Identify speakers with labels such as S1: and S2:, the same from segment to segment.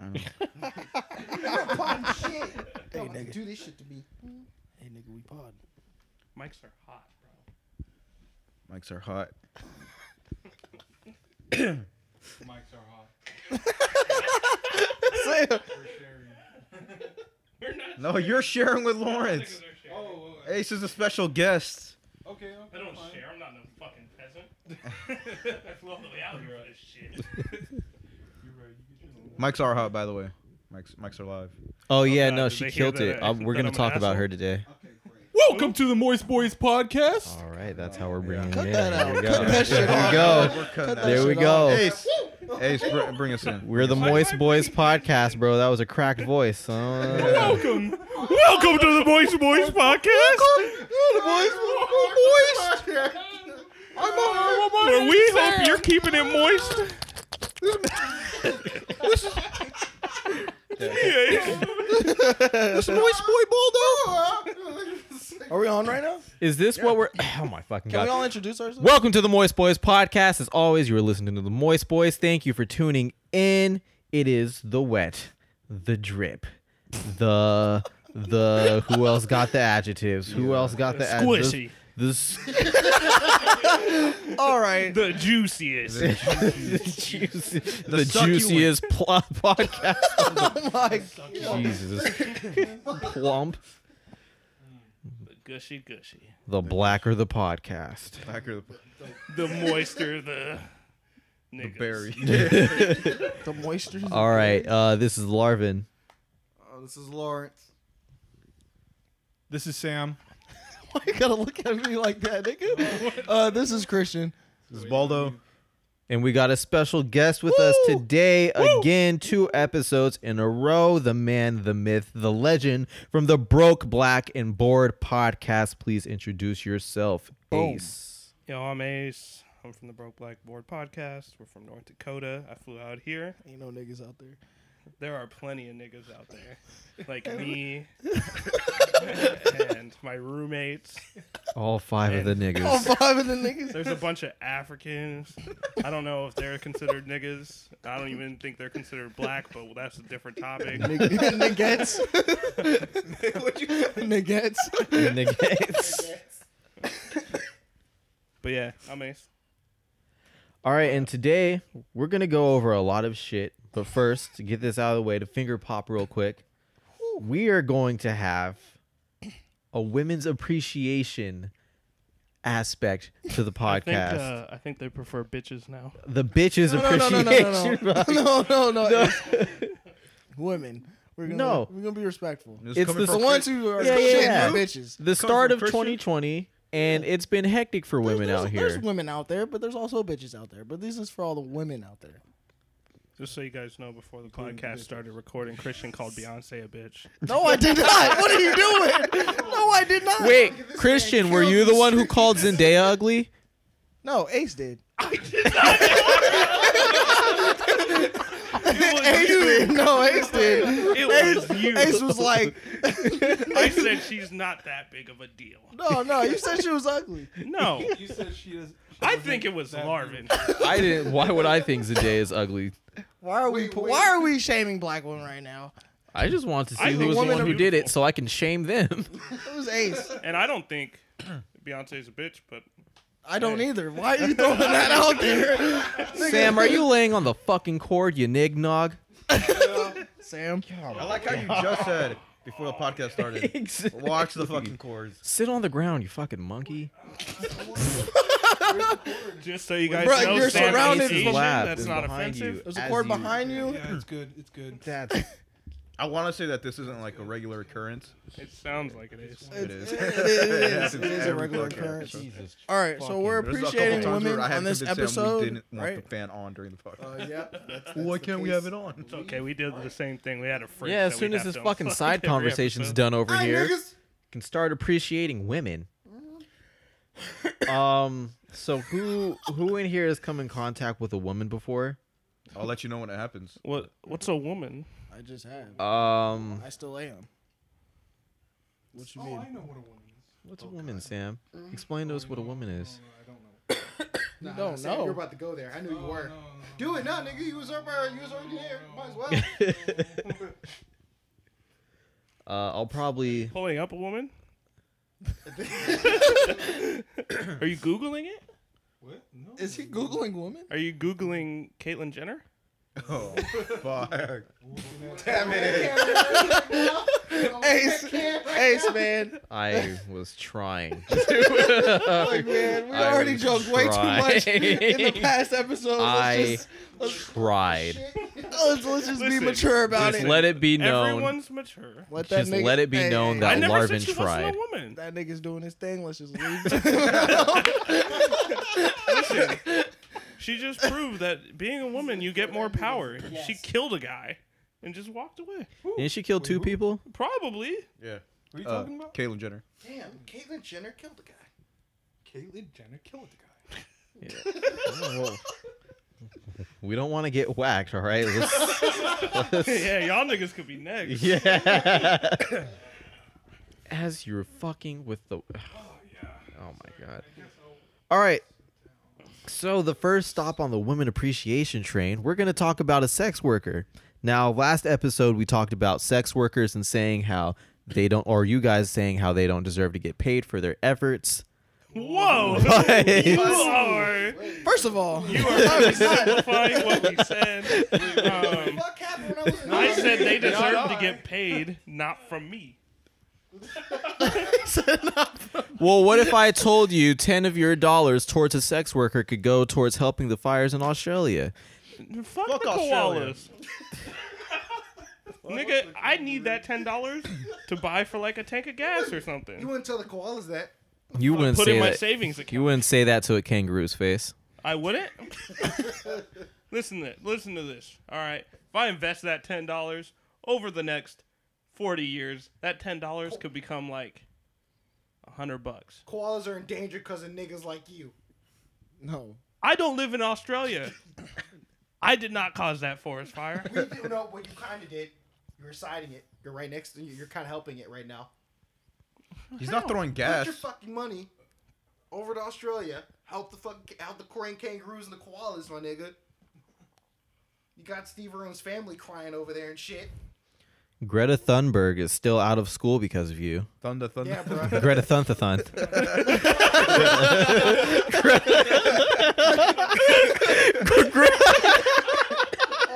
S1: I don't-
S2: You not plotting shit. They
S3: Hey,
S2: about to
S3: nigga.
S2: do this shit to me.
S3: Hey, nigga, we pod.
S4: Mics are hot, bro.
S1: mics are hot.
S4: Mics are hot.
S1: Sam!
S4: We're sharing. We're not.
S1: No, you're sharing with
S4: Niggas are
S1: Lawrence.
S4: sharing.
S2: Oh,
S1: Ace is a special guest.
S2: okay.
S4: I don't share. I'm not no fucking peasant. I flew all the way out here for this shit.
S2: You're right. You get your own.
S1: Mics are hot, by the way. Mics, mics are live.
S5: Oh yeah,
S4: God,
S5: no,
S4: did
S5: she
S4: they hear
S5: killed it.
S4: that I-
S5: Uh, we're
S4: that
S5: gonna
S4: I'm an
S5: talk about
S4: asshole?
S5: her today.
S2: Okay, great.
S3: Welcome to the Moist Boys podcast.
S5: All right, that's how we're bringing
S1: Cut
S5: it in.
S3: that out.
S5: There we
S3: Cut
S5: go.
S3: that shit
S5: there
S3: out.
S5: we go.
S1: We're cutting
S3: Cut
S1: that
S5: There
S1: shit
S5: we
S3: shit
S5: go.
S1: Ace, Ace, br- bring us in.
S5: We're the
S4: Why am
S5: Moist
S4: I
S5: Boys
S4: bringing that
S5: podcast, bro. That was a cracked voice. Uh,
S3: Welcome, welcome to the Moist Boys podcast.
S1: boys, boys.
S3: Where we hope you're keeping it moist.
S1: This moist boy
S3: Are we on right now?
S5: is this what we're? Oh my fucking
S3: Can we all
S5: god!
S3: introduce ourselves?
S5: Welcome to the Moist Boys podcast. As always, you are listening to the Moist Boys. Thank you for tuning in. It is the wet, the drip, the the. Who else got the adjectives? Who else got the adjectives?
S4: Squishy.
S5: The s- All right.
S4: The juiciest.
S1: The
S5: juicy, the,
S1: succulent.
S5: juiciest pl- podcast.
S3: Oh my God.
S5: Jesus. Plump.
S4: The gushy gushy.
S5: The blacker the podcast.
S1: Backer
S4: The moister, the
S1: the
S4: niggas.
S1: berry.
S3: The moisture.
S5: All right. Uh, this is Larvin.
S2: Oh, this is Lawrence.
S3: This is Sam. Why you gotta look at me like that, nigga? Uh, this is Christian.
S1: This is Baldo.
S5: And we got a special guest with us
S3: Woo!
S5: today. Again, two episodes in a row. The man, the myth, the legend from the Broke, Black, and Bored podcast. Please introduce yourself,
S3: Boom.
S5: Ace.
S4: Yo, I'm Ace. I'm from the Broke Black Board podcast. We're from North Dakota. I flew out here.
S3: Ain't no niggas out there.
S4: There are plenty of niggas out there, like me and my roommates.
S5: All five of the niggas.
S3: All five of the niggas.
S4: There's a bunch of Africans. I don't know if they're considered niggas. I don't even think they're considered black, but that's a different topic.
S3: Niggas. Niggas.
S5: in the gates.
S4: But yeah, I'm Ace.
S5: All right, and today we're gonna go over a lot of shit. But first, to get this out of the way, to finger pop real quick, we are going to have a women's appreciation aspect to the
S4: I think,
S5: podcast.
S4: uh, I think they prefer bitches now.
S5: the bitches
S3: No, no, no, no,
S5: appreciation.
S3: no, no,
S5: podcast.
S3: no, no, no. it's Women. We're gonna,
S5: No.
S3: We're gonna be respectful.
S1: This is
S5: It's
S1: coming
S5: the
S3: The
S1: from
S3: ones who are
S5: Yeah, yeah,
S3: shitting
S5: yeah.
S3: on bitches.
S5: The start
S1: from
S5: of
S1: Christian?
S5: 2020, and it's been hectic for women
S3: there's,
S5: out
S3: there's
S5: here.
S3: women out there, but there's also bitches out there. But this is for all the women out there.
S4: Just so you guys know, before the podcast started recording, Christian called Beyonce a bitch.
S3: No, I did not. What are you doing? No, I did not.
S5: Wait, Christian, were you the one who called Zendaya ugly?
S3: No, Ace did.
S4: It was
S3: Ace
S4: you.
S3: did. No, Ace did.
S4: It was you.
S3: Ace was like,
S4: I said she's not that big of a deal.
S3: no, no. You said she was ugly.
S4: No,
S2: You said she does.
S4: I think it was Larvin.
S5: I didn't. Why would I think Zendaya is ugly?
S3: Why are we? Why are we shaming black women right now?
S5: I just want to see
S4: I
S5: who
S4: think
S5: was the
S4: women
S5: one
S4: are
S5: who did it
S4: beautiful.
S5: so I can shame them.
S3: It was Ace.
S4: And I don't think Beyonce's a bitch, but
S3: I don't either. Why are you throwing that out there,
S5: Sam, are you laying on the fucking cord, you nignog?
S3: Sam?
S1: I like how you just said before the podcast started. Watch the fucking chords.
S5: Sit on the ground, you fucking monkey.
S4: just so you guys
S3: Bruh,
S4: know,
S3: you're
S4: Sam
S3: surrounded
S4: is Asian.
S5: Slap
S4: That's
S5: is
S4: not
S5: behind
S4: offensive.
S5: you.
S3: There's a
S5: As
S3: cord
S5: you-
S3: behind you.
S2: Yeah, it's good. It's good.
S5: That's
S1: I want to say that this isn't like a regular occurrence.
S4: It sounds like it is.
S1: It is.
S3: It is, it
S1: It
S3: is,
S1: happens
S3: it is a
S1: every
S3: regular
S1: fucking
S3: occurrence.
S1: episode.
S3: All right, so we're
S1: There's a couple
S3: appreciating
S1: times
S3: women
S1: where I had
S3: on this
S1: convinced Sam we
S3: episode,
S1: didn't want
S3: right?
S1: the fan on during the podcast.
S2: Uh,
S3: yeah.
S1: Why can't we have it on?
S4: It's okay. We did the same thing. We had a friend.
S5: yeah, as soon as this fucking side conversation's done over here, can start appreciating women. um, so who who in here has come in contact with a woman before?
S1: I'll let you know when it happens.
S4: What? What's a woman?
S3: I just have.
S5: Um,
S3: I still am. What you
S2: Oh,
S3: mean?
S2: I know what a woman is.
S5: what's a woman, Sam? Explain to us what a woman is.
S2: I don't know.
S6: Nah,
S3: don't
S6: I said You
S3: know.
S6: were about to go there. I knew you
S2: No, no,
S6: were.
S2: no.
S6: Do it now, nigga. You was up there. You was already there. Might as well.
S5: Uh, I'll probably.
S4: Pulling up a woman? Are you Googling it?
S2: What? No.
S3: Is he googling woman?
S4: Are you Googling Caitlyn Jenner?
S1: Oh, fuck.
S6: Damn it.
S3: Ace, Ace, man.
S5: I was trying.
S3: Look, man, we
S5: I
S3: already
S5: was
S3: joked way too much in the
S5: trying.
S3: past episodes.
S5: I
S3: Let's just,
S5: tried.
S3: let's, let's just
S4: Listen,
S3: be mature about
S5: Just
S3: it.
S5: let it be known.
S4: Everyone's mature.
S3: Let
S5: Just let it be known
S4: I
S5: that
S4: never
S5: Larvin
S4: said she
S5: tried.
S4: wasn't a woman.
S3: that nigga's doing his thing. Let's just leave.
S4: She just proved that being a woman, you get more power. She killed a guy and just walked away.
S5: Didn't she kill two people?
S4: Probably.
S1: Yeah.
S2: What are you
S1: Uh,
S2: talking about?
S1: Caitlyn Jenner.
S6: Damn, Caitlyn Jenner killed a guy.
S2: Caitlyn Jenner killed the guy.
S5: We don't want to get whacked, all right? Let's-
S4: yeah, y'all niggas could be next.
S5: yeah. As you're fucking with the. Oh my god. All right. So the first stop on the women appreciation train, we're going to talk about a sex worker. Now, last episode we talked about sex workers and saying how they don't or you guys saying how they don't deserve to get paid for their efforts.
S4: Whoa. you are
S3: First of all,
S4: you are simplifying what we said. Um,
S6: Fuck happened when I was
S4: I said they deserve to get paid, not from me.
S5: Well, what if I told you 10 of your dollars towards a sex worker could go towards helping the fires in Australia?
S4: Fuck,
S1: Fuck
S4: the
S1: Australia.
S4: koalas. Nigga, I need that ten dollars to buy for like a tank of gas or
S6: You
S4: something.
S6: wouldn't tell the koalas that.
S5: You wouldn't
S4: Put
S5: say
S4: in my
S5: that.
S4: savings
S5: you
S4: account.
S5: wouldn't say that to a kangaroo's face.
S4: I wouldn't. listen to listen to this. All right, if I invest that ten dollars over the next forty years, that ten dollars could become like a hundred bucks.
S6: Koalas are in danger because of niggas like you.
S3: no.
S4: I don't live in Australia. I did not cause that forest fire.
S6: We do know what you kind of did. You were siding it. You're right next to you. You're kind of helping it right now.
S1: He's not throwing
S6: Put
S1: gas.
S6: your fucking money over to Australia. Help the fuck out the Korean kangaroos and the koalas, my nigga. You got Steve Irwin's family crying over there and shit.
S5: Greta Thunberg is still out of school because of you.
S1: Thunder, thunder.
S6: Yeah, bro.
S5: Greta Thunthethunth.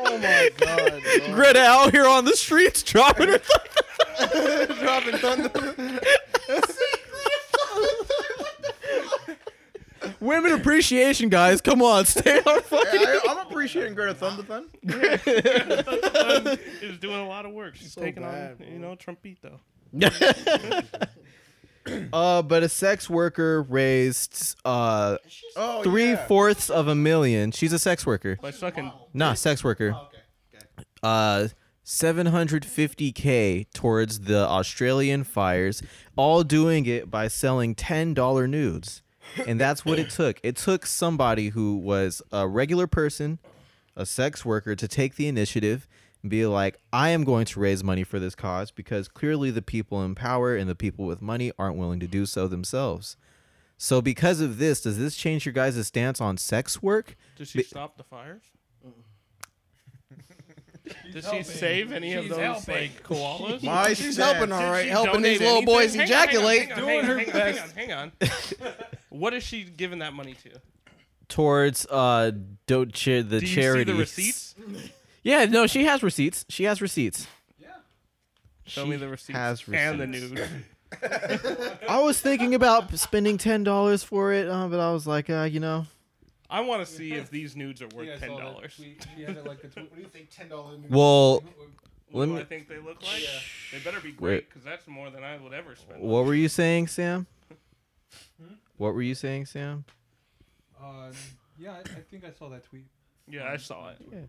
S3: Oh my god. dog.
S5: Greta out here on the streets dropping her.
S3: Dropping thunder.
S5: Women appreciation, guys. Come on, stay on fire.
S1: I, I'm appreciating Greta Thunder Thun.
S4: Um, is doing a lot of work. She's
S3: So
S4: taking
S3: bad,
S4: on,
S3: bro.
S4: you know, Trumpito.
S5: uh, but a sex worker raised uh
S1: Oh,
S5: three
S1: yeah.
S5: fourths of a million. She's a sex worker.
S4: By sucking.
S5: Nah, sex worker.
S6: Oh, Okay.
S5: uh 750k towards the Australian fires, all doing it by selling $10 nudes. And that's what it took. It took somebody who was a regular person, a sex worker to take the initiative and be like, "I am going to raise money for this cause because clearly the people in power and the people with money aren't willing to do so themselves." So because of this, does this change your guys' stance on sex work?
S4: Does she stop the fires? Does she save any of
S7: She's
S4: those
S7: helping.
S4: like koalas?
S1: My
S3: She's
S1: stance.
S3: helping, all
S4: Did
S3: right.
S4: she
S3: Helping these
S4: donate anything?
S3: little boys
S4: Hang on,
S3: ejaculate.
S4: hang on, hang on, hang on, hang on, hang on, hang on. what is she giving that money to?
S5: Towards uh do- cha- the
S4: Do you
S5: charity
S4: see the receipts?
S5: Yeah, no, she has receipts. She has receipts.
S4: Show
S5: She
S4: me the receipts
S5: has
S4: and the
S5: receipts.
S4: nude.
S5: I was thinking about spending ten dollars for it, uh, but I was like, uh, you know,
S4: I want to see if these nudes are worth
S2: Yeah, I saw
S4: ten
S2: that
S4: dollars.
S2: tweet. She had it like a tweet.
S6: What do you think? Ten dollars.
S5: well,
S4: What
S5: Let
S4: do
S5: me-
S4: I think they look like? They better be great because that's more than I would ever spend.
S5: what were you saying, Sam? What were you saying, Sam?
S2: Um, yeah, I, I think I saw that tweet.
S4: Yeah, I saw it.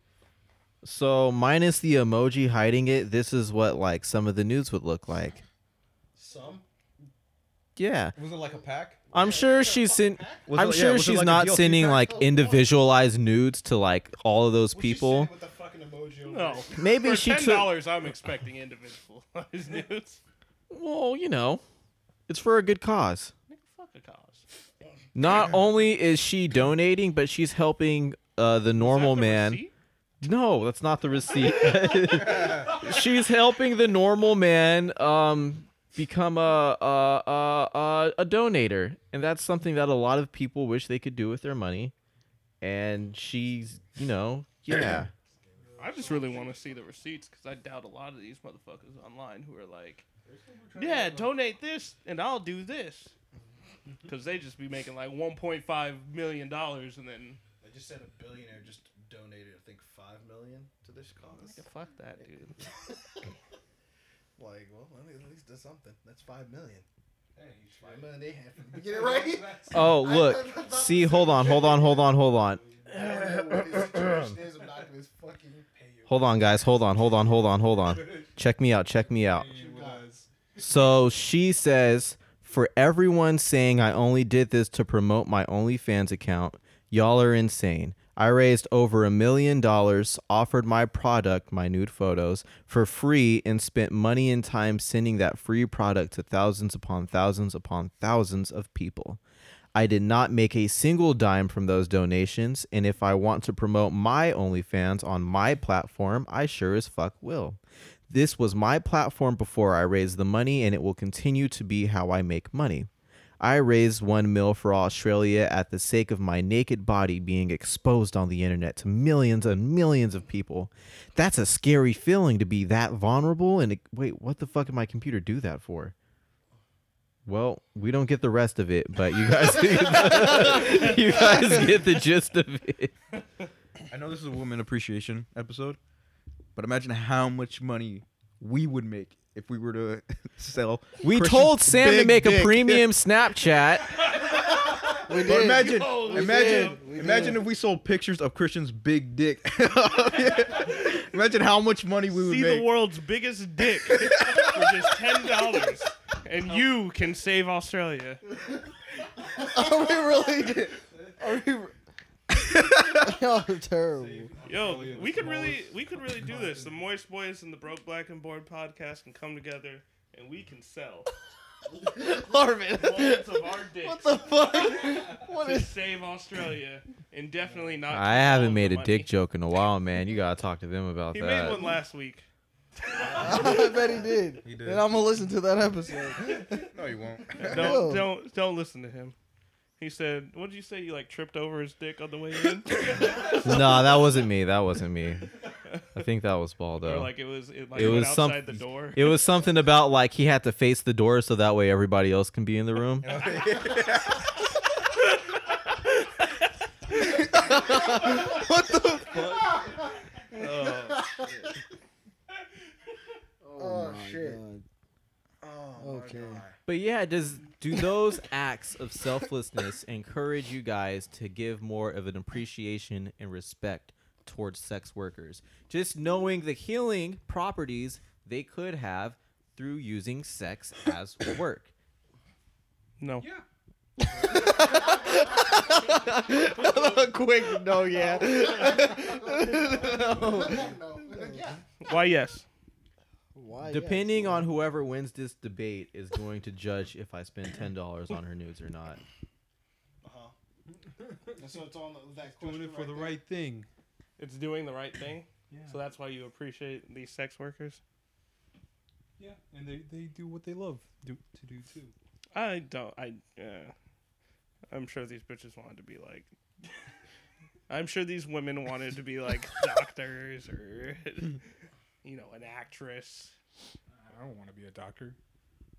S5: So minus the emoji hiding it, this is what like some of the nudes would look like.
S6: Some.
S5: Yeah,
S2: Was it like a pack?
S5: I'm sure she's sent.
S1: Was it-
S5: I'm
S1: yeah,
S5: sure
S1: was it
S5: she's
S1: like a
S5: not
S1: DLC
S5: sending
S1: pack?
S5: like
S6: Oh, boy.
S5: individualized nudes to like all of those
S6: What you
S5: people.
S6: said With the fucking emoji. over
S4: No.
S6: it.
S5: Maybe
S4: For
S5: she
S4: ten
S5: took.
S4: dollars, I'm expecting individualized nudes.
S5: Well, you know, it's for a good cause.
S4: Nigga, fuck a cause.
S5: Not only is she donating, but she's helping uh, the normal
S4: Is that the
S5: man.
S4: receipt?
S5: No, that's not the receipt. She's helping the normal man um become a a, a a a donator, and that's something that a lot of people wish they could do with their money. And she's, you know, yeah,
S4: I just really want to see the receipts because I doubt a lot of these motherfuckers online who are like, yeah, donate this and I'll do this. Because they just be making like $1.5 million and then.
S6: I just said a billionaire just donated, I think, five million to this cause.
S4: Fuck that, dude.
S6: Like, well, let me at least do something. That's five million.
S2: Hey, you should.
S6: Five million they had from the beginning, right?
S5: Oh,
S6: I-
S5: look.
S6: that's not
S5: See,
S6: the
S5: hold on, hold on, hold on, hold on.
S6: I don't know what his situation is. I'm not gonna fucking pay you.
S5: Hold on, guys. Hold on, hold on, hold on, hold on. Check me out, check me out.
S2: Hey, with us.
S5: So she says, for everyone saying I only did this to promote my OnlyFans account, y'all are insane. I raised over a million dollars, offered my product, my nude photos, for free, and spent money and time sending that free product to thousands upon thousands upon thousands of people. I did not make a single dime from those donations, and if I want to promote my OnlyFans on my platform, I sure as fuck will. This was my platform before I raised the money, and it will continue to be how I make money. I raised one mil for Australia at the sake of my naked body being exposed on the internet to millions and millions of people. That's a scary feeling to be that vulnerable. And wait, what the fuck did my computer do that for? Well, we don't get the rest of it, but you guys, you guys get the gist of it.
S1: I know this is a woman appreciation episode, but imagine how much money we would make if we were to sell.
S5: We
S1: Christian's
S5: told Sam to
S1: big
S5: make a
S1: dick.
S5: premium Snapchat.
S6: We
S1: But imagine,
S4: Yo, we
S1: imagine,
S6: did, we
S1: imagine
S6: did.
S1: if we sold pictures of Christian's big dick. imagine how much money we would
S4: See
S1: make.
S4: the world's biggest dick for just $10. And you can save Australia.
S3: Are we really? Are we? Y'all are terrible.
S4: Yo,
S2: Australia, the
S4: we could really
S2: smallest
S4: we could really do this. The Moist Boys and the Broke Black and Bored podcast can come together and we can sell
S3: Marvin,
S4: loads of our dicks
S3: what the fuck? What
S4: to
S3: is?
S4: save Australia and definitely not.
S5: I
S4: take all of
S5: haven't
S4: the
S5: made a
S4: money.
S5: dick joke in a while, man. You gotta talk to them about
S4: He
S5: that.
S4: made one last week.
S3: I bet he did.
S1: He did.
S3: And I'm gonna listen to that episode.
S1: no, you won't.
S4: Don't
S3: Ew.
S4: don't don't listen to him. He said, "What did you say? You like tripped over his dick on the way in,
S5: no, that wasn't me. That wasn't me. I think that was Baldo.
S4: or like it was it like
S5: It
S4: it
S5: was
S4: was
S5: some-
S4: outside the door?"
S5: it was something about like he had to face the door so that way everybody else can be in the room.
S3: what the fuck?
S4: Oh.
S6: Oh, shit.
S3: God.
S6: Oh, my
S3: Okay.
S6: God.
S5: But yeah, does do those acts of selflessness encourage you guys to give more of an appreciation and respect towards sex workers? Just knowing the healing properties they could have through using sex as work.
S4: No,
S2: Yeah.
S3: Quick, no, yeah.
S6: Yeah.
S4: why? Yes,
S3: Why?
S5: Depending on whoever wins this debate is going to judge if I spend ten dollars on her nudes or not.
S6: So it's on that
S2: Doing it for the right thing.
S4: it's doing the right thing.
S2: Yeah.
S4: So that's why you appreciate these sex workers.
S2: yeah. And they, they do what they love do, to do too.
S4: I don't. I. Uh, I'm sure these bitches wanted to be like. I'm sure these women wanted to be like doctors or, you know, an actress
S2: I don't want to be a doctor.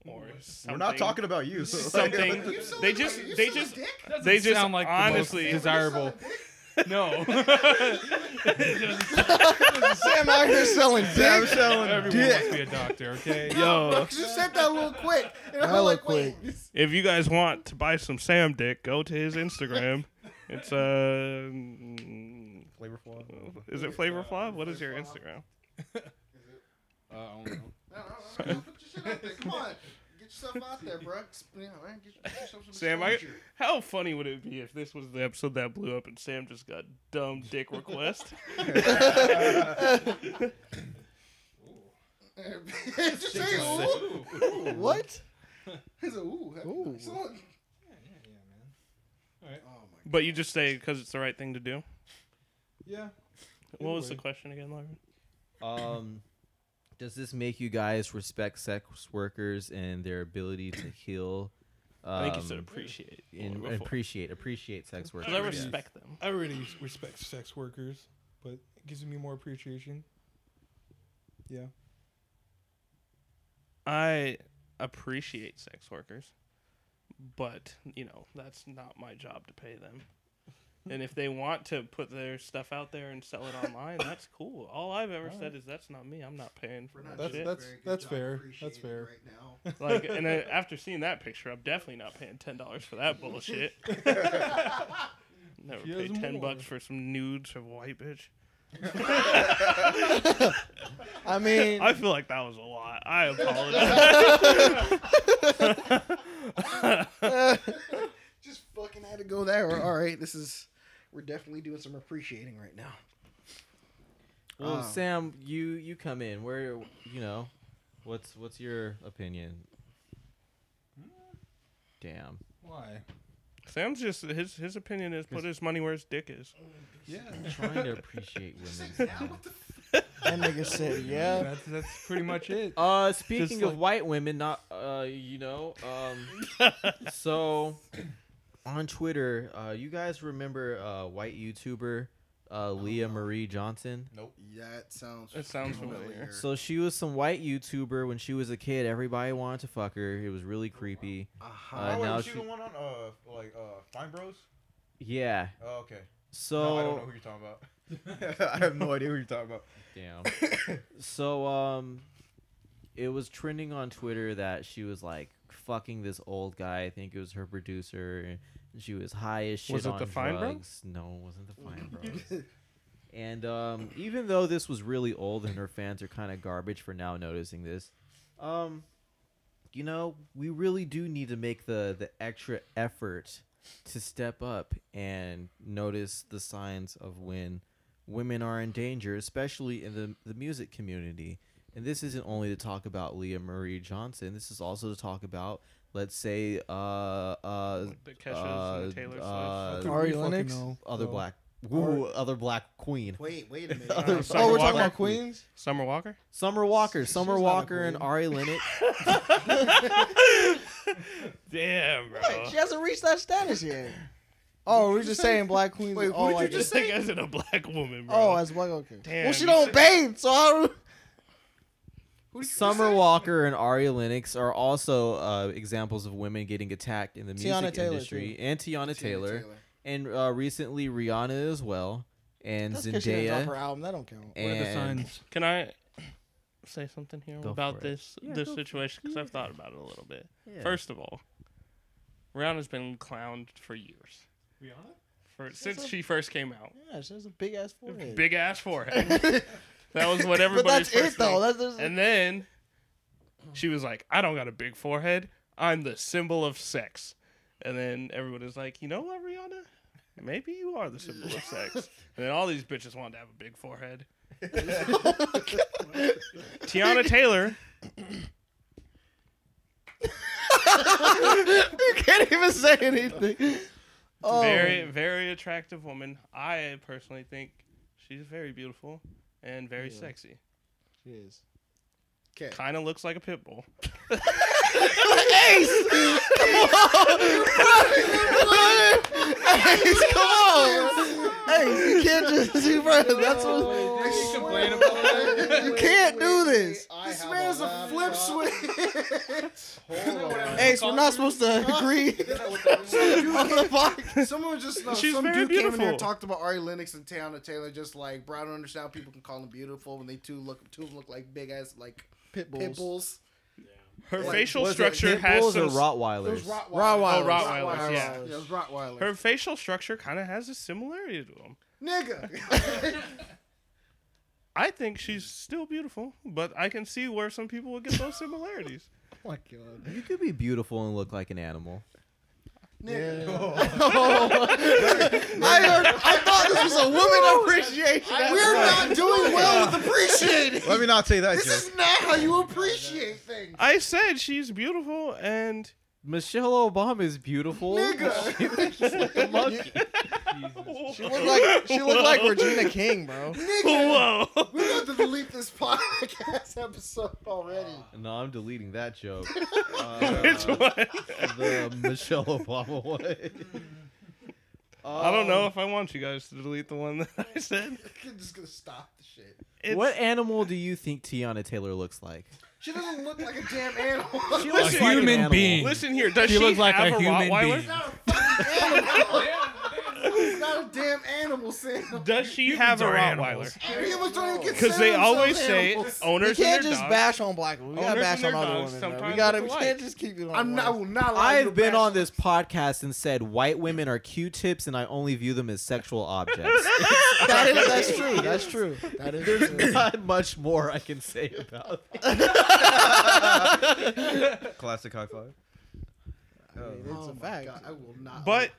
S4: or something.
S1: We're not talking about you.
S4: something.
S6: You selling
S4: they
S6: a-
S4: just.
S6: you
S4: They
S6: selling
S4: just.
S6: dick?
S4: They just
S2: sound like the most
S4: honestly.
S2: desirable.
S4: no.
S3: Sam out here selling
S1: I'm
S3: dick.
S1: selling
S2: Everyone wants to
S1: dick.
S2: be a doctor, okay?
S4: Yo,
S6: You said that a little quick. And I'm
S3: Hella
S6: like, wait.
S4: if you guys want to buy some Sam dick, go to his Instagram. It's uh, mm,
S1: Flavor flaw.
S4: is it Flavor Flav? What is your Instagram?
S2: Uh, I don't know.
S6: No, no, no, no, put your shit out there. Come on. Get yourself out there, bro. You know, man, get- get yourself some
S4: Sam, I,
S6: exposure.
S4: how funny would it be if this was the episode that blew up and Sam just got dumb dick request?
S6: Just say ooh.
S3: What?
S6: He's a ooh.
S3: Ooh.
S6: Someone-
S2: Alright.
S6: Oh my
S4: But you just say because it's the right thing to do.
S2: Yeah.
S4: What was the
S2: Anyway.
S4: question again, Larvin?
S5: Um, does this make you guys respect sex workers and their ability to heal? Um,
S4: I think you said appreciate.
S5: and
S4: before.
S5: appreciate appreciate sex workers.
S4: I
S5: yeah.
S4: respect them.
S2: I already s- respect sex workers, but it gives me more appreciation. Yeah.
S4: I appreciate sex workers, but you know that's not my job to pay them. And if they want to put their stuff out there and sell it online, that's cool. All I've ever said is that's not me. I'm not paying for
S6: We're not
S4: that
S2: That's-
S6: doing
S4: shit.
S2: that's-
S6: a very good
S2: that's
S6: job
S2: fair.
S6: appreciating
S2: That's fair.
S6: Right now.
S4: Like, and then after seeing that picture, I'm definitely not paying ten dollars for that bullshit. Never
S2: She
S4: paid
S2: has
S4: ten
S2: more.
S4: bucks for some nudes of white bitch.
S3: I mean,
S4: I feel like that was a lot. I apologize.
S6: Just fucking had to go there. All right, this is. We're definitely doing some appreciating right now.
S5: Well,
S6: Um,
S5: Sam, you you come in. Where you know, what's what's your opinion? Damn.
S2: Why?
S4: Sam's just his his opinion is put his money where his dick is.
S2: Yeah.
S5: Trying to appreciate
S6: Now,
S5: women.
S6: what the
S3: that nigga said, yeah.
S2: That's that's pretty much it.
S5: Uh, speaking
S2: Just
S5: of white women, not uh, you know, um, so on Twitter, uh, you guys remember uh, white YouTuber uh, Leah
S6: Uh-huh.
S5: Marie Johnson?
S6: Nope. That sounds.
S4: It sounds familiar.
S5: So she was some white YouTuber when she was a kid. Everybody wanted to fuck her. It was really creepy.
S6: uh-huh.
S5: Uh,
S1: oh,
S5: now
S1: wait, she,
S5: she-
S1: the one on uh like uh Fine Bros?
S5: Yeah.
S1: Oh, okay.
S5: So
S1: no, I don't know who you're talking about. I have no idea who you're talking about.
S5: Damn. so um it was trending on Twitter that she was like fucking this old guy. I think it was her producer and she was high as shit
S4: Was it
S5: on
S4: the Fine Bros?
S5: drugs. No, it wasn't the Fine Bros. and um even though this was really old and her fans are kind of garbage for now noticing this. Um you know, we really do need to make the the extra effort to step up and notice the signs of when women are in danger, especially in the, the music community. And this isn't only to talk about Leah Marie Johnson. This is also to talk about, let's say, uh, uh,
S4: Like the Keshas and the
S5: uh,
S4: Taylor
S5: uh,
S4: Swifts.
S2: How could
S3: Ari
S2: we fucking
S3: Lennox?
S2: know?
S5: other
S2: No.
S5: black, ooh, other black queen,
S6: Wait, wait a minute.
S5: Other-
S6: Uh,
S4: so-
S2: Oh,
S4: Summer
S2: we're talking about
S4: Walker.
S2: Queens.
S4: Summer Walker.
S5: Summer Walker,
S2: She's
S5: Summer
S2: not a
S5: Walker, and
S2: queen.
S5: Ari Lennox.
S4: Damn, bro.
S3: Wait, she hasn't reached that status yet. Oh, we're just saying black queens.
S6: Wait,
S3: are all
S6: what'd you
S3: like
S4: just think as in a black woman, bro.
S3: Oh, as black. Okay.
S4: Damn,
S3: well, she
S4: you
S3: don't
S4: said-
S3: bathe, so I don't.
S5: Summer Walker and Ari Lennox are also uh, examples of women getting attacked in the music
S3: Tiana Taylor,
S5: industry,
S3: too.
S5: and Tiana, Taylor, and uh, recently Rihanna as well, and
S3: That's 'cause she didn't drop
S5: Zendaya.
S3: her album. That don't count.
S5: and
S4: Can I say something here
S5: Go for
S4: about
S5: it.
S4: this
S5: Yeah,
S4: this
S5: go for it.
S4: situation? Because I've thought about it a little bit. First of all, Rihanna's been clowned for years.
S2: Rihanna?
S4: For since she first came out,
S3: Yeah, she has a big ass forehead.
S4: big ass forehead. that was what
S3: but
S4: everybody's
S3: that's
S4: first
S3: it though.
S4: thing.
S3: That's, that's
S4: And then she was like, I don't got a big forehead. I'm the symbol of sex. And then everyone is like, you know what, Rihanna? Maybe you are the symbol of sex. And then all these bitches wanted to have a big forehead. Tiana Taylor,
S3: you can't even say anything. Oh,
S4: very, very attractive woman. I personally think she's very beautiful and very sexy.
S3: she is.
S6: Okay.
S4: Kind of looks like a pit bull.
S3: Ace! Ace, come on! Ace, you can't just see, bro. That's what.
S6: Wait,
S1: she
S6: wait,
S1: complained
S6: wait,
S1: about that?
S6: wait,
S3: You
S6: wait,
S3: can't
S6: wait,
S3: do
S6: wait,
S3: this.
S6: I
S3: This
S6: have
S3: man's a flip
S6: laptop. Hold on.
S3: Ace, we're not supposed to agree on the podcast.
S6: Someone just no,
S4: She's
S6: some
S4: very
S6: dude came in here
S4: beautiful.
S6: and talked about Ari Lennox and Tiana Taylor, just like bro. I don't understand how people can call them beautiful when they two look two of them look like big ass like
S3: Pit
S6: pit bulls.
S4: Her
S6: Like,
S4: facial
S5: Was it
S4: structure
S5: pit
S4: has
S5: bulls
S4: some
S5: or Rottweilers.
S6: Rottweilers.
S4: Oh, Rottweilers, yeah.
S6: it was Rottweilers.
S4: Her facial structure kind of has a similarity to him.
S6: Nigga.
S4: I think she's still beautiful, but I can see where some people would get those similarities.
S6: oh my god.
S5: you could be beautiful and look like an animal.
S6: Nigga.
S3: I, heard, I thought this was a woman appreciation.
S6: We're not doing well with appreciating.
S1: Let me not say that
S6: This
S1: joke.
S6: is not how you appreciate things.
S4: I said she's beautiful and
S5: Michelle Obama is beautiful.
S6: Nigga.
S5: She looks like a monkey.
S3: She looked like she looked like Regina King, bro.
S6: Nigga,
S4: Whoa.
S6: we have to delete this podcast episode already.
S5: No, I'm deleting that joke.
S4: Which
S5: Uh,
S4: one?
S5: the Michelle Obama one.
S4: I don't know
S3: Um.
S4: if I want you guys to delete the one that I said.
S6: I'm just gonna stop the shit.
S4: It's,
S5: what animal do you think Tiana Taylor looks like?
S6: She doesn't look like a damn animal.
S5: She
S4: looks like
S5: looks like
S4: an
S5: an
S2: human
S5: animal.
S2: being.
S4: Listen here. Does she,
S2: She looks like
S4: have
S2: a
S4: a,
S2: human
S4: Rottweiler?
S2: being.
S6: not a fucking animal. It's not a damn animal, Sam.
S4: Does she have a
S2: are
S4: Rottweiler?
S2: animals.
S6: Humans don't even
S4: Because
S6: consider
S4: they always
S6: themselves
S4: say
S6: animals.
S3: We
S4: owners and
S3: can't
S4: their dogs.
S3: just back bash on black women. We gotta
S4: Owners
S3: bash
S4: and
S3: on
S4: their
S3: other
S4: dogs
S3: women. Bro.
S4: sometimes
S3: We gotta.
S4: look
S3: We
S4: alike.
S3: can't just keep it on. one.
S6: I'm not. I will not. allow you to
S5: I've been
S6: bash-
S5: on this podcast and said white women are Q-tips and I only view them as sexual objects.
S3: That is, that's true. That's true. That is true.
S5: Not much more I can say about it.
S1: Classic high five. Uh,
S6: I mean, it's
S3: Oh
S6: a
S3: my
S6: fact.
S3: God.
S6: I will not.
S4: But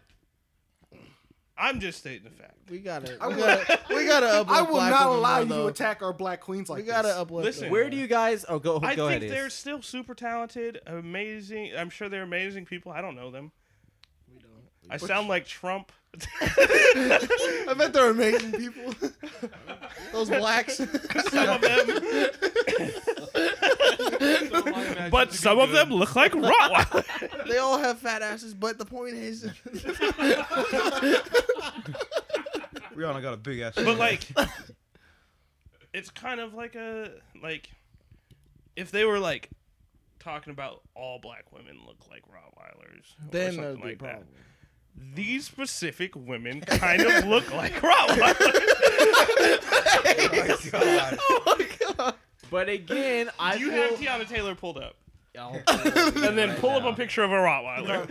S4: I'm just stating the fact.
S3: We gotta.
S6: I
S3: We
S6: will-
S3: gotta. We gotta
S6: allow-
S3: uplift
S6: I will
S3: black
S6: not
S3: women
S6: allow
S3: more,
S6: you to
S3: though.
S6: attack our black queens like
S3: we gotta
S6: this.
S3: uplift.
S4: Listen.
S3: them.
S5: Where do you guys? Oh, go.
S4: I
S5: go
S4: think
S5: ahead.
S4: they're
S5: Ace.
S4: still super talented, amazing. I'm sure they're amazing people. I don't know them.
S6: We don't.
S4: I sound like Trump.
S3: I bet they're amazing people. Those blacks.
S4: some of them, but some of them look like Rottweilers.
S3: they all have fat asses, but the point is,
S1: Rihanna got a big ass.
S4: but like, it's kind of like a like, if they were like talking about all black women look like Rottweilers,
S3: then
S4: or
S3: that'd
S4: something
S3: be a
S4: like that.
S3: problem.
S4: These specific women kind of look like Rottweilers.
S3: Oh
S5: But again, I
S4: you
S5: feel,
S4: have Tiana Taylor pulled up,
S5: I'll-
S4: and then pull up
S5: now.
S4: a picture of a Rottweiler.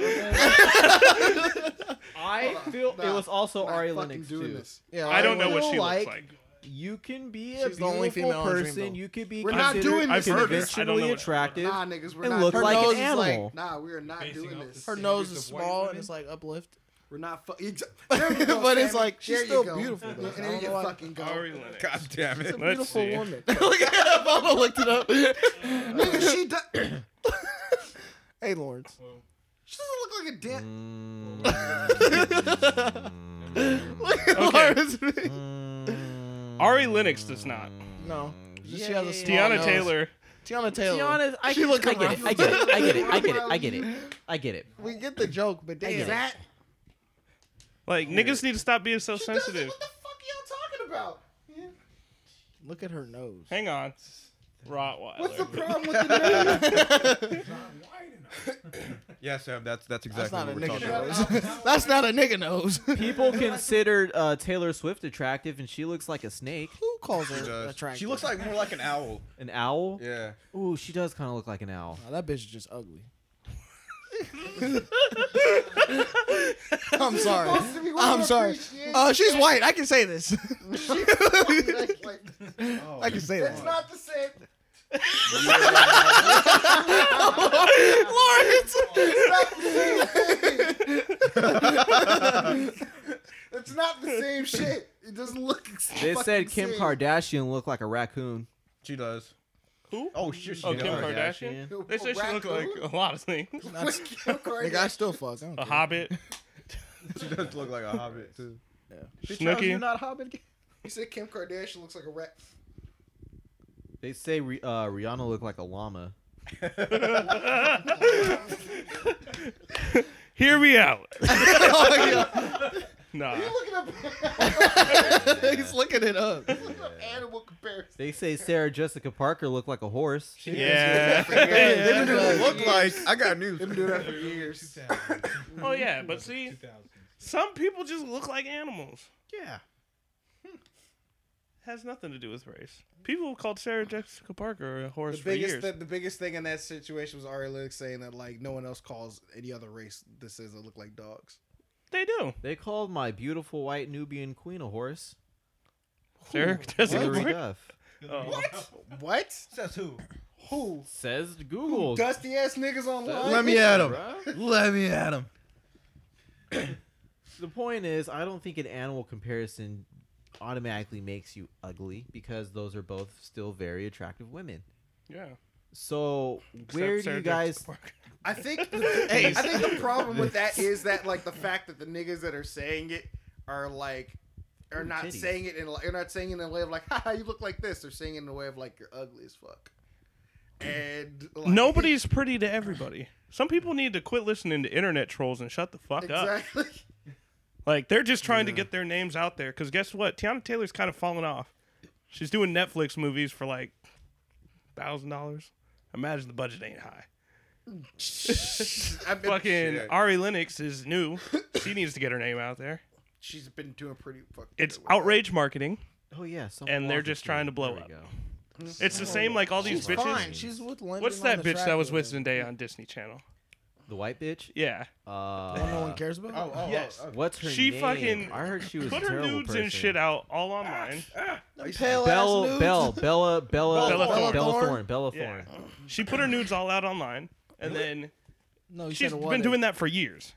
S5: I feel it
S6: Nah,
S5: was also
S6: Not
S5: Ari
S6: fucking
S5: Lennox
S6: doing
S5: too.
S6: this.
S3: Yeah,
S4: I don't know what
S5: feel
S4: she
S5: like-
S4: looks like.
S5: You can be a
S3: She's the
S5: beautiful
S3: only female on
S5: person.
S3: Dreamville.
S5: You could be
S6: We're not
S5: considered
S6: doing this.
S4: I've heard her. I don't know
S5: conventionally
S4: what-
S5: attractive
S6: Nah, niggas, we're
S5: and
S6: not.
S5: look
S3: Her
S5: like
S3: nose
S5: an
S3: is like-
S5: animal.
S6: Nah, we are not
S2: Basing
S6: doing
S2: off
S6: this.
S2: the-
S3: Her
S2: Standards
S3: nose is
S2: of white
S3: small and
S2: women?
S3: it's like uplift.
S6: We're not. Fu- ex-
S3: But it's like, she's
S6: there you
S3: still
S6: go.
S3: beautiful, though.
S6: And
S3: I
S6: there
S3: don't
S6: you
S3: know why.
S6: fucking go.
S4: Ari Lennox.
S1: God damn
S3: It's
S1: it.
S3: a
S4: Let's
S3: beautiful
S4: see.
S3: woman. Look at that. Mama looked it up.
S6: Nigga, she does. She doesn't
S3: hey, Lawrence.
S6: look like a damn.
S3: Look at
S4: Okay.
S3: Lawrence.
S4: Ari Lennox does not.
S3: no.
S5: Yeah,
S3: she has a
S5: yeah, yeah.
S3: small
S4: Tiana
S3: nose.
S4: Taylor.
S3: Tiana
S5: To
S3: Taylor.
S5: be honest, I,
S3: She
S5: can,
S3: look
S5: I get it. I get it. I get it. I get it. I get it. I get it.
S3: We get the joke, but
S5: I
S3: damn.
S5: get it.
S6: That.
S4: Like niggas need to stop being so
S6: She does it.
S4: sensitive.
S6: What the fuck y'all talking about?
S3: Look at her nose.
S4: Hang on. Rottweiler.
S6: What's the problem with the name?
S1: Yeah, Sam, that's that's exactly
S3: That's not a
S1: what we're
S3: nigga
S1: talking about.
S3: nose. That's not a nigga nose.
S5: People considered uh, Taylor Swift attractive, and she looks like a snake,
S3: Who calls
S1: She
S3: her
S1: does.
S3: attractive?
S1: She looks like more like an owl.
S5: an owl.
S1: Yeah.
S5: Ooh, she does kind of look like an owl.
S3: Nah, that bitch is just ugly. I'm sorry.
S6: supposed to be one
S3: I'm
S6: to
S3: sorry.
S6: appreciate
S3: Uh, she's white. I can say this.
S6: She's fucking like- like,
S3: I can say
S6: That's
S3: that.
S6: not the same.
S3: Lawrence.
S6: It's not the same shit. It doesn't look. ex-
S5: They
S6: fucking
S5: said Kim
S6: same.
S5: Kardashian looked like a raccoon.
S1: She does.
S4: Who?
S1: Oh shit. She
S4: Oh, Kim
S1: does.
S4: Kardashian. They say she looked like uh, a lot of things.
S6: What's Kim
S3: Nigga, I
S6: Kardashian.
S3: still fuck. I don't
S4: A
S3: care.
S4: hobbit.
S1: She does look like a hobbit too. Bitch, how is
S4: Snooki.
S1: you not a hobbit.
S6: You said Kim Kardashian looks like a rat.
S5: They say Ri- uh, Rihanna looked like a llama.
S4: Hear me out.
S3: Oh,
S4: Nah.
S6: You're looking up,
S3: yeah. He's looking it up.
S6: looking up animal comparison.
S5: They say Sarah Jessica Parker looked like a horse.
S4: Yeah.
S1: Them
S4: yeah.
S1: dudes look like. I got news.
S6: They've been doing that for years.
S4: Oh yeah, but see, some people just look like animals.
S1: Yeah.
S4: Has nothing to do with race. People called Sarah Jessica Parker a horse
S6: The
S4: for
S6: biggest,
S4: years.
S6: the, the biggest thing in that situation was Ari Lennox saying that like no one else calls any other race this is that look like dogs.
S4: They do.
S5: They called my beautiful white Nubian queen a horse.
S4: Sarah Jessica
S5: Hillary
S4: Parker.
S5: Duff.
S4: Oh.
S6: What?
S1: Says who?
S6: Who?
S5: Says Google.
S6: Dusty ass niggas online.
S1: Let me at him.
S5: Bruh.
S1: Let me at him.
S5: The point is, I don't think an animal comparison automatically makes you ugly because those are both still very attractive women.
S4: Yeah.
S5: So where do
S4: Sarah
S5: you guys?
S4: Jessica Parker.
S6: I think the, hey, I think the problem with that is that like the fact that the niggas that are saying it are like are
S5: Ooh,
S6: not
S5: titties.
S6: saying it in like, are not saying it in a way of like haha you look like this. They're saying it in a way of like you're ugly as fuck. And like,
S4: Nobody's pretty to everybody. Some people need to quit listening to internet trolls and shut the fuck up.
S6: exactly.
S4: Like they're just trying to get their names out there. Because guess what? Tiana Taylor's kind of falling off. She's doing Netflix movies for like thousand dollars. Imagine the budget ain't high.
S6: I've been,
S4: Fucking
S6: shit.
S4: Ari Lennox is new. she needs to get her name out there.
S6: she's been doing pretty fucking.
S4: It's
S6: good with
S4: outrage marketing.
S5: Oh yeah, someone
S4: And they're
S5: lost
S4: just
S5: it to
S4: trying to
S5: me.
S4: blow
S5: There we
S4: up.
S5: go.
S4: It's the same like all these
S3: She's
S4: bitches.
S3: fine. She's with London
S4: What's
S3: on
S4: that
S3: the
S4: bitch
S3: track
S4: that was
S3: with
S4: with Zendaya on Disney Channel?
S5: The white bitch.
S4: Yeah.
S5: Uh,
S3: One no one cares about.
S6: that. Oh, oh,
S4: Yes.
S6: oh,
S5: What's her
S4: She
S5: name?
S4: fucking
S5: I heard she was
S4: Put
S5: a
S4: her
S5: terrible
S4: nudes
S5: person.
S4: and shit out all
S3: Ah,
S4: online.
S6: oh.
S3: Pale ass
S5: Bell,
S3: nudes.
S5: Bell, Bella, Bella,
S4: Bella Thorne.
S5: Bella Thorne, Bella
S4: Yeah.
S5: Thorne.
S4: She put her nudes all out online, and then
S3: No, you
S4: she's
S3: said a what
S4: been
S3: if.
S4: doing that for years.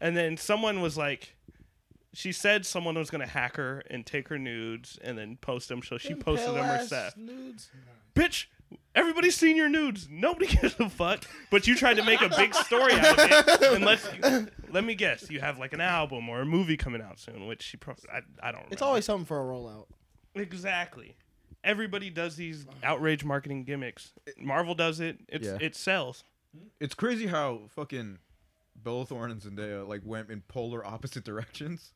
S4: And then someone was like, she said someone was gonna hack her and take her nudes and then post them. So she
S3: Them
S4: posted them
S3: pale-ass
S4: herself.
S3: Nudes.
S4: Bitch, everybody's seen your nudes. Nobody gives a fuck. But you tried to make a big story out of it. And let let me guess, you have like an album or a movie coming out soon, which she probably I, I don't.
S3: It's
S4: remember.
S3: always something for a rollout.
S4: Exactly. Everybody does these outrage marketing gimmicks. Marvel does it. It's
S1: Yeah.
S4: it sells.
S1: It's crazy how fucking Bella Thorne and Zendaya like went in polar opposite directions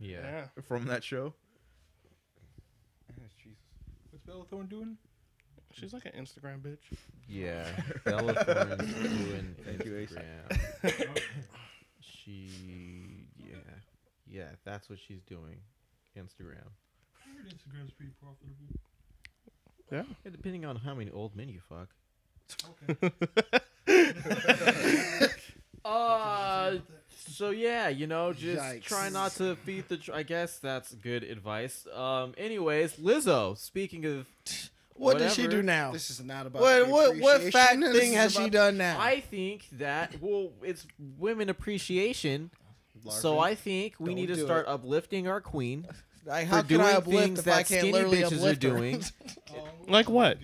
S5: Yeah.
S1: from that show.
S3: What's Bella Thorne doing?
S4: She's like an Instagram bitch.
S5: Yeah. Bella Thorne is doing
S1: Thank you, Ace.
S5: Instagram. she, yeah. Yeah, that's what she's doing. Instagram.
S3: Instagram's pretty profitable.
S5: Yeah, depending on how many old men you fuck. Uh, so yeah, you know, just try not to feed the. Tr- I guess that's good advice. Um, anyways, Lizzo. Speaking of,
S3: What does she do
S5: Whatever.
S3: now?
S6: oh. This is not about.
S3: What
S6: the
S3: what what
S6: appreciation.
S3: fat
S6: This
S3: thing
S6: is
S3: has she
S6: about-
S3: done now?
S5: I think that well, it's women appreciation. So I think we
S3: Don't
S5: need to
S3: do
S5: start uplifting our queen.
S3: Like, how
S5: for
S3: can I
S5: doing
S3: uplift
S5: things
S3: if I
S5: that
S3: can't
S5: skinny
S3: literally
S5: bitches are
S3: uplift her?
S5: doing.
S4: Like what?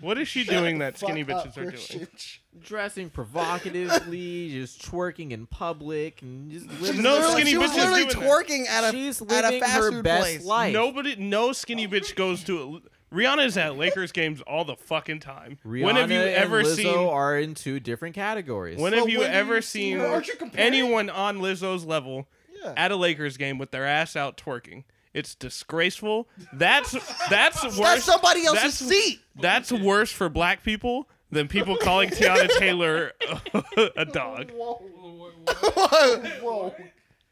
S4: What is she doing that skinny
S3: Fuck up,
S4: bitches are
S3: Christian.
S4: doing?
S5: Dressing provocatively, just twerking in public, and just living.
S4: No
S3: Literally,
S4: skinny
S3: she was
S4: bitches
S3: literally
S4: doing that.
S3: twerking at a
S5: She's
S3: at a
S5: living
S3: fast
S5: her
S3: food
S5: best
S3: place.
S5: life.
S4: Nobody, no skinny bitch goes to. A, Rihanna's at Lakers games all the fucking time.
S5: Rihanna
S4: when have you ever
S5: and Lizzo
S4: seen?
S5: are in two different categories.
S4: When
S3: But
S4: have you
S3: when do
S4: ever
S3: you see
S4: seen
S3: her?
S6: Aren't you comparing?
S4: anyone on Lizzo's level
S3: Yeah.
S4: at a Lakers game with their ass out twerking? It's disgraceful. That's that's worse.
S3: That's somebody
S4: that's-
S3: else's seat.
S4: That's worse for black people than people calling Tiana Taylor a, dog.
S3: Whoa.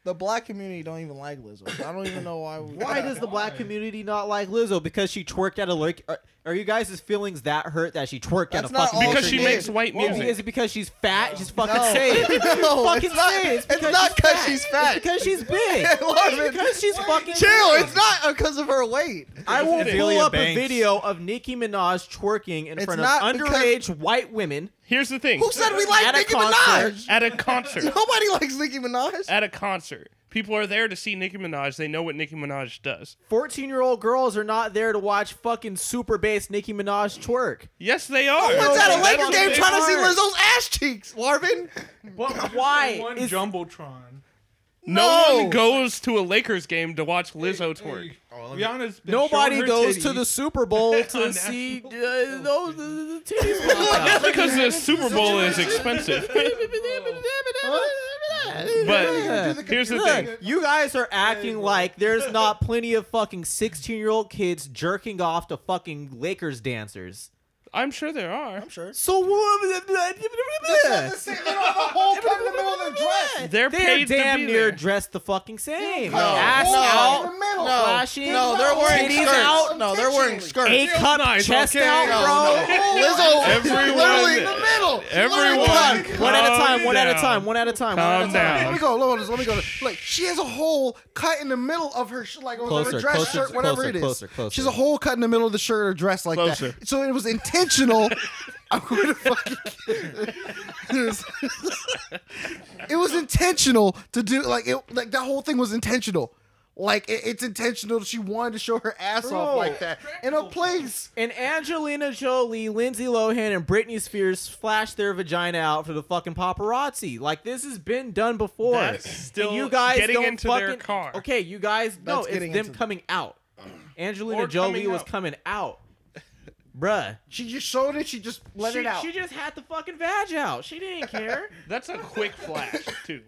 S3: The black community don't even like Lizzo. I don't even know why. we-
S5: Why does the black community not like Lizzo? Because she twerked at a lurk. Are, are you guys' feelings that hurt that she twerked
S3: That's
S5: at a
S3: not
S5: fucking
S3: all
S4: Because
S5: lurker
S4: she
S3: did.
S4: makes
S5: dance?
S4: white
S5: Is it-
S4: music.
S5: is it because she's fat? Just fucking
S3: No.
S5: say it. Just
S3: No,
S5: fucking
S3: it's not-
S5: say it.
S3: it's not 'cause she's fat.
S5: It's because she's big.
S3: Love
S5: it's
S3: it.
S5: because she's fucking
S3: Chill.
S5: big.
S3: It's not because of her weight.
S5: I will pull
S1: Azealia
S5: up
S1: Banks.
S5: a video of Nicki Minaj twerking in
S3: It's
S5: front of
S3: not because-
S5: underage white women.
S4: Here's the thing.
S3: Who said we like
S5: At a
S3: Nicki
S5: concert.
S3: Minaj?
S4: At a concert.
S3: Nobody likes Nicki Minaj.
S4: At a concert. People are there to see Nicki Minaj. They know what Nicki Minaj does.
S5: 14 year old girls are not there to watch fucking super bass Nicki Minaj twerk.
S4: Yes, they are.
S3: What's at a
S4: That's
S3: Laker
S4: what
S3: game
S4: they
S3: trying to see
S4: are.
S3: Lizzo's ass cheeks, Larvin?
S5: But why? Is,
S2: jumbotron.
S4: No,
S3: No.
S4: one goes to a Lakers game to watch Lizzo twerk.
S2: Rihanna's been
S5: nobody
S2: showing her
S5: goes to
S2: titties.
S5: the Super Bowl to
S2: On
S5: see uh,
S2: national
S5: those the, the titties. pop out.
S4: That's because the Super Bowl is expensive.
S5: But
S4: But here's the
S5: look,
S4: thing.
S5: you guys are acting like there's not plenty of fucking 16 year old kids jerking off to fucking Lakers dancers.
S4: I'm sure there are.
S3: I'm sure.
S5: So what?
S6: That's not the same. They don't have a hole cut in the middle of their dress.
S4: They're
S5: They're
S4: paid to
S5: damn
S4: be
S5: near
S4: there.
S5: dressed the fucking same.
S6: No.
S5: Ass
S6: No.
S5: out,
S6: In the middle.
S5: flashing.
S3: No, they're wearing
S5: titties
S3: skirts.
S5: out.
S3: No, they're wearing skirts.
S5: A cup
S4: nice,
S5: chest
S4: okay?
S5: out, bro.
S3: Lizzo,
S4: Everyone-
S3: literally in the middle.
S4: Everyone,
S3: Literally-
S5: One at a
S4: calm
S5: time, one at a
S4: down.
S5: time, one at a time,
S4: Calm
S5: one at a time.
S4: down.
S6: Let me go. Let me, let me go. Like she has a hole cut in the middle of her, sh- like
S5: Closer,
S6: her dress,
S5: closer,
S6: shirt, whatever
S5: closer,
S6: it is.
S5: closer, closer.
S6: She has a hole cut in the middle of the shirt or dress like
S4: Closer.
S6: that. So it was intentional. I'm gonna fucking. it, was, it was intentional to do like it. Like that whole thing was intentional. Like it, it's intentional. She wanted to show her ass off
S8: Bro.
S6: like that in a place.
S5: And Angelina Jolie, Lindsay Lohan, and Britney Spears flashed their vagina out for the fucking paparazzi. Like this has been done before.
S4: That's
S5: And
S4: still
S5: you guys
S4: getting
S5: don't
S4: into
S5: fucking,
S4: their car.
S5: Okay, you guys. no,
S6: That's
S5: it's them
S6: getting into-
S5: coming out. Angelina
S4: Or
S5: Jolie
S4: coming
S5: was
S4: out.
S5: coming out. Bruh,
S6: She just showed it. She just let
S5: she,
S6: it out.
S5: she just had the fucking vag out. She didn't care.
S4: That's a quick flash too.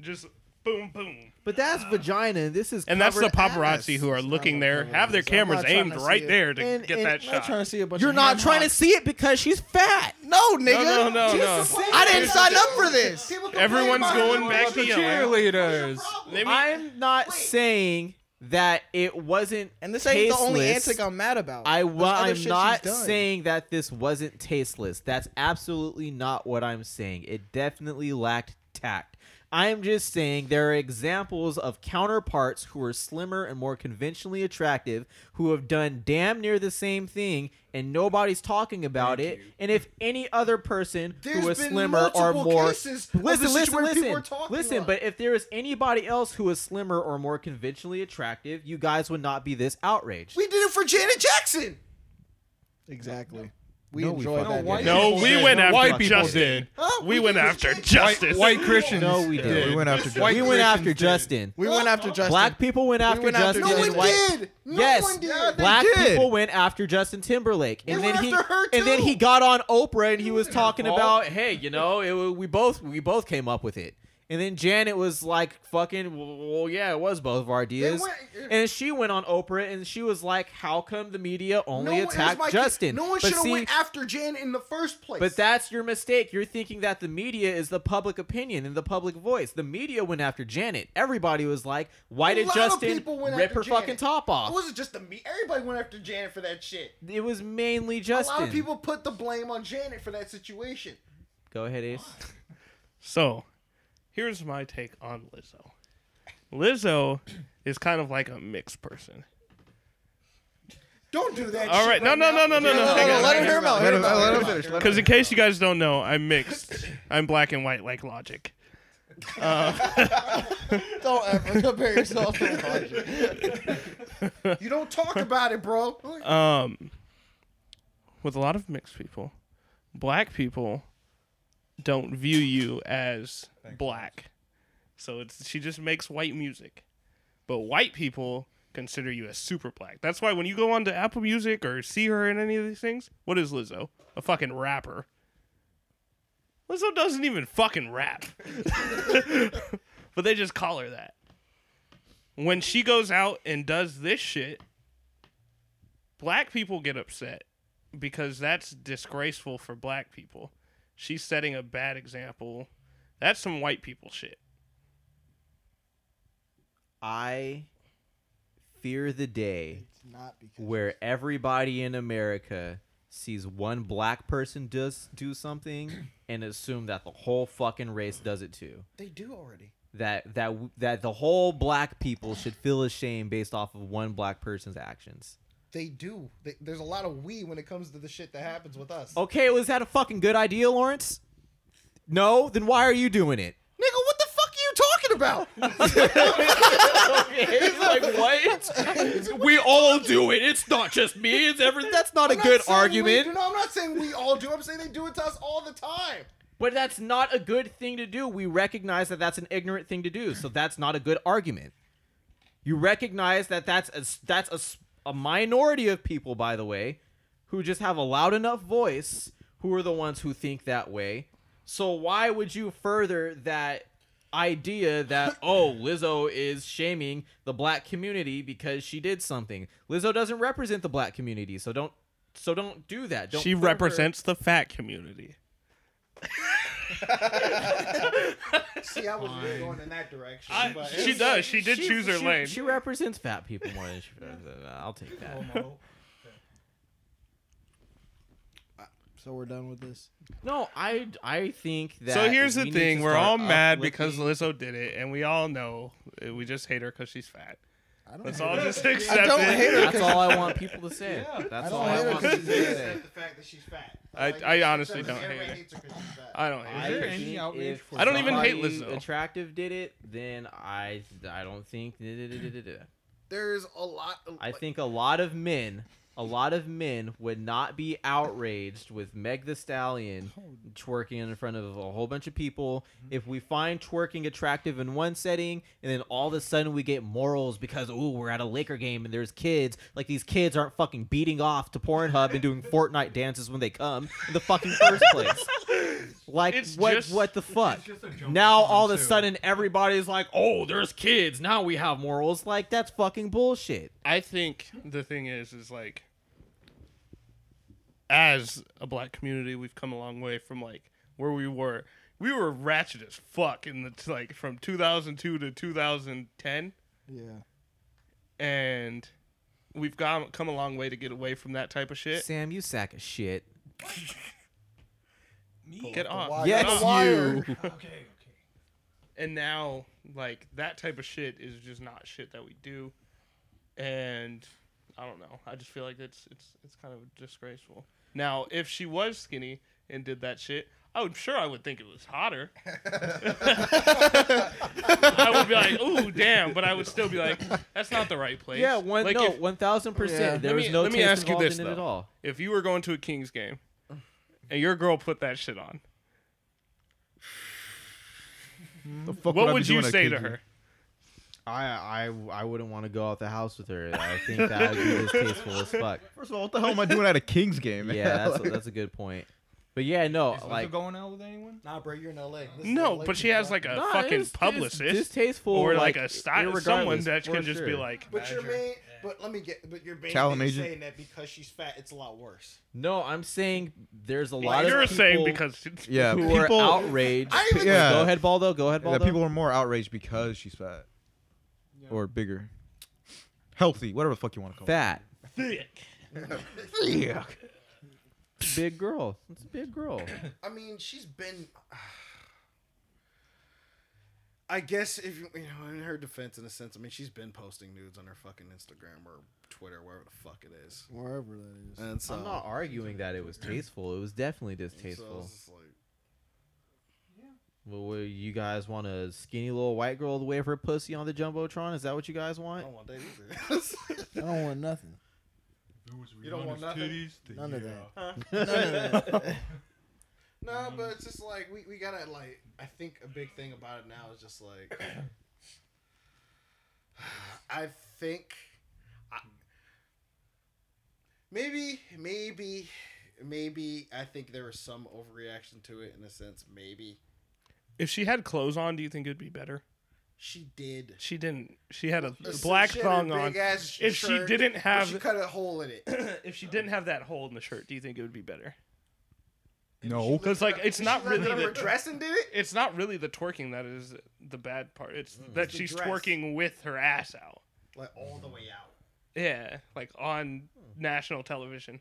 S4: Just boom, boom,
S8: But that's vagina. And this is
S4: and that's the
S8: covered
S4: paparazzi
S8: ass.
S4: who are looking there, have their
S6: I'm not
S4: cameras
S6: trying
S4: aimed
S6: to see
S4: right
S6: it.
S4: there to
S3: And-
S4: get
S3: and
S4: that
S3: I'm not trying to
S4: shot.
S3: see a bunch
S5: You're
S3: of
S5: not
S3: ham
S5: trying to
S3: hocks.
S5: see it because she's fat.
S6: no, nigga.
S4: No, no, no, no.
S6: I didn't sign up for this.
S4: Everyone's going back to yelling.
S2: Cheerleaders.
S4: Let me-
S5: I'm not saying that it wasn't.
S3: And this ain't the only
S5: tasteless.
S3: antic I'm mad about.
S5: I
S3: There's
S5: well,
S3: other
S5: I'm
S3: shit
S5: not
S3: she's done.
S5: saying that this wasn't tasteless. That's absolutely not what I'm saying. It definitely lacked tact. I'm just saying there are examples of counterparts who are slimmer and more conventionally attractive who have done damn near the same thing and nobody's talking about it. And if any other person
S6: There's
S5: who was
S6: been
S5: slimmer or
S6: multiple
S5: more
S6: cases of
S5: listen,
S6: this
S5: listen,
S6: where people are
S5: listen,
S6: talking
S5: listen.
S6: about
S5: But
S6: it.
S5: if there is anybody else who is slimmer or more conventionally attractive, you guys would not be this outraged.
S6: We did it for Janet Jackson.
S3: Exactly. We
S1: No, we
S3: enjoy
S1: fucking
S3: that.
S1: didn't.
S3: damage.
S4: No, we went after
S2: White people
S4: Justin.
S2: did.
S6: Huh?
S4: We went
S6: did it
S4: after
S6: for Janet
S4: Justice.
S2: White Christians.
S5: No, we didn't.
S1: We went after
S2: White
S1: Justin.
S5: we went after
S2: Christians
S5: Justin.
S3: We went after Justin.
S5: Black people went after
S3: went after
S5: Justin.
S6: No
S3: Jackson.
S5: and
S6: one
S5: white-
S6: did. No
S5: Yes.
S6: one did.
S5: Black
S1: did.
S5: people went after Justin Timberlake, and
S6: They
S5: then
S6: went
S5: he
S6: after her,
S5: and then
S6: too.
S5: he got on Oprah and he was talking
S4: fault.
S5: about, hey, you know, it, wa- we both we both came up with it. And then Janet was like, "Fucking, well, yeah, it was both of our ideas."
S6: went-
S5: and she went on Oprah and she was like, "How come the media
S6: No
S5: only
S6: one- it was
S5: attacked
S6: my kid.
S5: Justin?"
S6: No one
S5: But
S6: should have
S5: see-
S6: went after Janet in the first place.
S5: But that's your mistake. You're thinking that the media is the public opinion and the public voice. The media went after Janet. Everybody was like, "Why
S6: A
S5: did
S6: lot of
S5: Justin
S6: people went
S5: rip
S6: after
S5: her fucking
S6: Janet.
S5: top
S6: It
S5: off?"
S6: wasn't just the me. Everybody went after Janet for that shit.
S5: It was mainly Justin.
S6: A lot of people put the blame on Janet for that situation.
S5: Go ahead, Ace.
S4: So, here's my take on Lizzo. Lizzo is kind of like a mixed person.
S6: Don't do that.
S4: All
S6: shit
S4: right, no, no, no, no, no, no.
S3: Let
S4: Hang
S3: him-
S4: on,
S3: let
S4: hang on.
S3: him hear him out.
S1: Let
S3: hear
S1: him-
S3: him out,
S1: let
S3: hear
S1: him
S3: him out.
S1: finish, let him
S4: Because in case you guys don't know, I'm mixed. I'm black and white like Logic.
S3: Don't ever compare yourself to Logic.
S6: You don't talk about it, bro.
S4: Um, with a lot of mixed people, black people don't view you as black. So it's she just makes white music, but white people consider you as super black. That's why when you go on to Apple Music or see her in any of these things, what is Lizzo? A fucking rapper. Lizzo doesn't even fucking rap. but they just call her that. When she goes out and does this shit, black people get upset because that's disgraceful for black people. She's setting a bad example. That's some white people shit.
S5: I fear the day
S3: Not because.
S5: where everybody in America sees one black person does do something and assume that the whole fucking race does it too.
S6: They do already.
S5: that that that the whole black people should feel ashamed based off of one black person's actions.
S6: They do. They, there's a lot of we when it comes to the shit that happens with us.
S5: Okay, was that a fucking good idea, Lawrence? No, then why are you doing it?
S6: Nigga, what the fuck are you talking about?
S5: like what? we all do it. It's not just me. It's every. That's not a
S6: I'm not
S5: good
S6: saying We,
S5: argument.
S6: no, I'm not saying we all do. I'm saying they do it to us all the time.
S5: But that's not a good thing to do. We recognize that that's an ignorant thing to do. So that's not a good argument. You recognize that that's a, s- that's a, s- a minority of people, by the way, who just have a loud enough voice who are the ones who think that way. So why would you further that idea that oh Lizzo is shaming the black community because she did something? Lizzo doesn't represent the black community, so don't so don't do that. Don't
S4: she
S5: further-
S4: represents the fat community.
S6: See, I was really going in that direction. but
S4: she does. She did choose her
S5: she,
S4: lane.
S5: She represents fat people more than she represents. uh, I'll take
S3: Oh
S5: that.
S3: So we're done with this.
S5: No, I I think that.
S4: so here's
S5: we
S4: the
S5: need to
S4: thing: we're
S5: start
S4: all mad because
S5: uplifting-
S4: Lizzo did it, and we all know uh, we just hate her because she's fat.
S3: I don't
S4: Let's
S3: hate
S4: all
S3: her.
S4: just accept
S3: I don't
S4: it.
S3: hate her.
S5: That's all I want people to say.
S3: Yeah, I
S5: That's
S3: don't
S5: all I
S3: hate her
S5: want
S3: 'cause
S5: people to
S3: she's
S5: say.
S6: the fact that she's fat.
S4: I-
S6: Like,
S4: I honestly
S6: except
S4: don't
S6: everybody
S4: hate it.
S6: hates her 'cause she's fat.
S4: I don't hate
S2: Is
S4: it.
S2: there
S5: I
S2: any
S5: think
S2: outrage
S5: if
S2: for I don't
S4: even hate
S5: somebody
S4: Lizzo.
S5: Attractive did it, then I I don't think
S6: There's a lot. Of,
S5: I
S6: like,
S5: think a lot of men, a lot of men would not be outraged with Meg the Stallion twerking in front of a whole bunch of people
S2: Mm-hmm.
S5: if we find twerking attractive in one setting and then all of a sudden we get morals because ooh we're at a Laker game and there's kids like these kids aren't fucking beating off to Pornhub and doing Fortnite dances when they come in the fucking first place. Like
S4: It's
S5: what
S4: just-
S5: what the fuck?
S2: just a joke
S5: Now
S2: for them,
S5: all of a
S2: too.
S5: sudden everybody's like, "Oh, there's kids. Now we have morals." Like that's fucking bullshit.
S4: I think the thing is, is like, as a black community, we've come a long way from like where we were. We were ratchet as fuck in the like from 2002 to 2010,
S3: Yeah.
S4: and we've gone come a long way to get away from that type of shit.
S5: Sam, you sack of shit.
S2: Me?
S4: Get off.
S3: Wire.
S4: Get
S5: Yes,
S4: off.
S3: Wire.
S2: Okay, okay.
S4: and now like that type of shit is just not shit that we do and i don't know i just feel like it's it's it's kind of disgraceful now if she was skinny and did that shit i'm sure i would think it was hotter i would be like ooh damn but i would still be like that's not the right place
S5: Yeah, one
S4: like
S5: no,
S4: if,
S5: one thousand
S3: Yeah.
S5: percent. There
S4: Let
S5: was
S4: me-
S5: no
S4: let me
S5: taste
S4: ask you
S5: involved
S4: this,
S5: in it at
S4: though.
S5: all.
S4: if you were going to a king's game and your girl put that shit on
S1: The fuck
S4: what
S1: I be
S4: would you
S1: doing at
S4: say to
S1: KG?
S4: her
S8: I I I wouldn't want to go out the house with her. I think that would be distasteful as fuck.
S1: First of all, what the hell am I doing at a Kings game? man?
S5: Yeah, that's
S1: Like-
S5: a, that's a good point. But yeah, no,
S2: Is
S5: like
S2: Lizzo going out with anyone?
S6: Nah, bro, you're in LA. This is
S4: no
S6: LA
S4: but she
S6: people.
S4: has like a
S5: Nah,
S4: fucking
S5: it's- it's
S4: publicist
S5: distasteful,
S4: or like, a
S5: style,
S4: style someone that can just be like
S6: But your
S2: Manager.
S6: main, but let me get, but your main
S1: Talent
S6: thing is
S1: agent.
S6: saying that because she's fat, it's a lot worse.
S5: No, I'm saying there's a lot
S4: You're
S5: of people
S4: saying because it's-
S1: yeah,
S5: who
S1: people,
S5: are outraged.
S6: I even-
S1: Yeah.
S5: Go ahead, Baldo. Go ahead,
S1: that
S5: Baldo.
S1: people are more outraged because she's fat or bigger, healthy, whatever the fuck you want to call
S5: fat,
S1: it. Yeah.
S5: big girl. It's a big girl.
S6: I mean, she's been. I guess if you, you know, in her defense, in a sense, I mean, she's been posting nudes on her fucking Instagram or Twitter, wherever the fuck it is.
S3: Wherever that is.
S6: And so,
S5: I'm not arguing that it was tasteful. It was definitely
S6: so
S5: distasteful.
S6: it's just like,
S5: Well, what, you guys want a skinny little white girl to wave her pussy on the jumbotron? Is that what you guys
S6: I
S5: want?
S6: don't want that either.
S3: I don't want nothing.
S6: you don't want nothing.
S3: None of that. None of that.
S6: No,
S4: Mm-hmm.
S6: but it's just like we, we gotta like I think a big thing about it now is just like I think I, maybe maybe maybe I think there was some overreaction to it in a sense maybe
S4: If she had clothes on, do you think it'd be better?
S6: she did
S4: She didn't. She had a
S6: Listen,
S4: black
S6: she had
S4: thong
S6: her
S4: on.
S6: big-ass
S4: If she
S6: shirt,
S4: didn't
S6: but
S4: have-
S6: she cut a hole in it
S4: if she didn't have that hole in the shirt, do you think it would be better?
S1: No.
S4: Because like it's not
S6: She let
S4: really
S6: them
S4: the
S6: dress and did it
S4: it's not really the twerking that is the bad part. It's that
S6: It's the
S4: she's
S6: dress.
S4: twerking with her ass out.
S6: like all the way out
S4: Yeah, like on national television.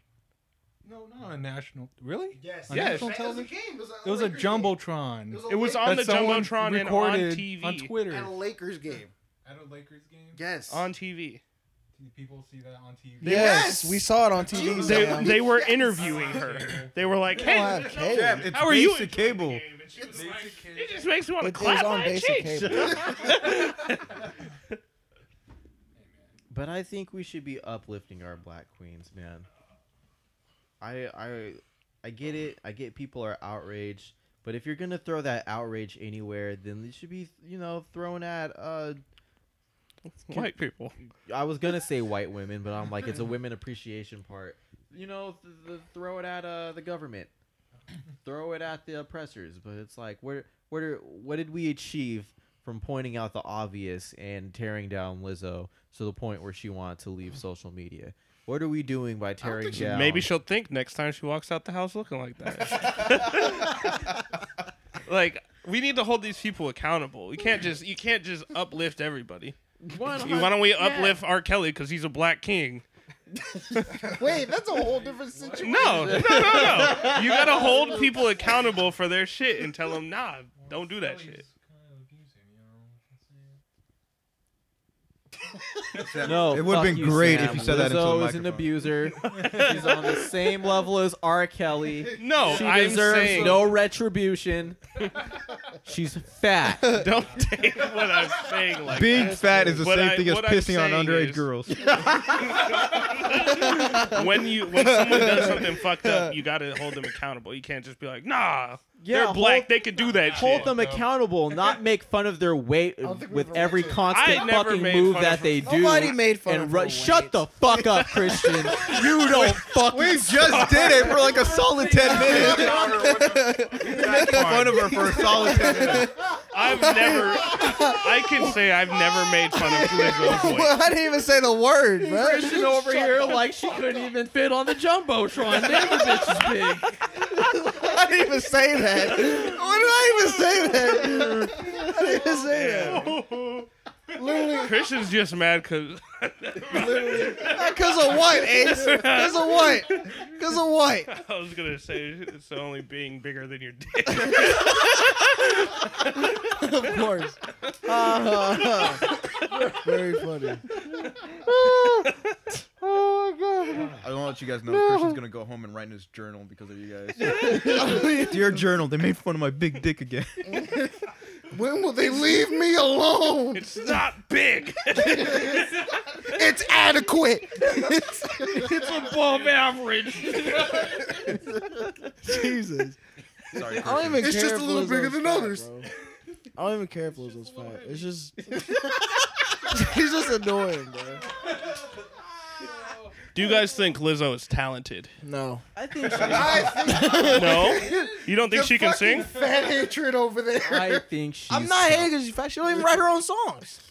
S2: No, not on national. Really?
S6: yes
S2: On
S4: Yes.
S2: national
S6: It was a
S2: television?
S6: game it was a,
S2: It was a
S6: Lakers game.
S2: jumbotron.
S6: a
S4: It was
S6: Lakers-
S4: on
S2: that
S4: the
S2: someone
S4: Jumbotron and on
S2: recorded
S4: TV.
S2: on Twitter.
S6: at a Lakers game
S2: At a Lakers game?
S6: yes
S4: On TV,
S2: Do people see that on TV?
S3: Yes,
S6: Yes!
S3: we saw it on TV.
S6: Jesus.
S4: they
S3: Sam.
S4: they were
S6: Yes.
S4: interviewing her. They were like,
S3: We don't
S4: "Hey,
S3: have cable.
S1: Yeah, it's
S4: how are you?"
S1: basic cable.
S4: And she was like, It just makes me want to
S3: It is
S4: clap
S3: on
S4: my
S3: basic
S4: cheeks.
S3: cable.
S8: But I think we should be uplifting our black queens, man. I I I get it. I get people are outraged, but if you're gonna throw that outrage anywhere, then it should be you know thrown at. Uh,
S4: White people.
S8: I was gonna say white women, but I'm like it's a women appreciation part. You know, th- th- throw it at uh, the government, throw it at the oppressors. But it's like where where what did we achieve from pointing out the obvious and tearing down Lizzo to the point where she wanted to leave social media? What are we doing by tearing down?
S4: Maybe she'll think next time she walks out the house looking like that. like we need to hold these people accountable. You can't just you can't just uplift everybody. Why don't we uplift R. Kelly because he's a black king?
S3: Wait, that's a whole different situation.
S4: No, no, no, no. You gotta hold people accountable for their shit and tell them, nah, don't do that shit.
S9: No,
S1: It would've
S5: fuck
S1: been
S5: you,
S1: great
S5: Sam.
S1: if you said that into
S5: Lizzo
S1: the
S5: is an
S1: microphone.
S5: abuser. She's on the same level as R. Kelly.
S4: No,
S5: she
S4: Oh, I'm
S5: deserves
S4: saying
S5: no retribution. She's fat.
S4: don't take what I'm saying like
S1: Being fat is the
S4: What
S1: same
S4: I-
S1: thing as
S4: what I'm
S1: pissing on
S4: saying
S1: underage
S4: is-
S1: girls.
S4: that. when you when someone does something fucked up, you got to hold them accountable. You can't just be like, nah,
S5: Yeah,
S4: they're black,
S5: hold-
S4: they could do that.
S5: Hold
S4: shit.
S5: them accountable, not make fun of their weight
S6: don't think
S5: with
S6: we've ever
S5: every
S6: mentioned-
S4: I
S5: constant
S4: never
S5: fucking
S4: made
S5: move
S4: fun
S5: that
S4: of
S5: they
S4: her-
S5: do.
S3: Nobody made fun of
S5: and
S3: her
S5: ru-
S3: weight.
S5: shut the fuck up, Christian. you don't fucking.
S1: We just did it for like a solid ten minutes.
S4: Fine.
S1: Fun of her for a solid ten minutes.
S4: I've never. I can say I've never made fun of Lizzo's voice.
S3: I didn't even say the word, bro.
S5: Christian over here like she couldn't even fit on the jumbotron. Damn, the bitch is big.
S3: I didn't even say that. Why did I even say that? I didn't even say that.
S4: Christian's just mad because
S3: Because of what, Ace? Because of what? Because of what?
S4: I was gonna say it's only being bigger than your dick.
S3: Of course. Very funny.
S1: I want to let you guys know Christian's gonna go home and write in his journal because of you guys. Dear journal, they made fun of my big dick again.
S3: When will they leave me alone?
S4: It's not big.
S3: It's adequate.
S4: It's above average.
S3: Jesus.
S1: Sorry,
S3: I don't
S1: Christian.
S3: even
S6: It's
S3: care
S6: just
S3: if
S6: a little
S3: Lizzo's
S6: bigger than
S3: fat,
S6: others.
S3: bro. I don't even care if Lizzo's fat. It's just. He's just annoying, bro.
S4: Do you guys think Lizzo is talented?
S3: No.
S5: I think she,
S4: No. You don't think she can sing?
S6: Fucking Fat hatred over there.
S5: I think she's.
S3: I'm not hating because she's fat. She don't even write her own songs.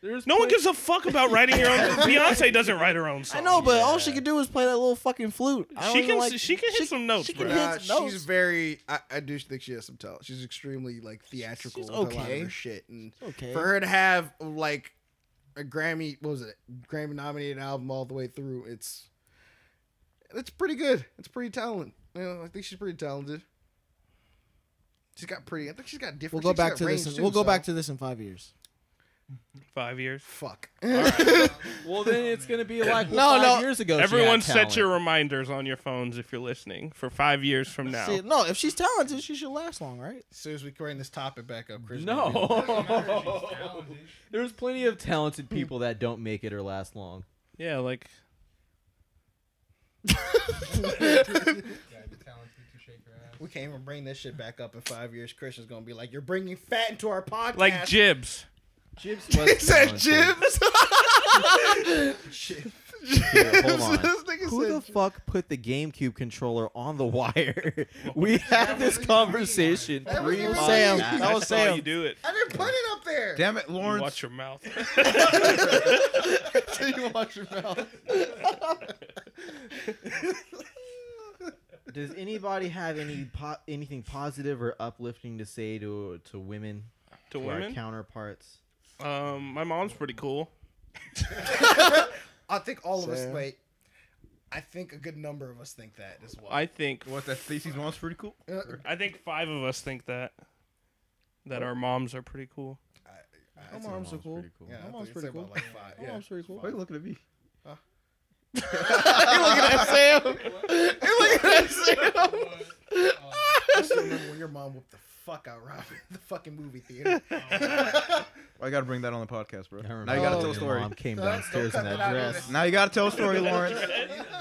S4: No one gives a fuck about writing your own. Beyonce doesn't write her own
S3: I
S4: songs.
S3: know, but all she can do is play that little fucking flute. I don't
S4: She
S3: even
S4: can
S3: like-
S4: she can hit some notes,
S3: she
S4: bro.
S3: can hit-
S6: Nah,
S3: It's notes.
S6: she's very. I, I do think she has some talent. She's extremely like theatrical
S3: she's
S6: with a lot of
S3: okay.
S6: her shit, and
S3: Okay.
S6: for her to have like a Grammy, what was it? Grammy nominated album all the way through. It's it's pretty good. It's pretty talented. You know, I think she's pretty talented. She's got pretty. I think she's got
S3: we'll
S6: different.
S3: go
S6: she's
S3: back
S6: got
S3: to this.
S6: range,
S3: In,
S6: too,
S3: we'll go
S6: so-
S3: back to this in five years.
S4: Five years.
S6: Fuck.
S5: Well, then it's gonna be like
S3: No,
S5: five
S3: no.
S5: years ago. she
S4: Everyone
S5: had
S4: set
S5: talent.
S4: your reminders on your phones if you're listening for five years from now.
S3: See, no, if she's talented, she should last long, right?
S6: As soon as we bring this topic back up, Chris.
S5: No. There's plenty of talented people that don't make it or last long.
S4: Yeah, like
S6: We can't even bring this shit back up in five years. Christian's gonna be like, "You're bringing fat into our podcast."
S4: like Jibs.
S5: Jibs was
S3: Is that
S5: talented.
S3: Jibs?
S5: Here, hold on.
S3: This nigga
S5: Who
S3: said-
S5: the fuck put the GameCube controller on the wire? we had this conversation three
S6: you,
S5: months
S3: Sam.
S5: back.
S3: That
S4: I
S3: was
S4: saw
S3: Sam.
S4: you do it.
S6: I didn't put it up there.
S1: Damn it,
S4: You
S1: Lawrence.
S4: watch your mouth.
S6: you watch your mouth.
S9: Does anybody have any po- anything positive or uplifting to say to to women,
S4: to
S9: to our
S4: women.
S9: counterparts?
S4: Um, my mom's pretty cool.
S6: I think all of us.
S3: Sam.
S6: Wait, I think a good number of us think that as well.
S4: I think
S1: What that Stacey's mom's pretty cool.
S6: Uh,
S4: I think five of us think that that our moms are pretty cool.
S3: My mom's so cool.
S6: yeah,
S3: My
S6: I think
S3: mom's
S6: it's
S3: pretty
S6: about
S3: cool.
S6: Like five.
S3: My
S6: Yeah.
S3: mom's pretty cool.
S1: Why are you looking at me?
S6: I still remember when your mom whooped the fuck out Robin at the fucking movie theater.
S1: I gotta bring that on the podcast, bro.
S9: I remember
S1: Now you gotta
S9: when
S1: tell
S9: your
S1: a story.
S9: Mom came
S6: Don't- don't
S9: downstairs in
S6: cut that
S9: that
S6: out.
S9: dress.
S1: Now you gotta tell a story, Lawrence.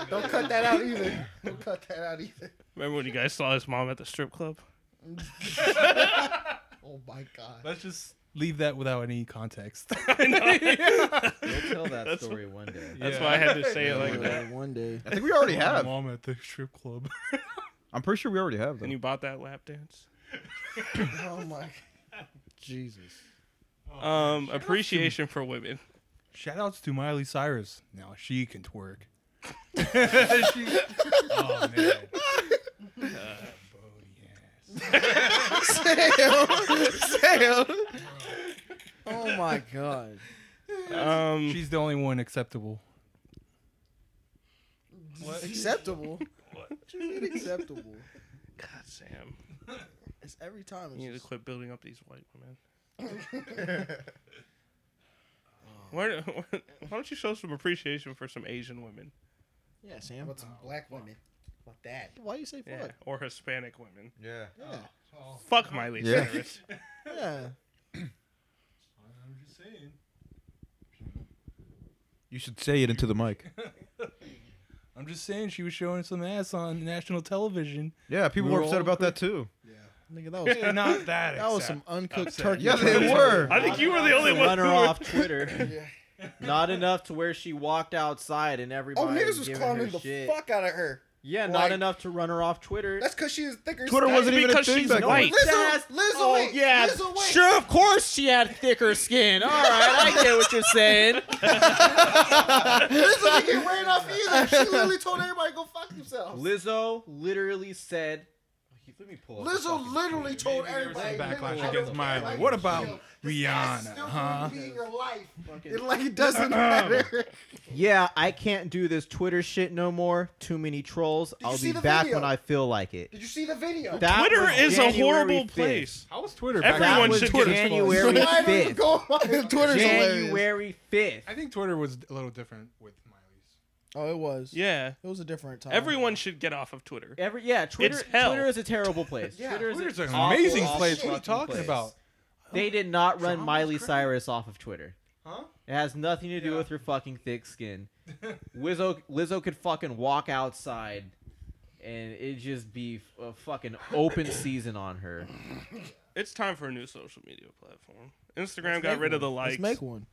S6: Don't cut that out either. Don't cut that out either.
S4: Remember when you guys saw his mom at the strip club?
S6: Oh my god.
S2: Let's just leave that without any context.
S4: I know.
S9: We'll tell that story one day.
S4: That's why I had to say it like that.
S3: Yeah, One day.
S1: I think we already
S2: My
S1: have.
S2: mom at the strip club.
S1: I'm pretty sure we already have.
S4: And
S1: Though.
S4: you bought that lap dance.
S6: Oh my.
S3: Jesus.
S4: Um, appreciation for women.
S2: Shout outs to Miley Cyrus. Now she can twerk. oh man.
S3: Sam. Oh my god.
S4: Um,
S2: She's the only one acceptable.
S3: Acceptable. What do you mean acceptable?
S4: God, Sam,
S3: It's every time.
S4: you need to
S3: It's just,
S4: quit building up these white women. Where, why don't you show some appreciation for some Asian women?
S3: Yeah, Sam.
S6: What's some black women? Like that.
S3: Why you say fuck?
S4: Yeah. Or Hispanic women.
S1: Yeah.
S3: Yeah.
S4: Fuck Miley
S1: Yeah.
S4: Cyrus.
S3: yeah.
S2: I'm just saying.
S1: You should say it into the mic.
S2: I'm just saying she was showing some ass on national television.
S1: Yeah, people were upset about that too.
S3: Nigga, that was,
S2: Not that.
S3: that was
S2: accept-
S3: some uncooked
S2: upset.
S3: turkey.
S1: Yeah, they
S3: breast.
S1: were.
S4: I think you were the only one
S5: Run
S4: who
S5: her
S4: were-
S5: off Twitter. Not enough to where she walked outside and
S6: Oh,
S5: everybody.
S6: niggas was
S5: giving her
S6: clowning the
S5: shit.
S6: fuck out of her.
S5: Yeah,
S6: Like-
S5: not enough to run her off Twitter.
S6: That's because she was thicker. as
S1: Twitter
S6: fuck.
S1: wasn't even a
S4: because
S1: thing
S4: she's
S1: back
S4: white.
S1: then.
S6: Lizzo, Lizzo,
S5: Oh,
S6: wait,
S5: yeah.
S6: Lizzo, wait.
S5: Sure, of course she had thicker skin. All right, I get what you're saying.
S6: Lizzo didn't get ran off either. She literally told everybody to go fuck themselves.
S5: Lizzo literally said, "Let me pull." up the
S6: Lizzo
S5: fucking
S6: literally
S5: tweet.
S6: told
S2: Maybe there was some
S6: everybody.
S2: backlash
S6: literally
S2: against
S6: told
S2: Miley.
S6: everybody,
S2: What about
S6: yo,
S2: Rihanna,
S6: This ass still
S2: huh?
S6: gonna Be in your life.
S5: Fucking-
S6: It, like it doesn't matter.
S5: Yeah, I can't do this Twitter shit no more. Too many trolls.
S6: you
S5: I'll
S6: see
S5: be
S6: the
S5: back
S6: video?
S5: when I feel like it.
S6: Did you see the video?
S5: That
S4: Twitter
S5: was
S4: is a
S5: January
S4: horrible
S5: 5th.
S4: place.
S2: How was Twitter? back
S4: Everyone
S5: That
S2: then?
S5: was
S4: should get
S5: January
S4: exposed.
S6: Why did we
S5: 5th.
S6: go on?
S3: Twitter's hilarious.
S5: January 5th.
S2: I think Twitter was a little different with Miley's.
S3: Oh, it was.
S4: Yeah.
S3: It was a different
S5: Oh,
S3: time.
S4: Everyone should get off of Twitter.
S5: Every yeah, Twitter
S4: hell.
S5: Twitter is a terrible place.
S6: Yeah,
S5: Twitter is
S2: Twitter's an
S5: awful,
S2: amazing
S5: awful
S2: place. What are you
S5: fucking
S2: talking
S5: place.
S2: about?
S5: They did not run
S2: Drama's
S5: Miley
S2: crazy.
S5: Cyrus off of Twitter.
S2: Huh?
S5: It has nothing to do
S2: Yeah.
S5: with her fucking thick skin. Lizzo, Lizzo could fucking walk outside, and it just be a fucking open season on her.
S4: It's time for a new social media platform. Instagram got rid of the likes.
S3: Let's make one.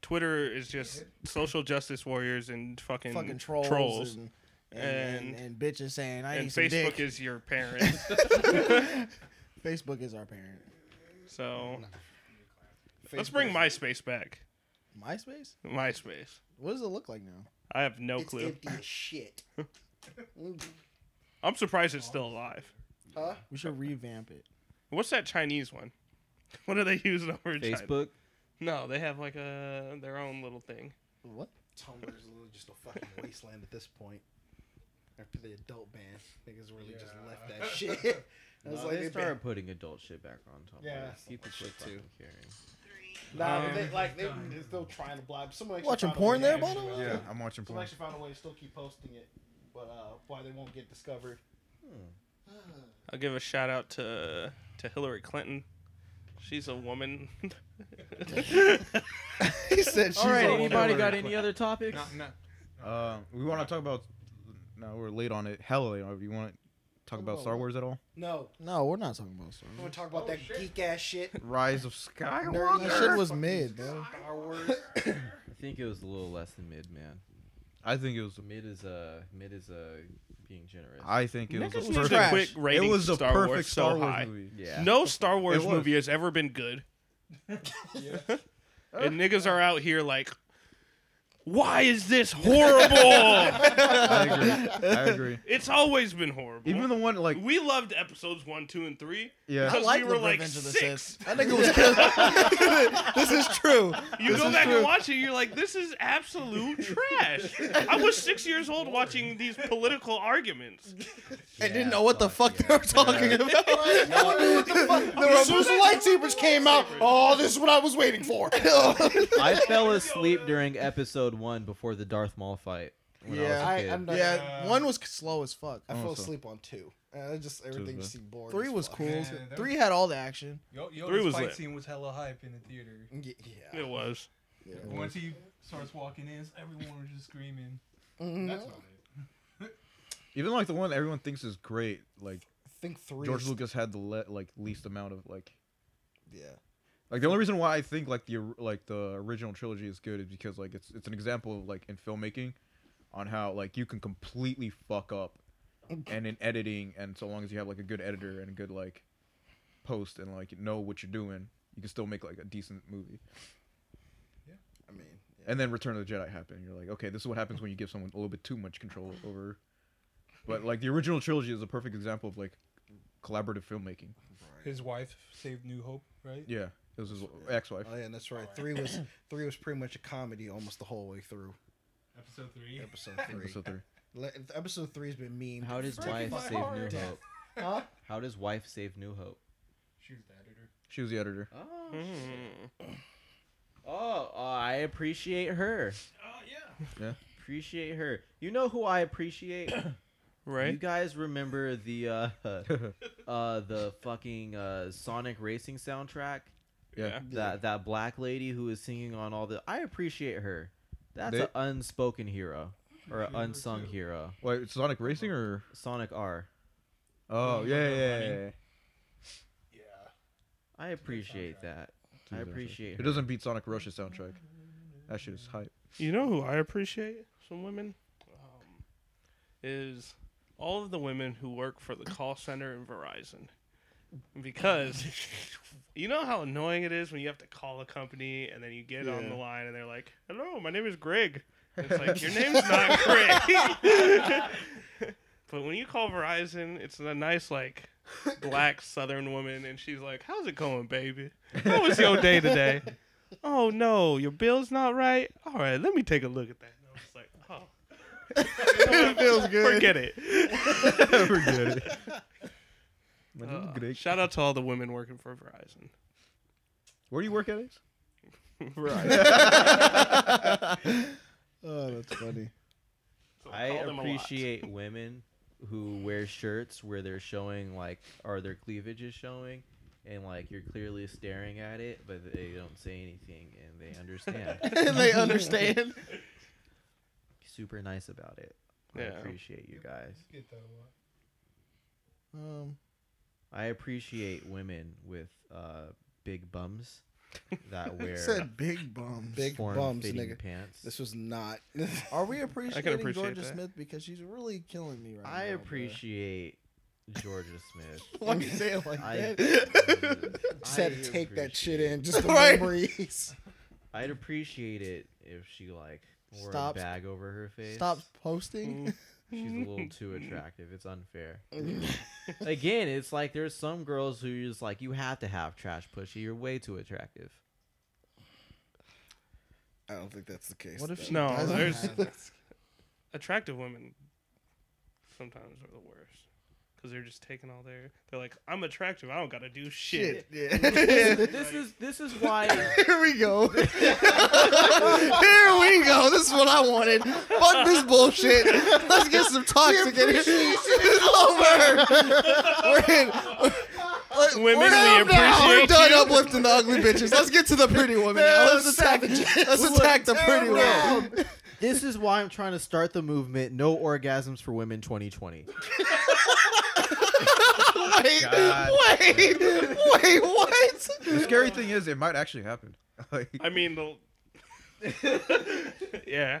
S4: Twitter is just social justice warriors and fucking,
S3: Fucking trolls,
S4: trolls.
S3: And, and, and, and bitches saying I
S4: And,
S3: need some
S4: Facebook
S3: dick.
S4: is your parent.
S3: Facebook is our parent.
S4: so let's bring MySpace back.
S3: MySpace?
S4: MySpace.
S3: What does it look like now?
S4: I have no
S6: It's
S4: clue.
S6: empty as shit.
S4: I'm surprised it's still alive.
S6: Huh?
S3: We should revamp it.
S4: What's that Chinese one? What are they using over in China?
S5: Facebook.
S4: No, they have like a their own little thing.
S3: What?
S6: Tumblr's literally just a fucking wasteland at this point. After the adult ban, niggas really just left that shit. I was
S5: No,
S6: like,
S5: they
S6: they've
S5: started putting adult shit back on top.
S6: Yeah.
S5: people shit too.
S6: been- nah, but they like they, they're still trying to blob. Someone actually
S3: Watching
S6: found a
S3: porn
S6: way-
S3: there, Bono?
S1: Yeah, I'm watching
S6: Someone
S1: porn.
S6: actually found a way to still keep posting it, but uh, why they won't get discovered?
S4: I'll give a shout out to to Hillary Clinton. She's a woman.
S3: he said she's
S5: All right,
S3: a-
S5: anybody got
S2: Hillary
S5: any
S2: Clinton.
S5: other topics?
S2: Not, not,
S1: Uh, we want to talk about. No, we're late on it. Hell late on it. You want to talk about Star Wars at all?
S6: No,
S3: No, we're not talking about Star
S6: we
S3: Wars.
S6: want to talk about that geek ass Oh, shit.
S1: Rise of
S3: That shit
S1: Skywalker.
S3: was mid, bro.
S6: Star Wars.
S5: I think it was a little less than mid, man.
S1: I think it was.
S5: Mid is uh mid is uh being generous.
S1: I think it was.
S4: Niggas
S1: A
S4: need to
S1: perfect,
S4: quit
S1: it
S4: rating
S1: was a
S4: Star
S1: perfect
S4: Wars so
S1: Star Wars
S4: high.
S1: movie.
S5: yeah.
S4: No Star Wars
S1: was.
S4: movie has ever been good. and niggas are out here like, why is this horrible?
S1: I agree. I agree.
S4: it's always been horrible.
S1: Even the one like
S4: we loved episodes one, two, and three.
S1: yeah.
S4: Because
S3: like
S4: we
S3: the
S4: were like
S3: Revenge of the
S4: six.
S3: That nigga was killing. this is true.
S4: You go back and watch it, you're like, this is absolute trash. I was six years old watching these political arguments.
S3: I didn't know what the fuck they were talking about.
S6: As soon as the lightsabers came out, oh, this is what I was waiting for.
S5: I fell asleep during episode one before the Darth Maul fight. When I was a
S3: Yeah,
S6: I,
S5: kid.
S6: I'm not,
S3: Yeah, one was slow as fuck.
S6: I fell
S1: Also.
S6: asleep on two. Uh, just everything
S1: good.
S6: just seemed boring.
S3: Three
S6: as
S3: was
S6: fuck.
S3: cool.
S2: Yeah, that
S3: Three had all the action.
S2: Yo, yo,
S4: Three
S2: this
S4: was
S2: fight
S4: lit.
S2: scene was hella hype in the theater.
S6: Yeah.
S4: It was.
S2: Once he starts walking in, everyone was just screaming.
S6: Mhm.
S1: Even like the one everyone thinks is great. Like
S6: I think three.
S1: George
S6: is-
S1: Lucas had the le- like least amount of like
S6: Yeah.
S1: Like the only reason why I think like the or- like the original trilogy is good is because like it's it's an example of like in filmmaking on how like you can completely fuck up and in editing and so long as you have like a good editor and a good like post and like know what you're doing, you can still make like a decent movie.
S6: I mean,
S1: And then Return of the Jedi happened. You're like, okay, this is what happens when you give someone a little bit too much control over. But like the original trilogy is a perfect example of like collaborative filmmaking.
S2: His wife saved New Hope, right?
S1: Yeah, it was his ex-wife.
S6: oh yeah, and that's right. Three was three was pretty much a comedy almost the whole way through.
S2: Episode three.
S6: Episode three.
S1: Episode three.
S6: Le- episode three's been mean.
S5: How does wife save New Hope?
S6: Huh?
S5: How does wife save New Hope?
S2: She was the editor.
S4: Hmm? Mm-hmm.
S1: She was the editor.
S5: Oh,
S4: Mm.
S5: Oh, uh, I appreciate her.
S2: Oh yeah.
S5: Appreciate her. You know who I appreciate? You
S4: Right?
S5: guys remember the uh, uh the fucking uh Sonic Racing soundtrack?
S1: Yeah.
S5: That that black lady who is singing on all the I appreciate her. That's
S1: They-
S5: an unspoken hero or an
S2: Appreciate her
S5: unsung
S2: too.
S5: hero.
S1: Wait, it's Sonic Racing or?
S5: Sonic R.
S1: Oh yeah, yeah, yeah,
S2: running.
S1: yeah, yeah.
S5: I appreciate that. I appreciate
S1: It
S5: her.
S1: doesn't beat Sonic Rush's soundtrack. That shit is hype.
S4: You know who I appreciate? Some women um, is all of the women who work for the call center in Verizon, because you know how annoying it is when you have to call a company and then you get on the line and they're like, "Hello, my name is Greg." And it's like your name's not Greg. but when you call Verizon, it's a nice like black Southern woman, and she's like, "How's it going, baby? How was your day today?" oh no, your bill's not right. All right, let me take a look at that. And I was like, oh, it feels good. Forget it.
S1: Forget it. My name's
S4: Uh,
S1: Greg.
S4: shout out to all the women working for Verizon.
S1: Where do you work at? Ace?
S3: Oh, that's funny.
S4: So
S5: I
S4: call them a lot.
S5: appreciate women who wear shirts where they're showing like or their cleavage is showing and like you're clearly staring at it but they don't say anything and they understand.
S6: and they understand.
S5: Super nice about it. I
S4: Yeah.
S5: appreciate you guys.
S2: Get that a lot.
S3: Um,
S5: I appreciate women with uh, big bums that wear
S3: said big bums.
S6: Big bums,
S5: form-fitting
S6: nigga.
S5: pants.
S6: This was not.
S3: Are we appreciating
S4: appreciate
S3: Georgia
S4: that.
S3: Smith because she's really killing me right now?
S5: I
S3: bruh.
S5: appreciate Georgia Smith.
S3: Why you say it like
S5: I
S3: that?
S6: Just had to
S5: I
S6: take that shit
S5: appreciate-
S6: in. Just the
S3: Right.
S6: memories.
S5: I'd appreciate it if she like wore
S3: Stops-
S5: a bag over her face.
S3: Stop posting.
S5: She's a little too attractive. It's unfair. Again, it's like there's some girls who you're just like you have to have trash pushy. You're way too attractive.
S6: I don't think that's the case.
S3: What if she
S4: No,
S3: doesn't
S4: there's-
S3: have it?
S4: Attractive women sometimes are the worst because they're just taking all their. They're like, I'm attractive. I don't gotta do shit.
S5: this is this is why
S6: Here we go. Here we go. This is what I wanted. Fuck this bullshit. Let's get some toxic in here. It's over. We're in. Like,
S4: Women,
S6: we're
S4: we
S6: up now. We're
S4: appreciate
S6: done
S4: you.
S6: uplifting the ugly bitches. Let's get to the pretty woman now. Let's attack. Let's attack the pretty woman.
S5: this is why I'm trying to start the movement. No orgasms for women 2020.
S6: Wait,
S1: God.
S6: wait, wait. What?
S1: The scary thing is, it might actually happen. like,
S4: I mean, the. yeah.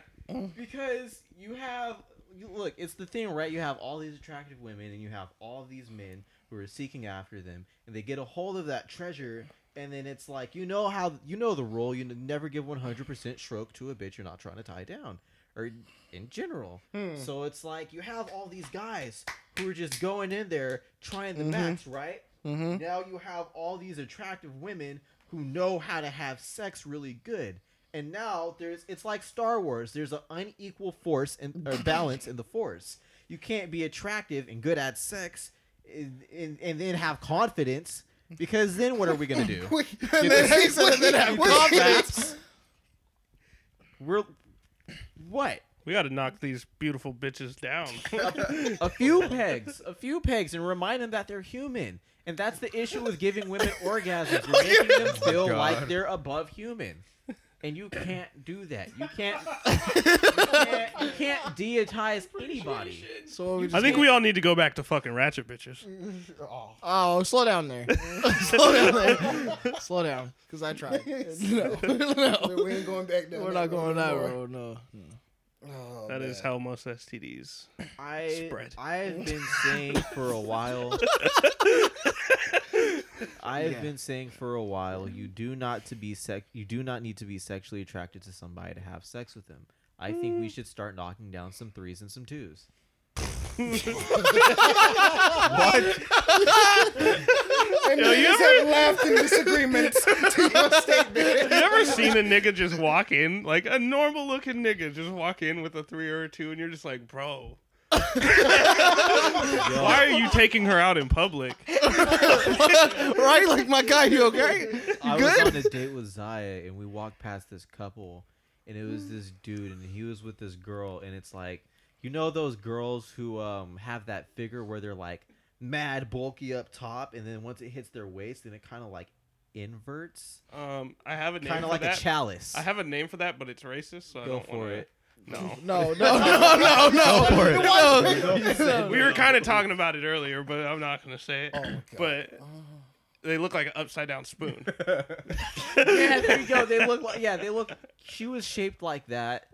S5: Because you have you- look, it's the thing, right? You have all these attractive women and you have all these men who are seeking after them and they get a hold of that treasure and then it's like you know how you know the rule you n- never give 100% stroke to a bitch you're not trying to tie down or in general. So it's like you have all these guys who are just going in there trying the max, right? Now you have all these attractive women who know how to have sex really good. And now there's it's like Star Wars. There's an unequal force and or balance in the force. You can't be attractive and good at sex and, and, and then have confidence because then what are we going to do?
S6: Wait, and then, he said, and then have confidence.
S5: We're what?
S4: We gotta knock these beautiful bitches down.
S5: a few pegs, a few pegs, and remind them that they're human. And that's the issue with giving women orgasms. You're making them feel
S1: Oh God.
S5: like they're above human. And you can't do that. You can't. You can't, you can't deitize anybody.
S3: So we just
S4: I think we all need to go back to fucking ratchet bitches.
S6: Oh, slow down there. slow down there. slow down, because I tried. no, no,
S10: we ain't going back down.
S6: we're not going that road.
S3: Oh no.
S6: Oh,
S4: That is
S6: man.
S4: how most STDs.
S5: I
S4: Spread.
S5: I've been saying for a while. I've been saying for a while you do not to be sex you do not need to be sexually attracted to somebody to have sex with them. I think we should start knocking down some threes and some twos.
S6: And
S4: Yo, you
S6: niggas
S4: ever-
S6: have laughed in disagreements to your statement.
S4: You ever seen a nigga just walk in, like a normal looking nigga just walk in with a three or a two, and you're just like, bro. Why are you taking her out in public?
S6: right? Like my guy, you okay?
S5: I
S6: good?
S5: was on a date with Zaya, and we walked past this couple, and it was this dude, and he was with this girl, and it's like, you know, those girls who um have that figure where they're like mad bulky up top, and then once it hits their waist, then it kind of like inverts,
S4: Um, I have a name
S5: kind
S4: for
S5: of like
S4: that.
S5: a chalice.
S4: I have a name for that, but it's racist, so I
S5: Go
S4: don't
S5: for
S4: wanna-
S5: it.
S4: No,
S6: No, no, no, no, no.
S8: Go for it.
S4: we were kind of talking about it earlier, but I'm not gonna say it.
S6: Oh, my God.
S4: But they look like an upside down spoon.
S5: yeah, there you go. They look like yeah, they look. She was shaped like that,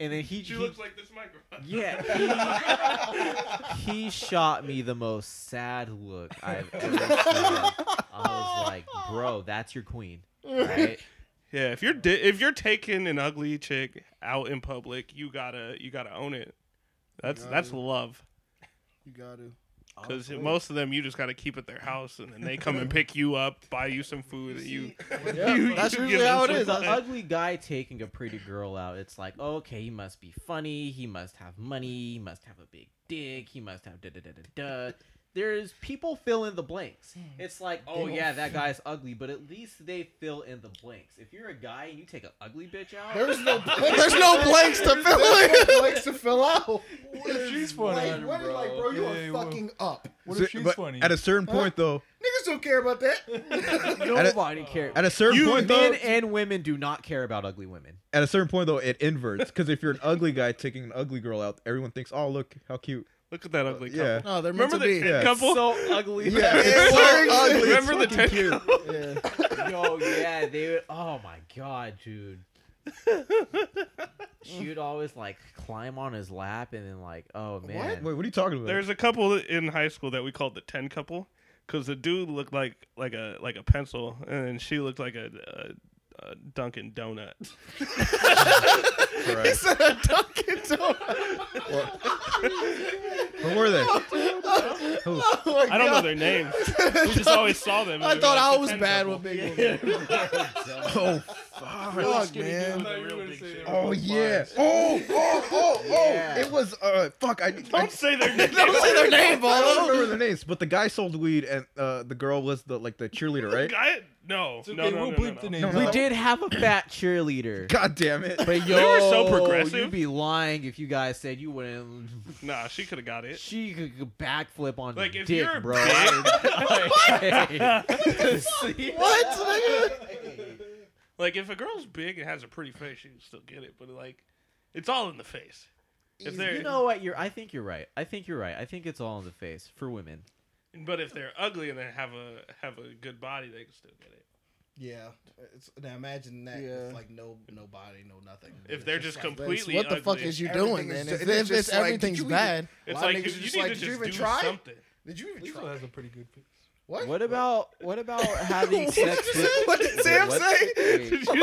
S5: and then he
S4: she
S5: he-
S4: looks like this microphone.
S5: yeah. He, he shot me the most sad look I've ever seen. I was like, bro, that's your queen, right?
S4: Yeah, if you're di- if you're taking an ugly chick out in public, you gotta you gotta own it. That's
S6: gotta.
S4: that's love.
S6: You got to.
S4: Because most of them, you just gotta keep at their house, and then they come and pick you up, buy you some food, and you. you-
S6: that's
S4: you give
S6: usually
S4: them
S6: how it
S4: some
S6: is.
S5: An
S4: money.
S5: ugly guy taking a pretty girl out, it's like, okay, he must be funny, he must have money, he must have a big dick, he must have da da da da da. There's people fill in the blanks. It's like, oh yeah, that guy's ugly, but at least they fill in the blanks. If you're a guy and you take an ugly bitch out,
S6: There's no
S3: There's no blanks to fill in.
S6: There's no blanks to fill out.
S2: she's funny,
S6: Like, what is like, bro, you
S2: Yeah,
S6: are
S2: well-
S6: fucking up.
S2: What
S1: So-
S2: if she's
S1: but
S2: funny?
S1: At a certain point, though,
S6: Niggas don't care about that.
S5: nobody cares.
S1: at a certain
S5: You
S1: point, though,
S5: men and women do not care about ugly women.
S1: at a certain point, though, it inverts because if you're an ugly guy taking an ugly girl out, everyone thinks, "Oh, look how cute."
S4: Look at that ugly couple.
S1: Yeah,
S6: no, they're meant
S4: Remember
S6: to
S4: the
S6: be.
S4: tit
S1: Yeah.
S4: couple?
S5: So ugly.
S1: yeah.
S6: It works.
S4: Remember the tit couple?
S6: Yeah.
S5: Yo, yeah, they would. Oh my god, dude. She would always like climb on his lap and then like, oh man.
S1: Wait, what are you talking about?
S4: There's a couple in high school that we called the ten couple, because the dude looked like like a like a pencil, and she looked like a, a, a Dunkin' Donut.
S1: Right. Where were they?
S4: I don't know their names. We just always saw them. and
S6: I
S4: we
S6: thought
S4: were
S6: I
S4: like,
S6: was
S4: "The
S6: bad
S4: ten
S6: with big women.
S1: Oh,
S6: Fuck, man.
S4: couple."
S2: You
S4: Real
S2: were gonna
S4: big
S2: say
S4: shit.
S2: that.
S1: oh yeah. Oh, oh, oh, oh.
S5: Yeah.
S1: It was uh, fuck. I, I
S4: Don't say their names.
S1: their name. I don't remember their names, but the guy sold weed and uh, the girl was the like the cheerleader, right?
S4: Guy- no,
S2: It's okay,
S4: no, no,
S2: we'll
S4: no,
S2: bleep
S4: no,
S2: the
S4: no.
S2: name.
S1: No,
S5: We
S1: no.
S5: did have a fat cheerleader.
S1: God damn it.
S5: But yo,
S4: We were so
S5: You'd
S4: progressive.
S5: be lying if you guys said you wouldn't.
S4: Nah, she could have got it.
S5: She could go backflip on
S4: Like
S5: the
S4: if
S5: dick,
S4: you're
S5: bro.
S6: What?
S4: Like if a girl's big and has a pretty face, she can still get it. But like, it's all in the face. If they're
S5: you know what? You're. I think you're right. I think you're right. I think it's all in the face for women.
S4: but if they're ugly and they have a have a good body, they can still get it.
S6: Yeah. It's, now imagine that
S10: Yeah.
S6: with like no no body, no nothing.
S4: If they're just
S6: like,
S4: completely
S6: what the fuck
S4: ugly.
S6: is you
S10: Everything
S6: doing
S10: is
S6: then?
S10: ju-
S6: If,
S10: it's
S6: if
S10: just
S6: it's
S10: like, did
S6: everything's
S10: you even-
S6: bad,
S4: It's
S6: a lot
S4: like
S6: of
S4: you,
S6: niggas are
S4: you
S6: just
S4: need
S6: like,
S4: to
S6: did you
S4: just
S6: even
S4: do
S6: try?
S4: something.
S6: Did you even
S2: Lisa
S6: try?
S2: has a pretty good face.
S6: What?
S5: What about what about having sex?
S6: did you
S5: with-
S6: say? What did Sam
S5: What-
S6: say?
S5: wait.
S4: Did you say-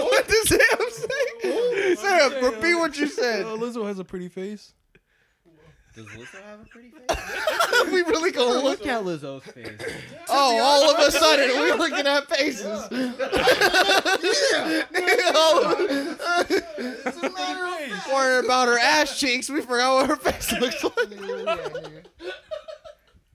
S6: What does Sam say? Sam, repeat what you said.
S2: Uh, Lizzo has a pretty face.
S5: Does Lizzo have a pretty face?
S6: we really gonna look.
S5: Look at Lizzo's face.
S6: Oh, all of a sudden we're looking at faces. it's a matter of fact. Worrying about her ass cheeks, we forgot what her face looks like. Nigga,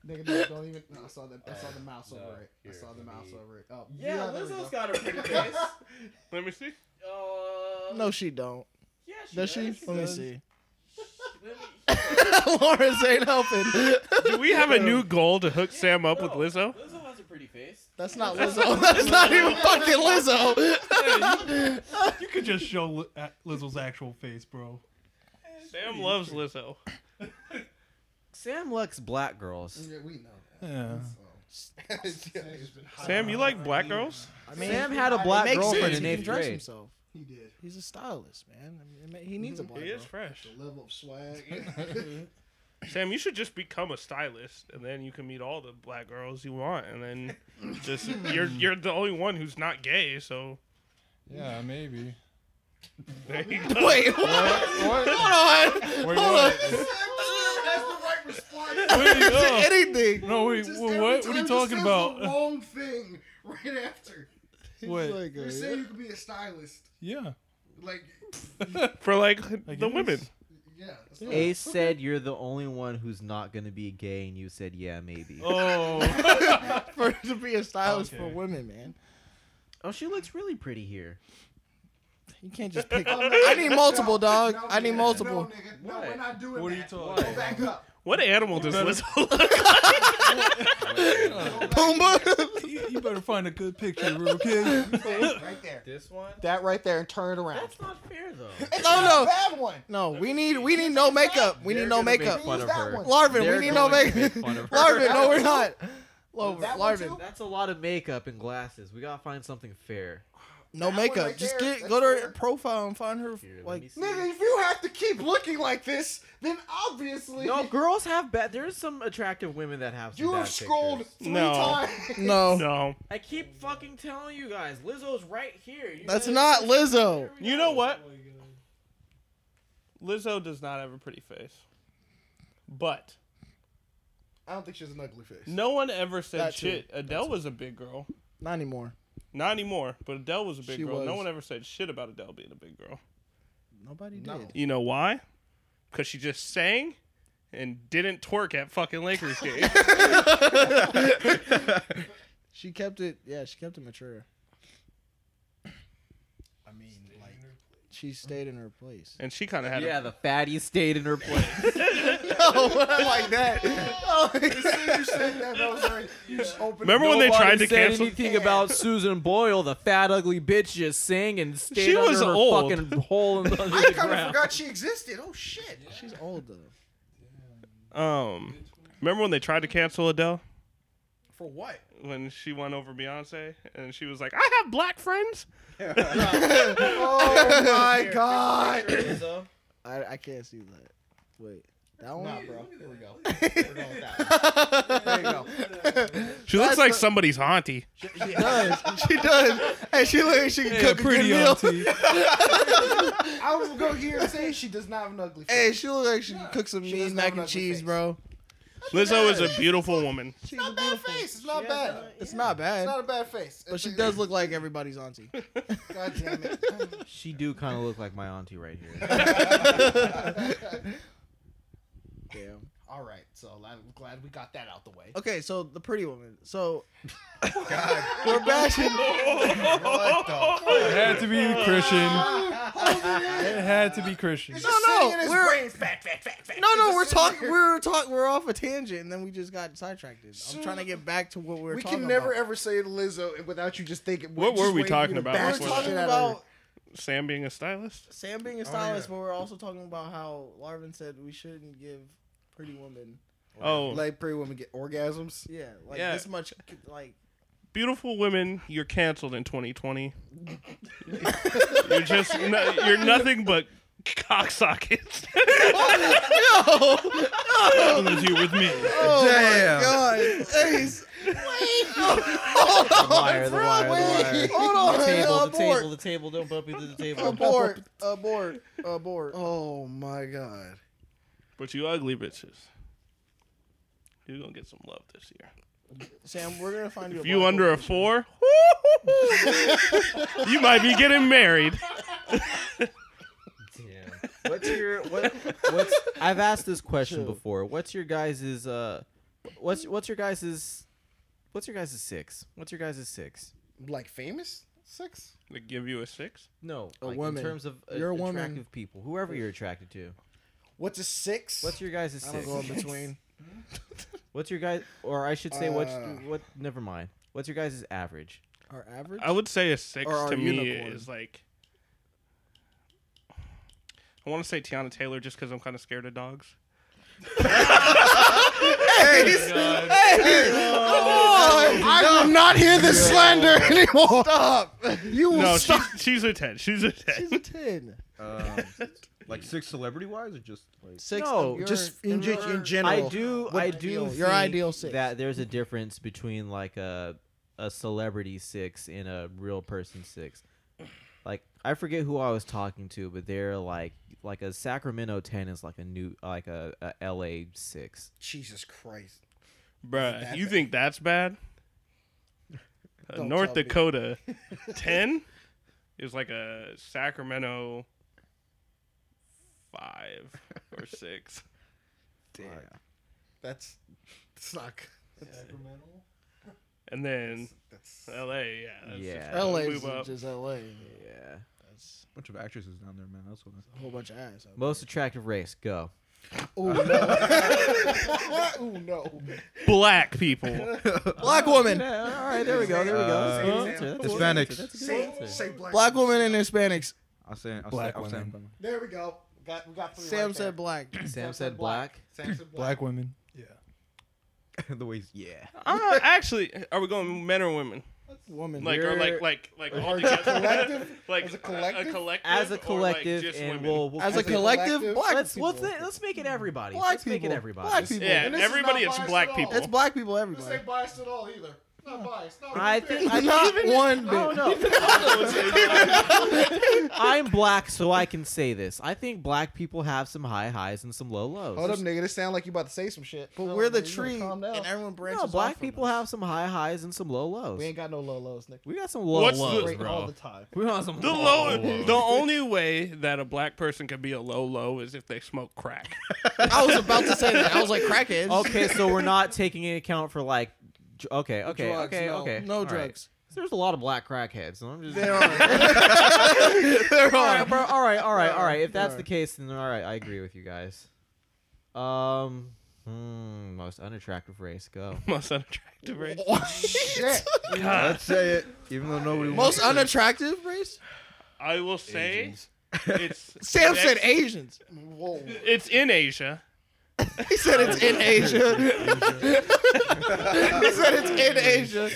S6: no, don't even. No, I saw the I saw the mouse
S4: Uh,
S6: over it. I saw the mouse over it. Oh,
S5: Yeah,
S6: there we
S5: Lizzo's
S6: go.
S5: got a pretty face.
S4: Let me see.
S5: Uh,
S6: No, she don't.
S5: yeah, she
S6: Does
S5: does.
S6: she? Let me
S2: does.
S6: see.
S5: Let me-
S6: Lawrence ain't helping.
S4: Do we have a new goal to hook Sam up with
S5: no,
S4: Lizzo?
S5: Lizzo has a pretty face.
S6: That's not Lizzo. That's not even fucking Lizzo.
S2: You could just show Li- uh, Lizzo's actual face, bro.
S4: Sam loves Lizzo.
S5: Sam likes black girls.
S6: we know.
S2: Yeah.
S4: Sam, you like black girls?
S10: I
S5: Sam had a black
S10: makes
S5: girlfriend
S10: sense.
S5: in
S10: He
S5: eighth
S10: can dress
S5: grade.
S10: himself.
S6: He did.
S10: He's a stylist, man. I mean, he needs a black
S4: He is
S10: girl.
S4: fresh.
S6: The level of swag.
S4: Sam, you should just become a stylist, and then you can meet all the black girls you want, and then just you're you're the only one who's not gay. So
S2: Yeah, maybe.
S4: there you go.
S6: Wait, what? Hold on.
S2: Wait,
S6: Hold
S2: what?
S6: on.
S2: Wait, no.
S6: Anything.
S2: No, wait,
S6: Just
S2: wha-
S6: every
S2: what? What are
S6: time
S2: you
S6: just
S2: talking
S6: says
S2: about?
S6: The wrong thing right after.
S2: Wait.
S6: You're saying you could be a stylist.
S2: yeah.
S6: Like,
S4: For like
S2: I
S4: the
S2: guess.
S4: women,
S6: yeah. that's not-
S5: Ace said you're the only one who's not gonna be gay, and you said yeah, maybe.
S2: Oh.
S10: for to be a stylist for
S2: Okay.
S10: women, man.
S5: oh, she looks really pretty here.
S11: You can't just pick.
S3: I need multiple, dog. I need multiple.
S6: nigga, no, we're not doing
S2: What are you
S6: that.
S2: talking
S6: Go
S2: about?
S6: back up.
S4: What animal does this look
S3: Pumbaa.
S2: you, you better find a good picture, okay?
S6: right there.
S5: This one?
S3: that right there and turn it around.
S5: That's not fair though.
S3: No, no,
S6: Bad one.
S3: no. We need we need no makeup. We need no makeup. Larvin, we
S5: They're
S3: need no
S5: going to
S3: makeup.
S5: make fun of her.
S3: Larvin, no, we're not. Larvin,
S6: That one
S3: Larvin,
S6: too?
S5: That's a lot of makeup and glasses. We gotta find something fair.
S3: no
S6: That one
S3: makeup.
S6: right
S3: Just
S6: there,
S3: get
S6: that's
S3: go to her
S6: fair.
S3: profile and find her.
S5: Here, let me
S3: Like,
S5: see.
S6: Nigga, if you have to keep looking like this, then obviously
S5: No, girls have bad. There's some attractive women that have. Some
S6: you
S5: bad
S6: have scrolled
S5: pictures.
S6: three
S4: No.
S6: times.
S4: like?
S3: no,
S4: No.
S5: I keep fucking telling you guys, Lizzo's right here. You
S3: that's
S5: guys-
S3: not Lizzo.
S5: There we
S4: You
S5: go.
S4: know what? Lizzo does not have a pretty face. But
S6: I don't think she has an ugly face.
S4: no one ever said
S3: That too.
S4: shit. Adele was a big girl.
S3: Not anymore.
S4: Not anymore, but Adele was a big
S3: She
S4: girl. No
S3: was.
S4: one ever said shit about Adele being a big girl.
S3: Nobody did.
S6: No.
S4: You know why? Because she just sang and didn't twerk at fucking Lakers game.
S3: She kept it. Yeah, she kept it mature.
S6: I mean, like
S3: She stayed in her place.
S4: and she kind of had
S5: Yeah,
S4: a,
S5: the fatty stayed in her place.
S3: no, like that.
S6: you said that, that was right. You just opened.
S4: Remember when they
S5: Nobody
S4: tried to
S5: said
S4: cancel?
S5: anything about Susan Boyle, the fat ugly bitch just sang and stayed
S4: She
S5: under
S4: was
S5: her
S4: old.
S5: fucking hole in- under
S6: I
S5: the
S6: kind of
S5: ground.
S6: forgot she existed. Oh shit.
S3: She's old though.
S4: Um, remember when they tried to cancel Adele
S6: For what?
S4: when she won over Beyonce and she was like, "I have black friends."
S6: Oh my god.
S3: I, I can't see that. Wait, that one, bro.
S6: Here we go. We're going with that one. There you go.
S4: She looks like somebody's auntie.
S3: She does. She does. Hey, she looks. She can cook a good
S2: pretty
S3: meal.
S2: auntie.
S6: I was gonna go here and say she does not have an ugly face.
S3: Hey, she look like she can cook some
S6: She
S3: mean
S6: doesn't
S3: mac
S6: have an
S3: and
S6: ugly
S3: cheese,
S6: face.
S3: bro.
S4: Lizzo is a beautiful woman.
S3: She's
S6: not a bad
S3: beautiful.
S6: face. It's not bad.
S3: It's not bad,
S6: It's not a bad face.
S3: but she does look like everybody's auntie.
S6: God damn it.
S5: She do kind of look like my auntie right here.
S3: Damn.
S6: All right, so I'm glad we got that out the way.
S3: Okay, so the pretty woman. So we're bashing.
S2: It had to be Christian. It had to be Christian.
S3: No, no, we're no, no. We're talking. We're talking. We're off a tangent, and then we just got sidetracked. I'm trying to get back to what we we're
S6: We
S3: talking
S6: can never
S3: about.
S6: ever say Lizzo without you just thinking.
S4: What
S6: just
S4: were we
S6: waiting for you
S4: talking
S6: to
S4: about
S6: bash
S3: We're
S4: before
S6: the
S3: talking
S6: shit out of her. Oh,
S3: about
S4: Sam being a stylist.
S3: Sam being a stylist,
S6: yeah.
S3: but we're also talking about how Larvin said we shouldn't give pretty woman.
S4: Oh,
S6: like pretty women get orgasms.
S3: Yeah, like
S4: Yeah.
S3: this much. Like
S4: beautiful women, you're canceled in 2020. you're just no, you're nothing but cocksockets.
S2: Is here with me.
S3: Oh
S1: Damn.
S3: my god. Ace.
S5: wire, the wire, the wire.
S3: Hold on.
S5: The table, the
S3: abort.
S5: table, the table. Don't bump into the table.
S3: abort. Abort. Abort.
S6: Oh my god.
S4: but you ugly bitches. You're gonna get some love this year.
S3: Sam, we're gonna find you.
S4: If
S3: a
S4: you
S3: black
S4: under
S3: woman.
S4: a four, you might be getting married.
S5: Damn. What's your what? What's I've asked this question before. What's your guys's uh? What's what's your guys's what's your guys's six? What's your guys's six?
S6: Like famous sex?
S4: They give you a six.
S5: No,
S3: A
S5: like
S3: woman.
S5: in terms of uh,
S3: You're a woman.
S5: attractive people, whoever you're attracted to.
S6: What's a six?
S5: What's your guys'
S3: I don't
S5: six?
S3: go in between.
S5: What's your guys, or I should say, what's
S6: Uh.
S5: what? Never mind. What's your guys' average?
S3: Our average.
S4: I would say a six
S3: Or our
S4: to me
S3: unicorn.
S4: is like. I want to say Tiana Taylor just because I'm kind of scared of dogs.
S6: I will not hear this slander anymore. Stop. You will
S4: No, she's,
S6: stop.
S4: she's a ten. She's a ten.
S3: She's a ten.
S1: Um, like six celebrity wise, or just like
S3: Six.
S5: No,
S3: of your-
S6: Just in, gen- in general.
S5: I do, I do.
S3: ideal-
S5: think
S3: your ideal six.
S5: That there's a difference between like a a celebrity six and a real person six. Like I forget who I was talking to, but they're like like a Sacramento ten is like a new like a, a LA six.
S6: Jesus Christ.
S4: Bruh,
S6: That
S4: you
S6: bad.
S4: think that's bad? A
S6: Don't
S4: North
S6: tell me.
S4: Dakota 10 is like a Sacramento 5 or 6.
S6: Damn. That's it's not good.
S4: and then
S10: That's
S4: L.A. Yeah, that's
S8: Yeah.
S4: just
S6: LA
S4: move up.
S6: is just LA.
S8: Yeah.
S6: That's
S1: bunch of actresses down there, man. That's what.
S6: a whole bunch of ass. out
S5: Most attractive race, go.
S6: Oh no! oh no!
S4: black people. Oh,
S3: Black woman.
S5: Yeah, all right, there we go. There we go.
S1: Uh,
S5: That's a good answer, that's a good
S1: Hispanics.
S5: answer, that's a good
S10: say,
S5: answer.
S10: say black.
S3: Black woman and Hispanics.
S1: I'll say. I'll
S2: Black
S1: say, I'll say
S2: women.
S1: Obama.
S6: There we go. Got, we got three.
S3: Sam
S6: right there.
S3: said black.
S5: Sam said black.
S6: Sam said black.
S2: Black women.
S1: the way he's yeah.
S4: Uh, actually, are we going men or women?
S3: Woman.
S4: Like or like like like all together?
S6: collective?
S4: like
S6: As a
S4: a-
S6: collective?
S4: a collective,
S5: As a
S4: or, like,
S5: collective,
S4: just
S5: and
S4: women?
S5: we'll, we'll
S3: as a
S6: As a
S3: collective,
S6: collective,
S3: black
S5: let's
S3: people.
S5: let's, let's make it everybody.
S3: Black
S5: let's make it
S3: people.
S5: everybody.
S3: Black people.
S4: Yeah,
S6: And this is
S4: everybody
S6: not
S4: it's
S6: biased
S4: black
S6: at all.
S4: people.
S3: It's black people,
S6: This
S3: everybody.
S6: ain't biased at all either. Not biased. Not
S5: I
S6: even
S5: think I
S6: fair.
S3: Not
S5: even,
S3: one
S5: I don't know. I'm black, so I can say this. I think black people have some high highs and some low lows.
S6: Hold up, nigga. This sound like you about to say some shit.
S3: But
S6: No,
S3: we're the
S6: nigga, you gotta
S3: tree,
S6: calm
S3: and
S6: down.
S3: everyone branches
S5: no,
S3: off
S5: black
S3: from
S5: people
S3: us.
S5: have some high highs and some low lows.
S6: We ain't got no low lows, nigga.
S5: We got some low
S4: What's
S5: lows,
S4: the-
S6: all
S5: bro.
S6: the time.
S5: We got some
S2: Oh,
S4: The low, the only way that a black person can be a low low is if they smoke crack.
S3: I was about to say that. I was like crackheads.
S5: okay, so we're not taking into account for like. dr- Okay, okay,
S3: drugs,
S5: okay,
S3: no,
S5: okay.
S3: No
S5: All right.
S3: drugs.
S5: There's a lot of black crackheads. So I'm just.
S3: There are. there
S5: all
S3: are.
S5: right, bro. All right, all right, all right. If
S3: There
S5: that's
S3: are.
S5: the case, then all right, I agree with you guys. Um, hmm, most unattractive race. Go.
S4: Most unattractive race.
S6: Shit.
S4: God.
S1: Let's say it, even though nobody
S3: Most
S1: wants
S3: unattractive race?
S4: I will say it's
S3: Sam said
S4: that's-
S3: Asians.
S6: Whoa.
S4: It's in Asia.
S3: He said it's in Asia. he said it's in Asia.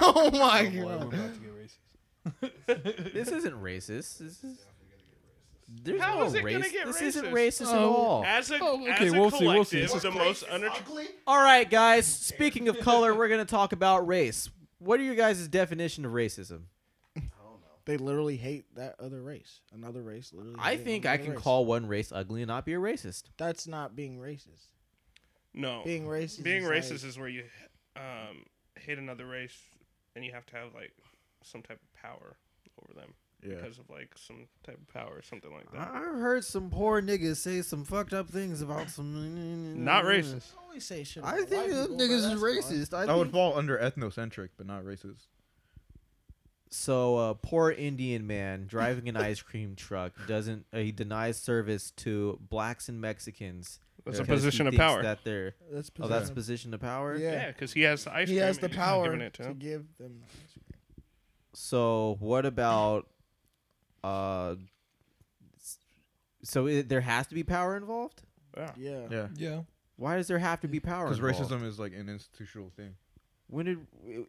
S3: oh my
S2: Boy, we're
S3: god.
S2: about to get racist.
S5: This isn't racist. This is. There's
S4: How
S5: no
S4: is it gonna
S5: race.
S4: get
S5: this isn't
S4: racist?
S5: racist at all.
S4: As a
S2: Oh,
S4: as
S2: okay,
S4: a
S2: we'll see, we'll
S4: collective,
S2: see.
S4: the most unattractive.
S6: Ugly.
S5: All right, guys. Speaking of color, we're gonna talk about race. What are your guys' definition of racism?
S3: They literally hate that other race. Another race literally.
S5: I
S3: hate
S5: think I
S3: another
S5: can
S3: race.
S5: call one race ugly and not be a racist.
S3: That's not being racist.
S4: No,
S3: Being racist.
S4: being
S3: is like-
S4: racist is where you um, hate another race and you have to have like some type of power over them
S1: Yeah.
S4: because of like some type of power or something like
S2: Ah,
S4: that.
S8: I've heard some poor niggas say some fucked up things about some.
S4: Not racist.
S3: I always say shit.
S8: I
S3: about
S8: think
S3: white
S8: them
S3: people,
S8: niggas
S3: but
S8: is
S3: that's fine.
S8: racist. I
S1: That would
S8: think-
S1: fall under ethnocentric, but not racist.
S5: So a poor Indian man driving an ice cream truck doesn't uh, he denies service to blacks and Mexicans.
S4: That's a
S5: because he
S4: position of
S5: thinks
S4: power.
S5: That they're
S3: That's
S5: oh that's
S3: possessive.
S5: position of power.
S3: yeah.
S4: yeah, because he has the ice
S3: He
S4: cream
S3: has the
S4: and he's not
S3: power
S4: giving it to
S3: to
S4: him.
S3: give them.
S5: So what about uh? s- So i there has to be power involved.
S3: Yeah.
S1: Yeah,
S2: Yeah.
S5: Why does there have to be power?
S1: because
S5: involved?
S1: racism is like an institutional thing.
S5: When did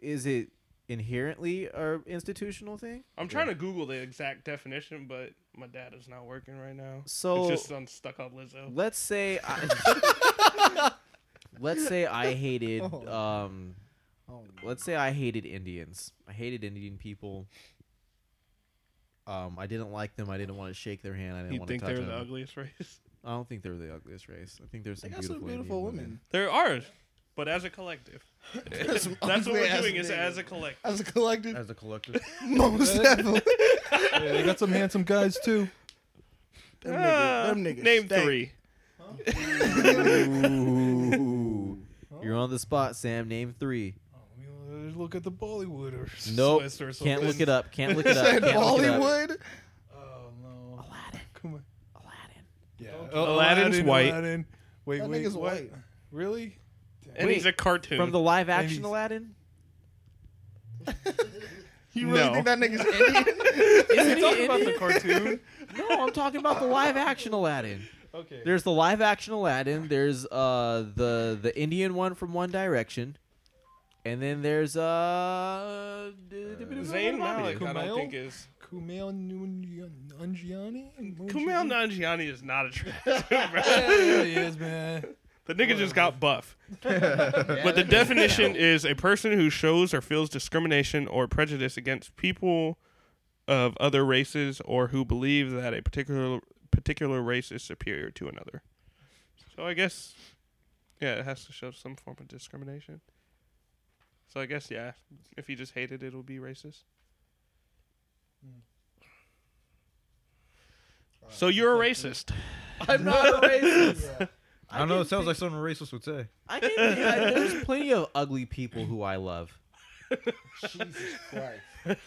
S5: is it inherently a institutional thing?
S4: I'm trying to Google the exact definition, but my data is not working right now.
S5: So
S4: it's just on stuck on Lizzo.
S5: let's say I, let's say I hated um
S3: Oh,
S5: let's say I hated Indians. I hated Indian people. Um, I didn't like them. I didn't want to shake their hand. I didn't
S4: You
S5: want
S4: think
S5: to touch
S4: they're
S5: them.
S4: the ugliest race?
S5: I don't think they're the ugliest race. I think there's
S3: they
S5: some
S3: got
S5: beautiful,
S3: some beautiful
S5: Indian
S3: women.
S4: There are, but as a collective, that's
S3: some
S4: what we're
S3: ugly-ass
S4: doing. Is
S3: niggas.
S4: as a collective.
S3: As a collective,
S1: As a collective,
S3: most definitely.
S2: Yeah, they got some handsome guys too.
S3: Them niggas- them niggas
S4: Ah, name
S3: stank.
S4: three.
S5: Ooh. You're on the spot, Sam. Name three.
S2: Oh, let me look at the Bollywood or s-
S5: Nope.
S2: Swiss or
S5: Can't look
S2: something.
S5: it up. Can't look it up.
S3: Said
S5: Can't look it up.
S3: Bollywood.
S2: Oh no.
S5: Aladdin.
S2: Come on.
S5: Aladdin.
S2: Yeah. Oh,
S4: Aladdin's white.
S2: Aladdin. Wait,
S3: That
S2: wait,
S3: nigga's
S2: what?
S3: white.
S2: Really?
S4: And
S5: Wait,
S4: he's a cartoon.
S5: From the live action
S2: he's-
S5: Aladdin?
S3: You really
S4: No.
S3: think that nigga's Indian?
S5: Isn't he
S2: Talk about the
S5: Indian?
S2: cartoon.
S5: No, I'm talking about the live action Aladdin.
S2: okay.
S5: There's the live action Aladdin. There's uh the the Indian one from One Direction, and then there's uh, d- d- d-
S4: Zayn Malik, I
S2: Kumail?
S4: don't think is.
S2: Kumail Nun- Nanjiani?
S4: Kumail Nanjiani is not attractive.
S2: Yeah,
S4: bro.
S2: yeah, he is, man.
S4: the nigga just got buff. but the definition is a person who shows or feels discrimination or prejudice against people of other races or who believe that a particular particular race is superior to another. So I guess yeah, it has to show some form of discrimination. So I guess yeah, if you just hate it it'll be racist. So you're a racist.
S5: I'm not a racist.
S1: I don't know.
S12: can
S1: It sounds like
S12: think-
S1: something racist would say.
S12: I can think, I, there's plenty of ugly people who I love.
S13: Jesus Christ.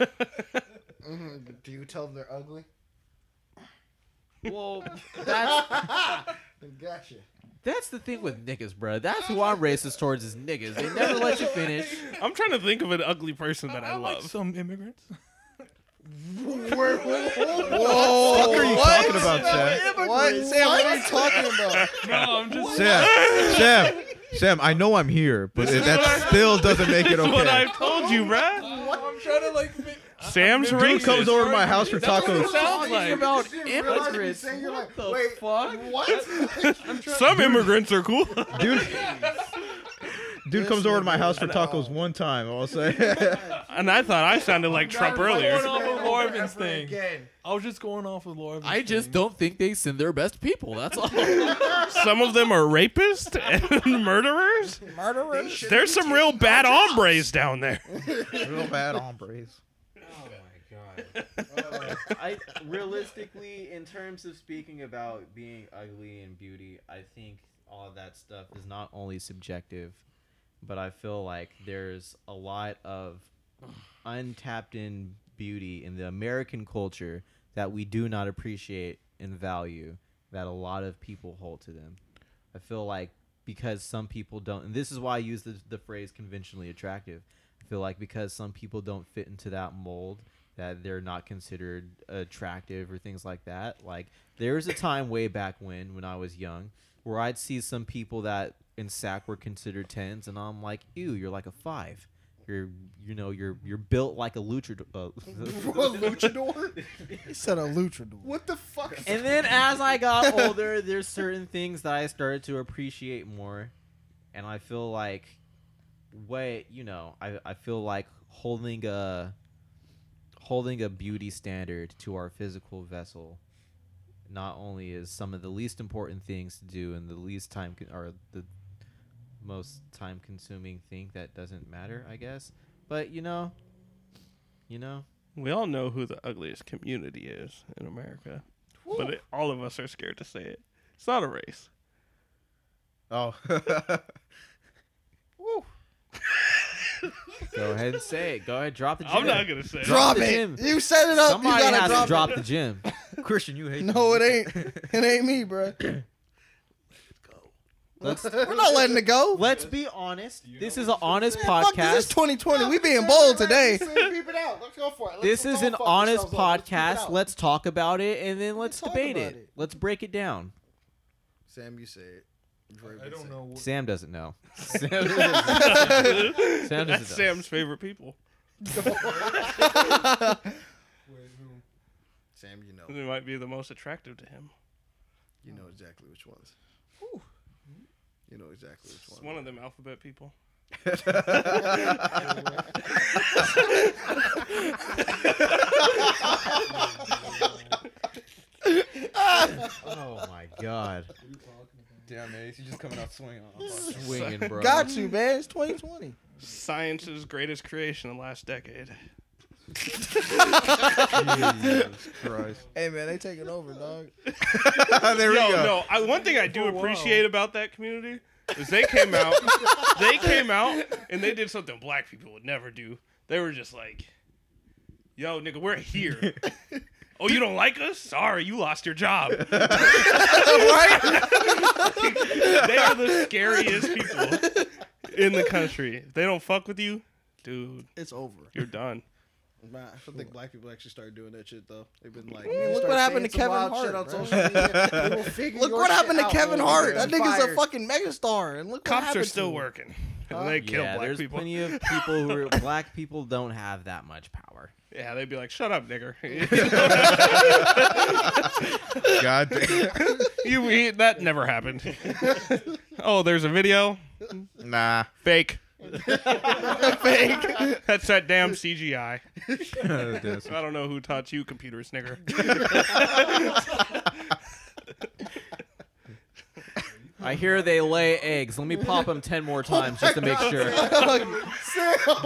S6: Mhm, Do you tell them they're ugly?
S12: Well, that's
S6: Gotcha.
S12: that's the thing with niggas, bro. That's who I'm racist towards is niggas. They never let you finish.
S4: I'm trying to think of an ugly person that I
S2: like
S4: love.
S2: some immigrants.
S1: What the fuck are you talking about, Sam?
S6: What? Sam, what are you talking about?
S4: No, I'm just
S1: Sam, Sam, Sam. I know I'm here, but that still doesn't make it
S4: that's what
S1: okay.
S4: I've told you, bruh.
S2: I'm trying to like. fi-
S4: Sam's
S1: Dude
S4: racist.
S1: comes over to my house for
S4: That's what it
S1: tacos.
S4: sounds like.
S12: about
S6: You didn't realize what you're
S12: immigrants.
S6: saying, you're
S12: What
S6: like,
S12: the
S6: wait,
S12: fuck?
S6: What?
S4: Some immigrants are cool.
S1: Dude, dude comes over to my house for tacos one time. I'll say.
S4: and I thought I sounded like Trump earlier.
S2: Going off of Marvin's thing.
S6: Again.
S2: I was just going off of Marvin's
S12: I just
S2: thing.
S12: don't think they send their best people. That's all.
S4: Some of them are rapists and murderers.
S6: Murderer.
S4: There's some real bad hombres down there.
S1: Real bad hombres.
S5: Oh I realistically, in terms of speaking about being ugly and beauty, I think all of that stuff is not only subjective, but I feel like there's a lot of untapped in beauty in the American culture that we do not appreciate and value that a lot of people hold to them. I feel like because some people don't, and this is why I use the, the phrase conventionally attractive. I feel like because some people don't fit into that mold, that they're not considered attractive or things like that. Like there was a time way back when, when I was young, where I'd see some people that in SAC were considered tens, and I'm like, ew, you're like a five. You're, you know, you're you're built like a luchador. Uh,
S6: luchador?
S3: He said a luchador.
S6: What the fuck? is-
S5: and then as I got older, there's certain things that I started to appreciate more. And I feel like what you know, I, I feel like holding a holding a beauty standard to our physical vessel not only is some of the least important things to do and the least time con- or the most time consuming thing that doesn't matter, I guess. But you know, you know,
S4: We all know who the ugliest community is in America, but it, all of us are scared to say it. It's not a race.
S1: Oh.
S12: Go ahead and say it. Go ahead, drop the gym.
S4: I'm not gonna say it.
S12: Drop
S6: Drop
S12: the gym.
S6: it. You set it up.
S12: Somebody
S6: you gotta
S12: has to
S6: drop
S12: drop the gym.
S1: Christian, you hate.
S6: No,
S1: me.
S6: it ain't. It ain't me, bro.
S5: Let's
S6: We're not letting it go.
S12: Let's be honest. This is an honest
S6: Fuck this, this is
S12: podcast.
S6: 2020. we being bold today.
S13: Beep it out. Let's go for it.
S12: This is
S6: Let's all
S12: an
S6: fuck
S12: honest
S6: ourselves up. Let's keep it
S12: podcast.
S6: out.
S12: Let's talk about it and then let's
S6: talk
S12: debate
S6: about
S12: it.
S6: it.
S12: Let's break it down.
S6: Sam, you say it. Dre,
S2: I
S6: you say
S2: don't
S6: it.
S2: know. What,
S12: Sam doesn't know. Sam doesn't know. Sam
S4: That's
S12: doesn't know.
S4: Sam's favorite people.
S2: wait, who-
S6: Sam, you know.
S4: They might be the most attractive to him.
S6: You know exactly which ones. You know exactly which
S4: It's
S6: ones.
S4: one of them alphabet people.
S5: oh my god.
S1: Damn, Ace, you just coming out swinging.
S12: Swinging, bro.
S3: Got you, man. It's 2020.
S4: Science's greatest creation in the last decade.
S1: Jesus Christ.
S3: Hey, man, they taking over, dog.
S1: there we
S4: no,
S1: go.
S4: no. I, one thing I do
S3: Oh,
S4: appreciate about that community is they came out. they came out and they did something black people would never do. They were just like, "Yo, nigga, we're here. oh, you don't like us? Sorry, you lost your job." they are the scariest people in the country. If they don't fuck with you, dude,
S6: It's over.
S4: you're done.
S6: Nah, I don't think black people actually started doing that shit though. They've been like,
S3: look
S6: start
S3: what happened to
S6: saying some
S3: Kevin
S6: wild
S3: Hart,
S6: shit on
S3: bro.
S6: social media. We will figure
S3: Look
S6: your
S3: what
S6: shit
S3: happened to
S6: out
S3: Kevin
S6: when we're
S3: Hart. That nigga's a
S6: fired.
S3: fucking megastar. And look what
S4: Cops are
S3: happened
S4: still
S3: to him.
S4: working. And they kill
S12: yeah,
S4: black
S12: there's
S4: people.
S12: plenty of people who are black people don't have that much power.
S4: Yeah, they'd be like, "Shut up, nigger.
S1: God damn.
S4: you we- that never happened." oh, there's a video.
S1: Nah.
S4: Fake. Fake. That's that damn CGI.
S1: That's-
S4: I don't know who taught you computer snigger.
S12: I hear they lay eggs. Let me pop them 10 more times just to make sure.
S6: Sam,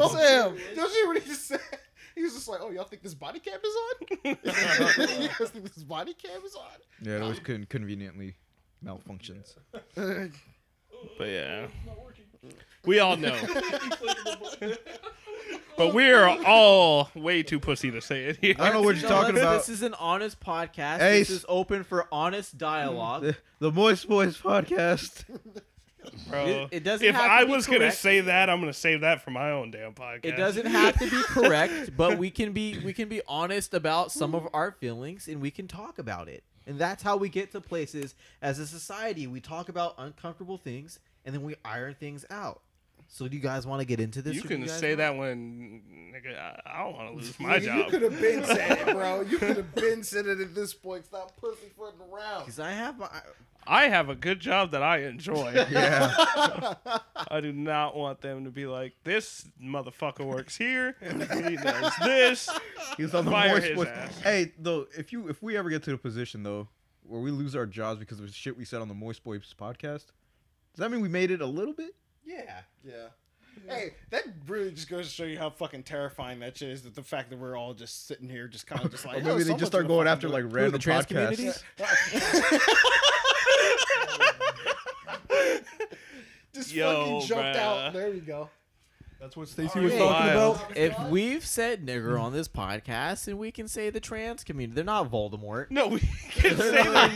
S6: Sam, don't you what he just said? He was just like, "Oh, y'all think this body cam is on? you guys think this body cam is on?"
S1: Yeah, it was con- conveniently malfunctions.
S4: But yeah. We all know. but we are all way too pussy to say it here.
S1: I don't know what you're talking about.
S5: This is an honest podcast.
S1: Hey,
S5: this
S1: s-
S5: is open for honest dialogue.
S1: The, the Moist Boys podcast.
S4: Bro.
S5: It- it doesn't
S4: Uh, If
S5: have to
S4: I
S5: be
S4: was gonna
S5: correct.
S4: say that, I'm gonna save that for my own damn podcast.
S5: It doesn't have to be correct, but we can be we can be honest about some of our feelings and we can talk about it. And that's how we get to places as a society. We talk about uncomfortable things and then we iron things out. So do you guys want to get into this?
S4: You
S5: or do
S4: can
S5: guys
S4: say
S5: not?
S4: that when nigga, I, I don't want to lose my
S10: you
S4: job.
S10: could have been said it, bro. You could have been said it at this point. Stop pussyfooting around.
S5: Because I have my,
S4: I have a good job that I enjoy.
S1: Yeah.
S4: I do not want them to be like this motherfucker works here. He does this.
S1: He's on the
S4: Fire
S1: Moist
S4: his
S1: Boys.
S4: ass.
S1: Hey, though, if you if we ever get to the position though where we lose our jobs because of the shit we said on the Moist Boys podcast, does that mean we made it a little bit?
S10: Yeah. Yeah. Hey, that really just goes to show you how fucking terrifying that shit is. That the fact that we're all just sitting here, just kind of just like "Oh,
S1: Or maybe they just start going after like random
S5: the trans
S1: podcasts.
S5: communities?
S10: just fucking
S4: Yo,
S10: jumped
S4: bruh.
S10: out. There we go.
S2: That's what Stacy was
S4: Hey.
S2: talking
S4: Wild.
S2: about.
S5: if we've said nigger on this podcast, and we can say the trans community, they're not Voldemort.
S4: No, we can say their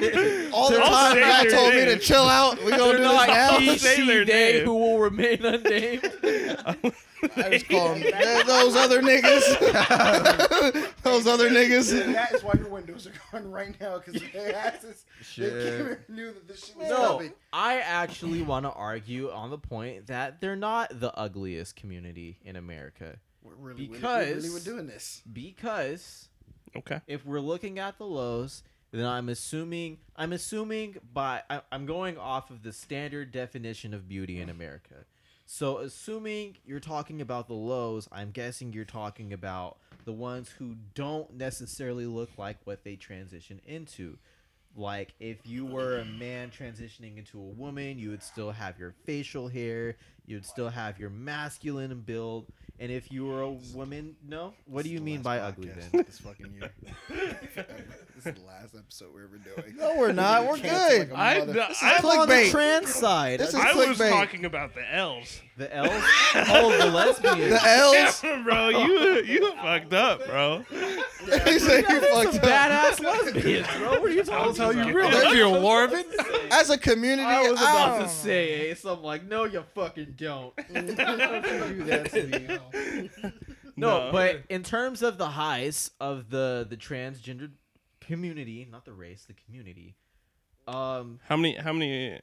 S4: name.
S6: All the
S4: I'll
S6: time
S4: say
S6: I
S4: their
S6: told me to
S4: name.
S6: chill out. We gonna
S5: They're
S6: do this
S5: not
S6: now.
S5: he,
S4: Say
S5: she,
S4: their
S5: they,
S4: name.
S5: who will remain unnamed.
S6: I just call them "Yeah, those other niggas. those other niggas.
S10: That is why your windows are going right now because they asses. They came
S1: Shit.
S10: and knew that this shit was
S5: No,
S10: coming.
S5: I actually want to argue on the point that they're not the ugliest community in America
S10: We're really,
S5: Because-
S10: we really were doing this.
S5: because
S4: Okay.
S5: if we're looking at the lows, then I'm assuming I'm assuming by I, I'm going off of the standard definition of beauty in America. So assuming you're talking about the lows, I'm guessing you're talking about the ones who don't necessarily look like what they transition into. Like if you were a man transitioning into a woman, you would still have your facial hair, you'd still have your masculine build, and if you were a woman, no. What do you mean by ugly then?
S10: This fucking year. this is the last episode we're ever doing.
S6: No, we're not. We're good.
S4: I,
S6: is
S4: I,
S6: click-
S5: on the
S6: clickbait.
S5: trans side.
S6: This is
S4: I was
S6: clickbait.
S4: talking about the L's.
S5: the L. Oh, the lesbian.
S6: The L's.
S4: bro, you you fucked up, bro.
S6: He said you fucked up.
S5: Badass lesbians, bro. What are you talking
S2: I'll tell you
S5: about?
S2: real.
S6: That's
S2: That'd be a Warvin.
S6: As a community,
S5: I was about
S6: oh.
S5: to say Ace. I'm like, no, you fucking don't.
S6: do that to me.
S5: No,
S4: No.
S5: but in terms of the highs of the the transgendered community, not the race, the community. Um,
S4: How many how many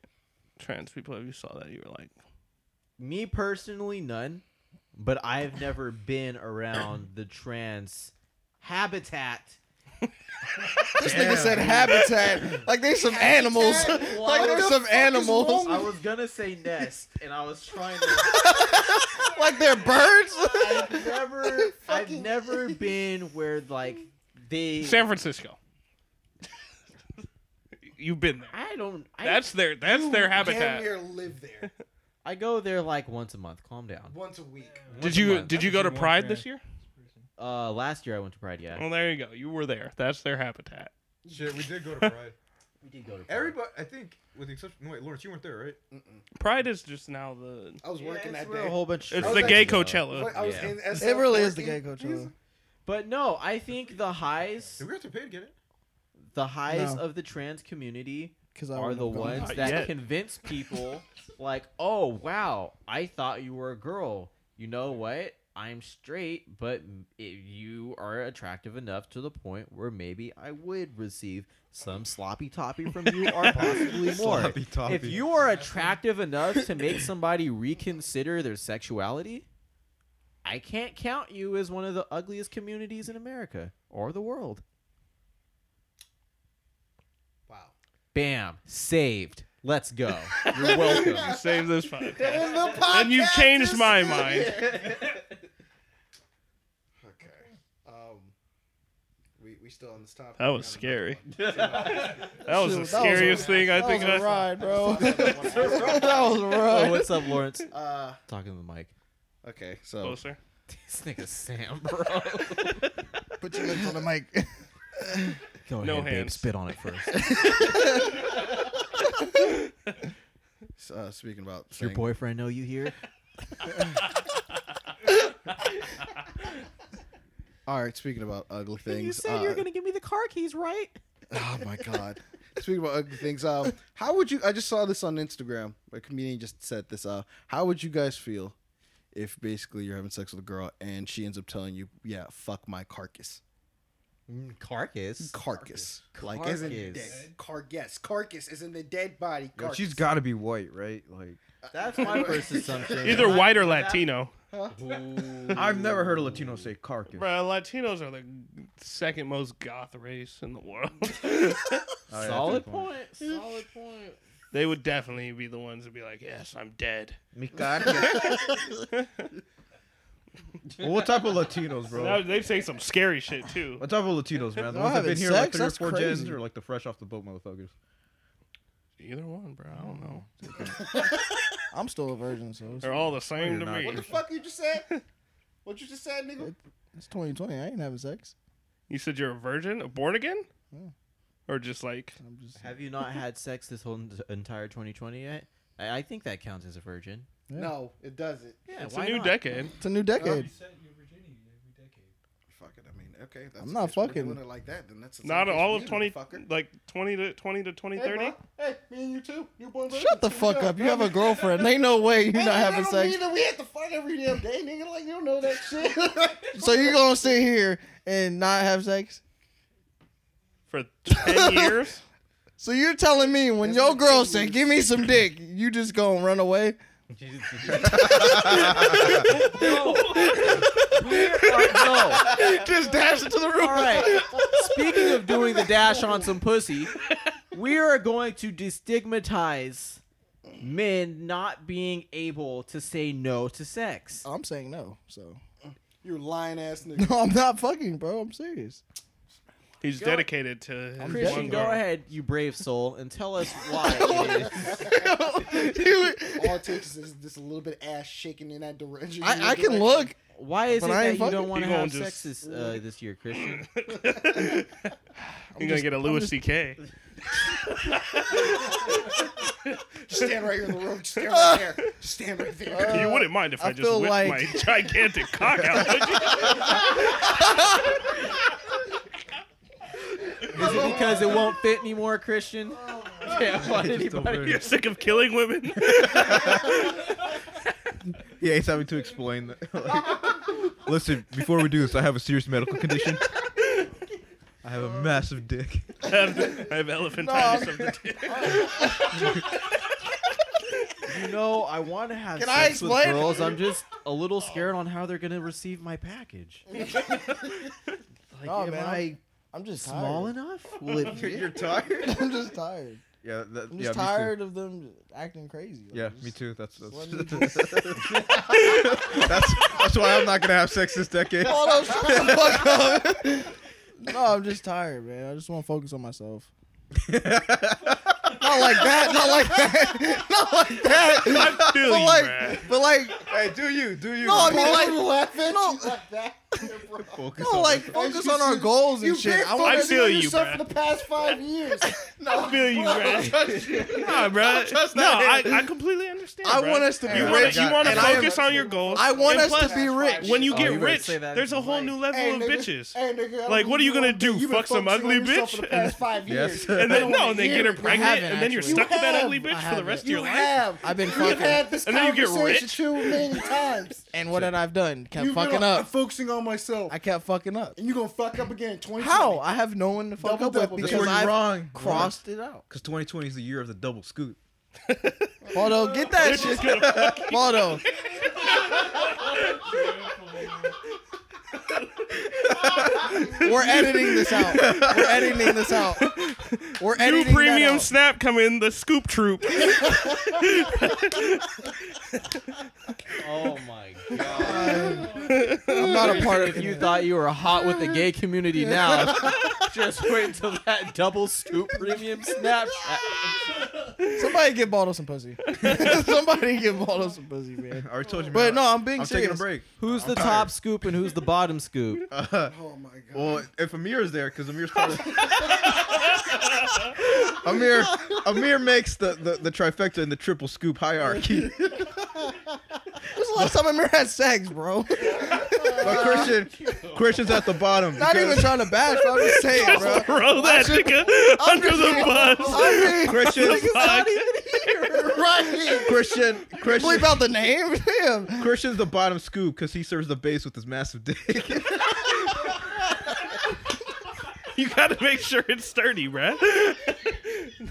S4: trans people have you saw that you were like?
S5: me personally, none. But I've never been around the trans habitat.
S6: This nigga said habitat. Like there's some animals. like there's some animals.
S5: I was gonna say nest, and I was trying to.
S6: Like they're birds.
S5: I've never, I've never been where like they.
S4: San Francisco. You've been there.
S5: I don't. I,
S4: That's their that's their
S10: Damn
S4: habitat.
S10: near live there
S5: I go there like once a month. Calm down.
S10: once a week.
S4: Did you
S5: month.
S4: did you go to Pride this year?
S5: Uh, last year I went to Pride. Yeah,
S4: Well, there you go. You were there. That's their habitat.
S2: Shit, we did go to Pride.
S5: we did go to Pride.
S2: Everybody, I think, with the exception, no wait, Lawrence, you weren't there, right?
S4: Pride is just now the
S10: I was working that
S5: a
S10: day.
S5: whole bunch.
S4: it's
S10: was
S4: the gay
S10: actually-
S4: Coachella.
S10: I was
S5: Yeah.
S10: in
S6: It
S10: SF
S6: really is the gay
S10: working.
S6: Coachella.
S5: But no, I think the highs,
S2: Did we have to pay to get it?
S5: the highs
S6: No.
S5: of the trans community
S6: Because
S5: are the ones
S4: Not
S5: that
S4: yet.
S5: convince people, like, oh wow, I thought you were a girl. You know what? I'm straight, but m- if you are attractive enough to the point where maybe I would receive some sloppy toppy from you, or possibly more.
S1: Sloppy toppy.
S5: If you are attractive enough to make somebody reconsider their sexuality, I can't count you as one of the ugliest communities in America or the world.
S10: Wow.
S5: Bam, saved. Let's go. You're welcome.
S4: You saved this podcast.
S10: And, the
S4: and you've
S10: podcast
S4: changed
S10: is-
S4: my mind.
S10: Okay. Um, we we still on this topic.
S4: That
S10: We
S4: was
S10: got
S4: scary.
S10: another one.
S4: That was the scariest thing I think
S6: That was a
S4: I
S6: ride, bro.
S10: That was a ride.
S6: that was a
S5: Oh,
S6: ride.
S5: what's up, Lawrence?
S10: uh,
S5: Talking to the mic.
S10: okay, so
S4: closer.
S5: This nigga Sam, bro.
S6: Put your lips on the mic.
S5: Go
S4: No
S5: ahead, babe.
S4: hands.
S5: Spit on it first.
S3: Uh, speaking about
S5: Your
S3: saying-
S5: boyfriend know you here?
S3: All right, speaking about ugly things. uh,
S2: give me the car keys, right?
S3: Oh my god. Speaking about ugly things, um, how would you? I just saw this on Instagram. A comedian just said this. Uh, how would you guys feel if basically you're having sex with a girl and she ends up telling you, "Yeah, fuck my carcass,
S5: Mm, Carcass.
S3: carcass, like
S5: Carcass.
S3: as in
S6: Dead. Car- yes, carcass is in the dead body.
S1: Yo,
S6: Carcass.
S1: she's got to be white, right? Like
S5: That's my first assumption.
S4: Either white or Latino.
S1: I've never heard a Latino say carcass.
S4: Bro, Latinos are the second most goth race in the world.
S1: Oh, yeah, that's a
S5: Solid
S1: good
S5: point. Solid point.
S4: they would definitely be the ones to be like, "Yes, I'm dead."
S1: Mi carcass. well, what type of Latinos, bro?
S4: That- They say some scary shit too.
S1: What type of Latinos, man? The
S3: Y'all
S1: ones that
S3: having
S1: been here like
S3: sex?
S1: three or
S3: That's
S1: four gens,
S3: crazy.
S1: or like the fresh off the boat motherfuckers?
S4: Either one, bro. I don't know.
S3: I'm still a virgin, so it's,
S4: They're all the same to
S1: You're
S4: me.
S1: not.
S6: What the fuck you just said? What you just said, nigga?
S3: it's 2020. I ain't having sex.
S4: You said you're a virgin, a born again,
S3: Yeah.
S4: or just like
S3: I'm just
S5: Have you not had sex this whole en- entire 2020 yet? I I think that counts as a virgin.
S3: Yeah.
S6: No, it doesn't.
S5: Yeah,
S4: it's
S5: why
S4: a new
S5: not?
S4: decade.
S3: it's a new decade.
S6: Fuck it. I mean, okay. That's
S3: I'm not
S6: if we're
S3: fucking-
S6: doing it like that. Then that's the same
S4: Not
S6: case
S4: all
S6: for
S4: of
S6: you,
S4: twenty,
S6: motherfucker.
S4: like twenty to twenty to twenty
S6: Hey,
S4: thirty.
S6: bro. hey, me and you too. Newborn baby.
S3: Shut the
S6: Here we
S3: fuck
S6: go.
S3: up. You have a girlfriend. Ain't no way you're
S6: Hey,
S3: not having
S6: that don't
S3: sex.
S6: mean that we have to fuck every damn day, nigga. Like you don't know that shit.
S3: So you're gonna sit here and not have sex?
S4: for ten years.
S3: So you're telling me when your girl say, "Give me some dick," you just gonna run away?
S2: no.
S3: just dash into the room.
S2: All right. Speaking of doing the dash on some pussy, we are going to destigmatize men not being able to say no to sex.
S3: I'm saying no. So
S6: you lying ass nigga.
S3: no, I'm not fucking, bro. I'm serious.
S4: He's dedicated to his one
S2: Christian, go
S4: girl.
S2: ahead, you brave soul, and tell us why. it is.
S6: All it takes is just a little bit of ass shaking in that direction.
S3: I, I can look.
S2: Why is
S3: But
S2: it
S3: I ain't
S2: that you
S3: fucking-
S2: don't want to
S4: You gonna
S2: have
S4: just-
S2: sex this, uh, this year, Christian?
S4: You're gonna get a Louis C.K.
S6: Just stand right here in the room. Just stand right there. Just stand right there.
S4: Uh, you wouldn't mind if I,
S3: I
S4: just
S3: feel
S4: whipped
S3: like-
S4: my gigantic cock out. would you?
S2: Is it because it won't fit anymore, Christian? Yeah, why did
S1: Just over it.
S2: anybody?
S4: You're sick of killing women.
S1: He hates having to explain that. like, Listen, before we do this, I have a serious medical condition. I have a massive dick.
S4: I have, I have elephantitis of the dick.
S5: You know, I want to have
S3: Can I
S5: sex with
S3: explain?
S5: girls. I'm just a little scared on how they're gonna receive my package. like,
S3: Nah,
S5: am
S3: man,
S5: I
S3: I'm just
S5: small
S3: tired.
S5: enough? Will it fit?
S1: You're tired.
S3: I'm just tired.
S1: Yeah, that,
S3: I'm
S1: yeah,
S3: just tired of them acting crazy.
S1: Me too. Yeah,
S3: Like,
S1: me
S3: just-
S1: too. That's that's,
S3: let me
S1: that's that's why I'm not gonna have sex this decade.
S3: Hold on, shut the fuck up. No, I'm just tired, man. I just want to focus on myself. Not like that. Not like that. Not like that.
S4: I feel
S3: But
S4: you,
S3: like,
S4: bruh.
S3: but like,
S1: Hey, do you? Do you?
S3: no, I mean, like,
S6: No.
S3: no,
S6: Like that. Bro.
S1: Focus
S3: no,
S1: on
S3: like,
S1: myself.
S3: focus on our goals and
S6: You've
S3: shit.
S6: been
S3: I
S4: I
S3: want
S4: feel you,
S6: yourself for
S4: bruh.
S6: the past five years.
S4: I feel you, bruh. Nah, bruh. No, I, I completely understand.
S3: I
S4: bruh.
S3: want us to be
S4: You
S3: rich.
S4: you want to
S3: and I am-
S4: focus on your goals.
S3: I want
S4: and
S3: us
S4: plus,
S3: to be rich.
S4: When you
S2: Oh,
S4: get
S2: you better
S4: rich,
S2: say that
S4: there's a
S2: in
S4: whole
S2: life.
S4: new level
S6: Hey,
S4: of
S6: nigga.
S4: bitches.
S6: Hey, nigga, I don't
S4: Like, what are
S6: need
S4: you gonna
S6: one
S4: do,
S6: thing. You've been
S4: fuck some
S6: focusing on
S4: ugly
S6: yourself For the
S4: bitch?
S6: past five years.
S1: Yes.
S4: And then
S6: I
S4: no,
S6: wanna
S4: and they get
S6: hear
S4: her
S6: it.
S4: pregnant,
S3: haven't,
S4: and then you're
S3: actually.
S4: stuck with that
S6: You
S4: ugly
S6: have.
S4: bitch for the rest of your
S6: You
S4: life.
S6: have.
S3: I've been
S6: You've
S3: fucking,
S6: had this
S4: And then you get
S6: conversation
S4: rich.
S6: too many times.
S3: and what had I done? Kept
S6: You've been
S3: fucking
S6: on- I'm
S3: up.
S6: focusing on myself.
S3: I kept fucking up.
S6: and you're gonna fuck up again. Twenty.
S3: How? I have no one to fuck
S6: Double,
S3: up with
S6: double,
S1: That's
S3: because
S1: where
S3: I
S1: you're wrong.
S3: crossed it out.
S1: Because 2020 is the year of the double scoop.
S3: Waldo, get that shit. Waldo. We're editing this out. We're editing this out. We're
S4: New
S3: editing that
S4: premium
S3: out.
S4: snap coming, the scoop troop.
S2: Oh my god!
S3: I'm not a part of
S2: If you thought you were hot with the gay community now, just wait until that double scoop premium Snapchat.
S3: Somebody get Baldo some pussy. Somebody get Baldo some pussy, man.
S1: I already told you. man,
S3: But
S1: I-
S3: no, I'm being
S1: I'm
S3: serious.
S1: taking a break.
S5: Who's
S1: I'm
S5: the
S1: tired.
S5: top scoop and who's the bottom scoop?
S1: Uh,
S10: Oh my god.
S1: well, if Amir's there, because Amir's part of. Amir, Amir makes the, the, the trifecta in the triple scoop hierarchy.
S3: When's the last time Amir had sex, bro?
S1: But Christian, Christian's at the bottom.
S3: Not
S1: because
S3: even trying to bash, but I'm just saying, bro.
S4: Throw that nigga under the bus.
S3: I mean,
S1: Christian,
S4: Fuck.
S3: right.
S1: Christian, Christian,
S3: Bleep out the name. Damn.
S1: Christian's the bottom scoop because he serves the base with his massive dick.
S4: You gotta make sure it's sturdy, bruh.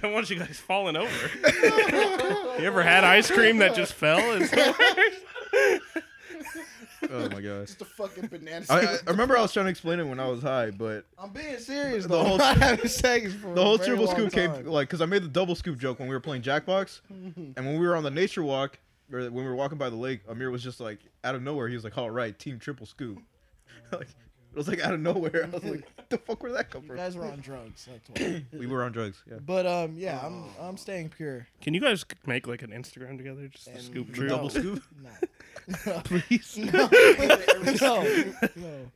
S4: Don't want you guys falling over. you ever had ice cream that just fell? It's the worst.
S1: oh my god.
S10: Just a fucking banana.
S1: I, I- I remember I was trying to explain it when I was high, but
S3: I'm being serious,
S1: The
S3: though.
S1: whole-
S3: I'm not having sex for
S1: the
S3: a
S1: whole
S3: very
S1: triple
S3: long
S1: scoop
S3: time.
S1: came like because I made the double scoop joke when we were playing Jackbox, and when we were on the nature walk or when we were walking by the lake, Amir was just like out of nowhere. He was like, "All right, team triple scoop." like it was like out of nowhere. I was like, what "The fuck, where that come
S3: You
S1: from?"
S3: guys were on drugs. That's why.
S1: We were on drugs. Yeah.
S3: But um, yeah, I'm I'm staying pure.
S4: Can you guys make like an Instagram together? Just the
S3: And
S4: scoop
S3: the
S4: troop?
S3: double
S1: scoop?
S3: No,
S4: please.
S3: no, no.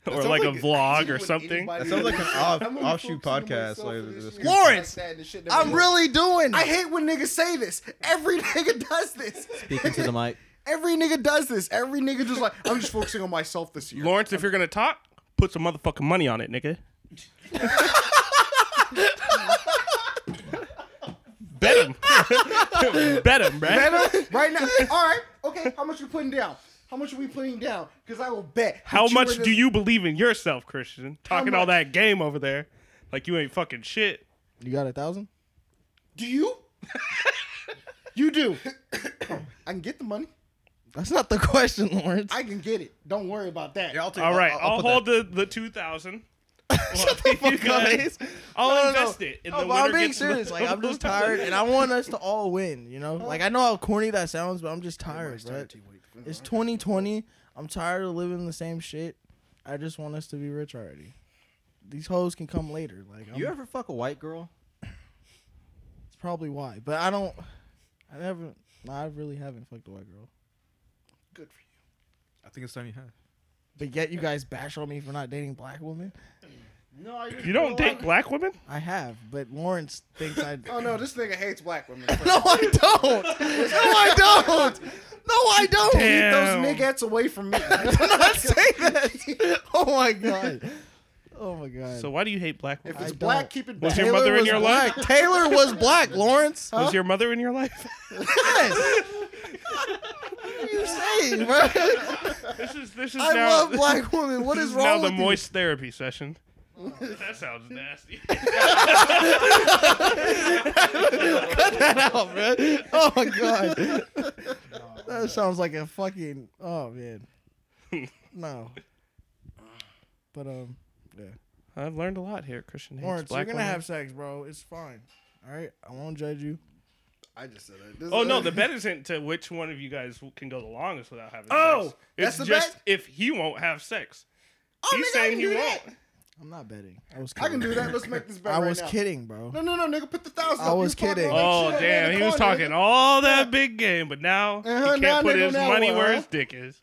S4: or like a
S10: Sounds
S4: vlog or
S10: with
S4: something.
S10: anybody
S1: That sounds like an
S10: else.
S1: off,
S10: I'm gonna
S1: offshoot
S10: focus on
S1: podcast.
S10: myself
S1: Like,
S10: for this
S1: the
S10: year.
S1: scoop.
S3: Lawrence!
S10: That and the shit that
S3: I'm
S10: we-
S3: really doing.
S10: I
S3: it.
S10: hate when niggas say this. Every nigga does this.
S5: Speaking to the mic.
S10: Every nigga does this. Every nigga just like I'm just focusing on myself this year.
S4: Lawrence, if you're gonna talk, put some motherfucking money on it, nigga. Bet him. Bet him, bruh.
S10: right now. All right. Okay. How much you putting down? How much are we putting down? Because I will bet.
S4: How
S10: that were
S4: much
S10: the-
S4: do you believe in yourself, Christian? Talking all
S10: much?
S4: that game over there. Like you ain't fucking shit.
S3: You got a thousand?
S10: Do you? you do. I can get the money.
S3: That's not the question, Lawrence.
S10: I can get it. Don't worry about that.
S1: Yeah, I'll take,
S4: All right,
S1: I'll,
S4: I'll,
S1: I'll put
S4: hold
S1: that-
S4: the, the 2000. Shut
S3: fuck up, Ace.
S4: I'll
S3: No, no, no.
S4: invest it. And
S3: No,
S4: the
S3: but I'm
S4: winner
S3: being
S4: gets the-
S3: serious. Like I'm just tired, and I want us to all win. You
S4: Oh.
S3: know, like I know how corny that sounds, but I'm just tired. Right? It's 2020. I'm tired of living the same shit. I just want us to be rich already. These hoes can come later. Like I'm,
S5: You ever fuck a white girl?
S3: it's probably why, but I don't. I never. nah, I really haven't fucked a white girl.
S10: Good for you.
S1: I think it's time you had.
S3: But yet you guys bash on me for not dating black women.
S4: You don't date black women?
S3: I have, but Lawrence thinks I.
S10: Oh no, this nigga hates black women.
S3: No, I don't. No, I don't. No, I don't.
S10: Keep
S4: Damn.
S10: those niggas away from me.
S3: Do not say that. Oh my god. Oh my god.
S4: So why do you hate black
S10: If
S4: women?
S10: it's
S3: I
S10: black,
S3: don't.
S10: keep it
S4: Was
S10: black.
S4: your mother in
S3: was
S4: your life?
S3: black. Taylor was black. Lawrence.
S4: Was your mother in your life?
S3: Yes. what are you saying, bro?
S4: this is this is
S3: I
S4: now
S3: love black women. What
S4: this
S3: is
S4: is
S3: wrong
S4: now the
S3: with you?
S4: moist therapy session. that sounds nasty.
S3: out, man. Oh my god. that sounds like a fucking oh man. No. But um yeah.
S4: I've learned a lot here, Christian. Hates
S3: Lawrence, you're
S4: black
S3: gonna
S4: women.
S3: have sex, bro. It's fine. Alright? I won't judge you.
S10: I just said it. This
S4: Oh
S10: is-
S4: no, the bet isn't to which one of you guys can go the longest without having
S10: Oh,
S4: sex.
S10: that's
S4: It's
S10: the
S4: just
S10: bet?
S4: if he won't have sex.
S10: Oh,
S4: He's
S10: nigga, I
S4: saying
S10: can
S4: he
S10: do
S4: won't.
S10: that.
S3: I'm not betting. I was kidding.
S10: I can do that. Let's make this bet
S3: I
S10: right
S3: was
S10: now.
S3: kidding, bro.
S10: No, no, no, nigga, put the thousand.
S3: I
S10: up. You
S3: was
S10: fucking
S3: kidding.
S10: like
S4: Oh
S10: shit,
S4: damn,
S10: man,
S4: he was
S10: come on,
S4: talking
S10: nigga.
S4: all that big game, but now
S10: Uh-huh,
S4: he
S10: now
S4: can't put
S10: nigga,
S4: his
S10: now
S4: money
S10: what,
S4: where
S10: huh?
S4: his dick is.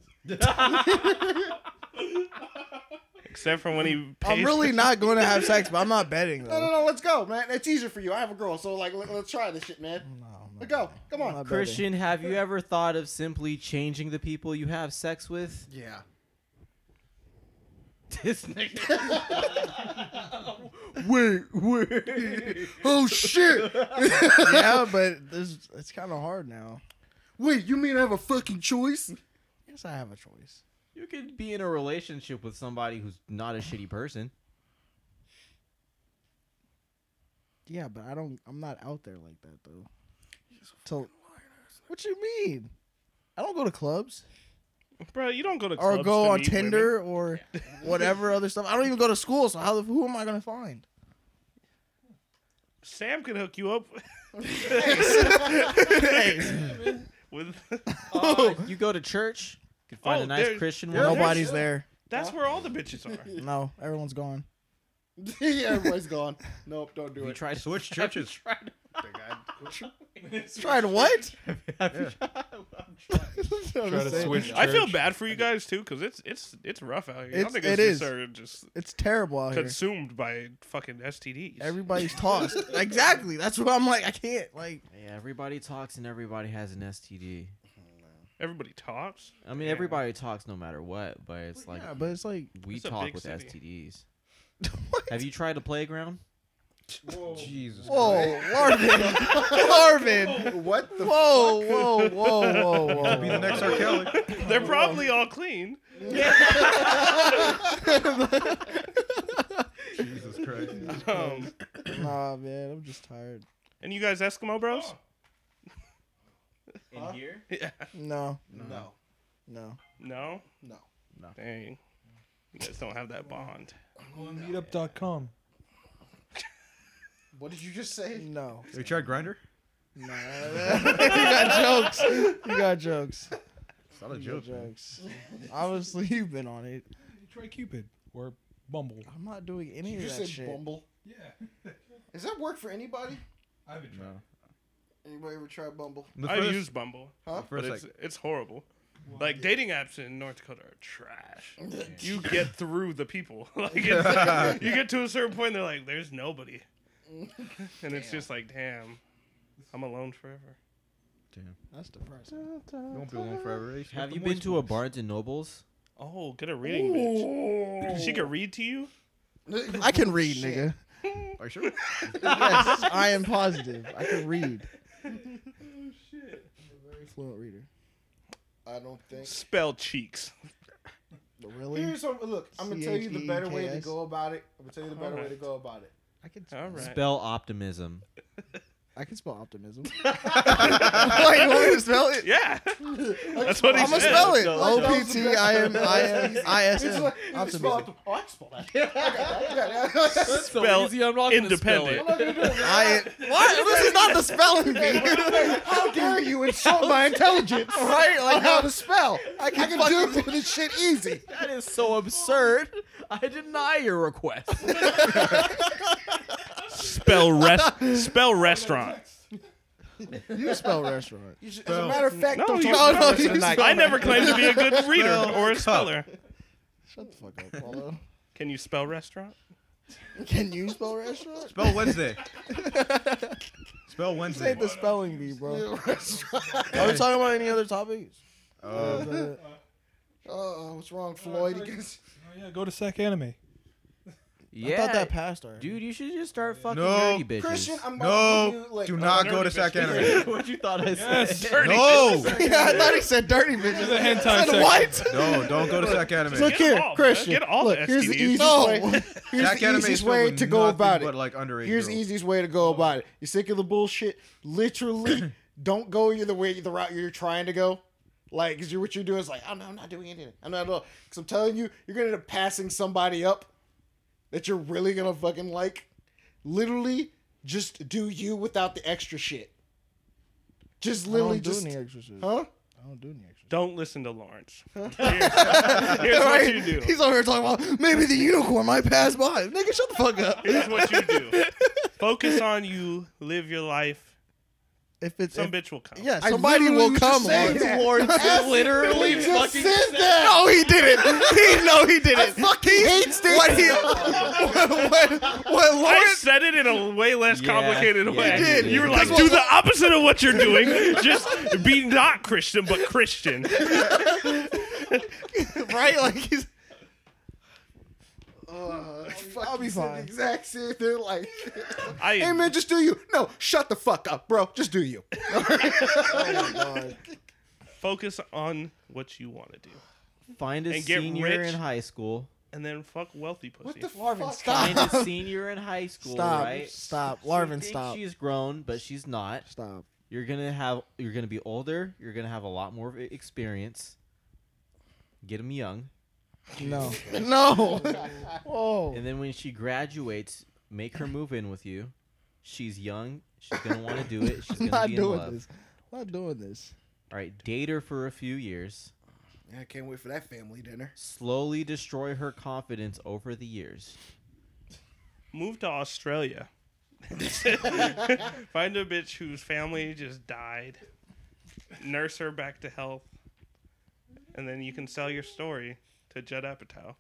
S4: Except for when he pays.
S3: I'm really not going to have sex, but I'm not betting
S10: No, no,
S3: though.
S10: no, let's go, man. It's easier for you. I have a girl, so like, let, us try this shit, man.
S3: No, I'm not
S10: Let's go. Come
S3: I'm
S10: on.
S3: not
S5: Christian, have you ever thought of simply changing the people you have sex with?
S10: Yeah.
S5: This nigga.
S10: Oh shit.
S3: betting. yeah, but this, it's kind of hard now.
S10: Wait, you mean I have a fucking choice?
S3: Yes, I have a choice.
S5: You could be in a relationship with somebody who's not a shitty person.
S3: Yeah, but I don't. I'm not out there like that though. So, what you mean? I don't go to clubs
S4: Bro, you don't go to
S3: or
S4: clubs
S3: go
S4: to
S3: on
S4: meet women.
S3: Tinder or whatever other stuff. I don't even go to school, so how the, who am I gonna find?
S4: Sam can hook you up with.
S5: Uh, you go to church. You could find
S4: Oh,
S5: a nice
S4: there-
S5: Christian
S4: there-
S5: woman.
S3: Nobody's there.
S4: That's where all the bitches are.
S3: No, everyone's gone.
S10: yeah, everybody's gone. Nope, don't do
S5: You
S10: it.
S5: try to
S1: Switch churches.
S5: Tried.
S6: Like, I-
S3: Tried what?
S2: Try to switch.
S4: I feel
S2: church.
S4: bad for you guys too, because it's it's it's rough out here. I
S3: It's-
S4: think it's
S3: it is.
S4: just are just
S3: It's terrible out here.
S4: consumed by fucking STDs.
S3: Everybody's tossed. exactly. That's what I'm like. I can't. Like,
S5: Yeah, everybody talks and everybody has an STD.
S4: Everybody talks.
S5: I mean,
S4: Yeah.
S5: everybody talks no matter what, but it's like
S3: yeah, but it's like
S5: we
S4: It's a
S5: talk
S4: big
S5: with
S4: city.
S5: STDs.
S3: what?
S5: Have you tried a playground?
S1: Jesus.
S3: Whoa, Larvin, Larvin.
S14: What the?
S3: Whoa, whoa, whoa, whoa, whoa.
S1: Be the next R. Kelly.
S4: They're probably all clean.
S1: Jesus Christ.
S4: Um,
S3: Nah, man, I'm just tired.
S4: and you guys Eskimo bros?
S5: In here?
S3: No,
S6: no.
S3: no.
S4: No.
S6: No.
S1: No.
S4: Dang. You guys don't have that bond.
S2: Go on meetup.com.
S6: What did you just say?
S3: No.
S1: Have you tried Grinder?
S3: Nah. you got jokes. You got jokes.
S1: It's not a
S3: You got
S1: joke. man.
S3: jokes. Obviously, you've been on it.
S2: Try Cupid or Bumble.
S3: I'm not doing any
S6: You
S3: of
S6: just
S3: that
S6: said
S3: shit.
S6: Bumble.
S2: Yeah,
S6: Does that work for anybody?
S2: I've been
S1: No.
S6: Anybody ever tried Bumble?
S1: The
S4: I
S1: first-
S4: use Bumble,
S6: Huh?
S1: the
S4: but
S1: first,
S4: it's
S1: like,
S4: it's horrible. Like dating apps in North Dakota are trash. You get through the people. Like it's, you get to a certain point, they're like, "There's nobody," and it's just like, "Damn, I'm alone forever."
S1: damn.
S3: That's depressing.
S1: You won't be alone forever. eh?
S5: Have you been to a Barnes and Nobles?
S4: Oh, get a reading bitch. She could read to you.
S3: I can read,
S6: Shit.
S3: nigga.
S1: Are you sure?
S3: Yes, I am positive. I can read.
S6: Oh,
S3: I'm a very fluent reader.
S6: I don't think.
S4: Spell cheeks.
S3: Really?
S6: Here's some, look. I'm gonna tell you the better way
S3: C H E
S6: to
S3: E K S.
S6: go about it. I'm gonna tell you the better way to
S4: Alright.
S6: go about it.
S3: I can.
S4: All right.
S5: Spell optimism.
S3: I can spell optimism. like, you want me to spell it?
S4: Yeah, that's what he
S3: I'm
S4: said.
S3: gonna spell it.
S6: No,
S3: O P T I M I M I S
S6: It's
S3: M.
S6: like, you can spell
S3: Optimism.
S6: it. Oh, I can spell that. I got that. I got that.
S4: Spell independent.
S3: I. What? This is not the spelling bee.
S6: How dare you insult my intelligence?
S3: right?
S6: on
S3: Like,
S6: how
S3: how
S6: to spell. I can, do
S3: fucking-
S6: this shit easy.
S5: That is so absurd. I deny your request.
S4: Spell rest. Spell restaurant.
S3: you spell restaurant?
S6: You should- as a matter of fact,
S4: No,
S6: don't
S4: you-
S6: you
S4: no,
S6: spell
S3: no,
S6: it.
S3: you
S6: It's
S3: spell
S6: not-
S4: I never claimed to be a good reader
S1: Spell
S4: or a
S1: cup.
S4: speller.
S3: Shut the fuck up, Paulo.
S4: Can you spell restaurant?
S3: Can you spell restaurant?
S1: Spell Wednesday. Spell
S3: This
S1: Wednesday.
S3: ain't the spelling bee, bro.
S6: Uh,
S3: Are we talking about any other topics?
S1: Uh,
S6: what's wrong, Floyd? You can-
S2: Oh yeah, go to Sec Anime.
S5: yeah.
S3: I thought that passed already.
S5: Dude, you should just start fucking
S1: No,
S5: nerdy bitches.
S6: Christian, I'm about to
S1: no,
S6: give you, like, oh,
S1: do
S6: a-
S1: not go
S4: nerdy
S1: to Sac
S4: bitch.
S1: Anime.
S5: what you thought I
S2: Yes.
S5: said.
S4: Dirty
S1: No,
S3: yeah, I thought he said dirty bitches.
S2: The hentai
S3: I said
S2: section.
S3: what?
S1: no, don't go to Sac Anime.
S3: Look
S4: Get
S3: here,
S4: all the-
S3: Christian.
S4: Get all
S6: Look,
S4: the
S6: here's the
S4: STDs.
S6: easy-
S3: No.
S6: Here's
S1: Sac
S6: the
S1: Anime is
S6: easiest
S1: filled
S6: way
S1: with
S6: to go
S1: nothing
S6: about
S1: But
S6: it.
S1: like underage.
S6: Here's the
S1: girls.
S6: easiest way to go about it. You sick of the bullshit? Literally, don't go either way the route you're trying to go. Like, cause you're, what you're doing is like, I'm, I'm not doing anything. I'm not at all. Cause I'm telling you, you're gonna end up passing somebody up that you're really gonna fucking like. Literally, just do you without the extra shit. Just
S3: I don't
S6: literally,
S3: do
S6: just
S3: any extra shit.
S6: huh?
S3: I don't do any extra
S4: Don't listen to Lawrence. Here's, here's what you
S3: Right?
S4: do.
S3: He's over here talking about maybe the unicorn might pass by. Nigga, shut the fuck up.
S4: Here's what you do. Focus on you. Live your life.
S3: If it's
S4: Some
S3: if,
S4: bitch will come.
S3: yeah,
S6: I
S3: somebody
S6: literally
S3: will
S6: was
S3: come.
S6: just saying
S3: Lawrence.
S6: that.
S5: Lawrence literally
S6: just
S5: fucking
S6: said that.
S3: No, he didn't. He no, he didn't.
S6: fucking
S3: he,
S6: hates this.
S3: What he what, what, what
S4: I
S3: Lawrence
S4: said it in a way less
S5: Yeah,
S4: complicated
S5: yeah,
S4: way.
S5: you did.
S4: You were
S3: That's
S4: like, do the opposite of what you're doing. Just be not Christian, but Christian.
S3: right? Like he's
S6: Uh,
S3: I'll be
S6: fucking said the
S3: fine.
S6: Exact same. They're like,
S4: I
S6: hey man, just do you. No, shut the fuck up, bro. Just do you.
S4: focus on what you want to do,
S5: Find a
S4: And get
S5: senior
S4: rich.
S5: in high school.
S4: and then fuck wealthy pussy.
S6: What the
S3: Larvin,
S6: fuck?
S5: Find
S3: stop.
S5: a senior in high school,
S3: Stop.
S5: right?
S3: Stop.
S5: She
S3: Larvin,
S5: thinks
S3: stop.
S5: She's grown, but she's not.
S3: Stop.
S5: You're gonna have. You're gonna be older. You're gonna have a lot more e- experience. Get them young,
S3: No. No. Whoa.
S5: and then when she graduates, make her move in with you. She's young. She's gonna want to do it. She's
S3: I'm
S5: gonna
S3: not
S5: be in
S3: doing
S5: love.
S3: this. I'm not doing this.
S5: All right, date her for a few years.
S6: I can't wait for that family dinner.
S5: Slowly destroy her confidence over the years.
S4: Move to Australia. Find a bitch whose family just died, nurse her back to health, and then you can sell your story to Judd Apatow.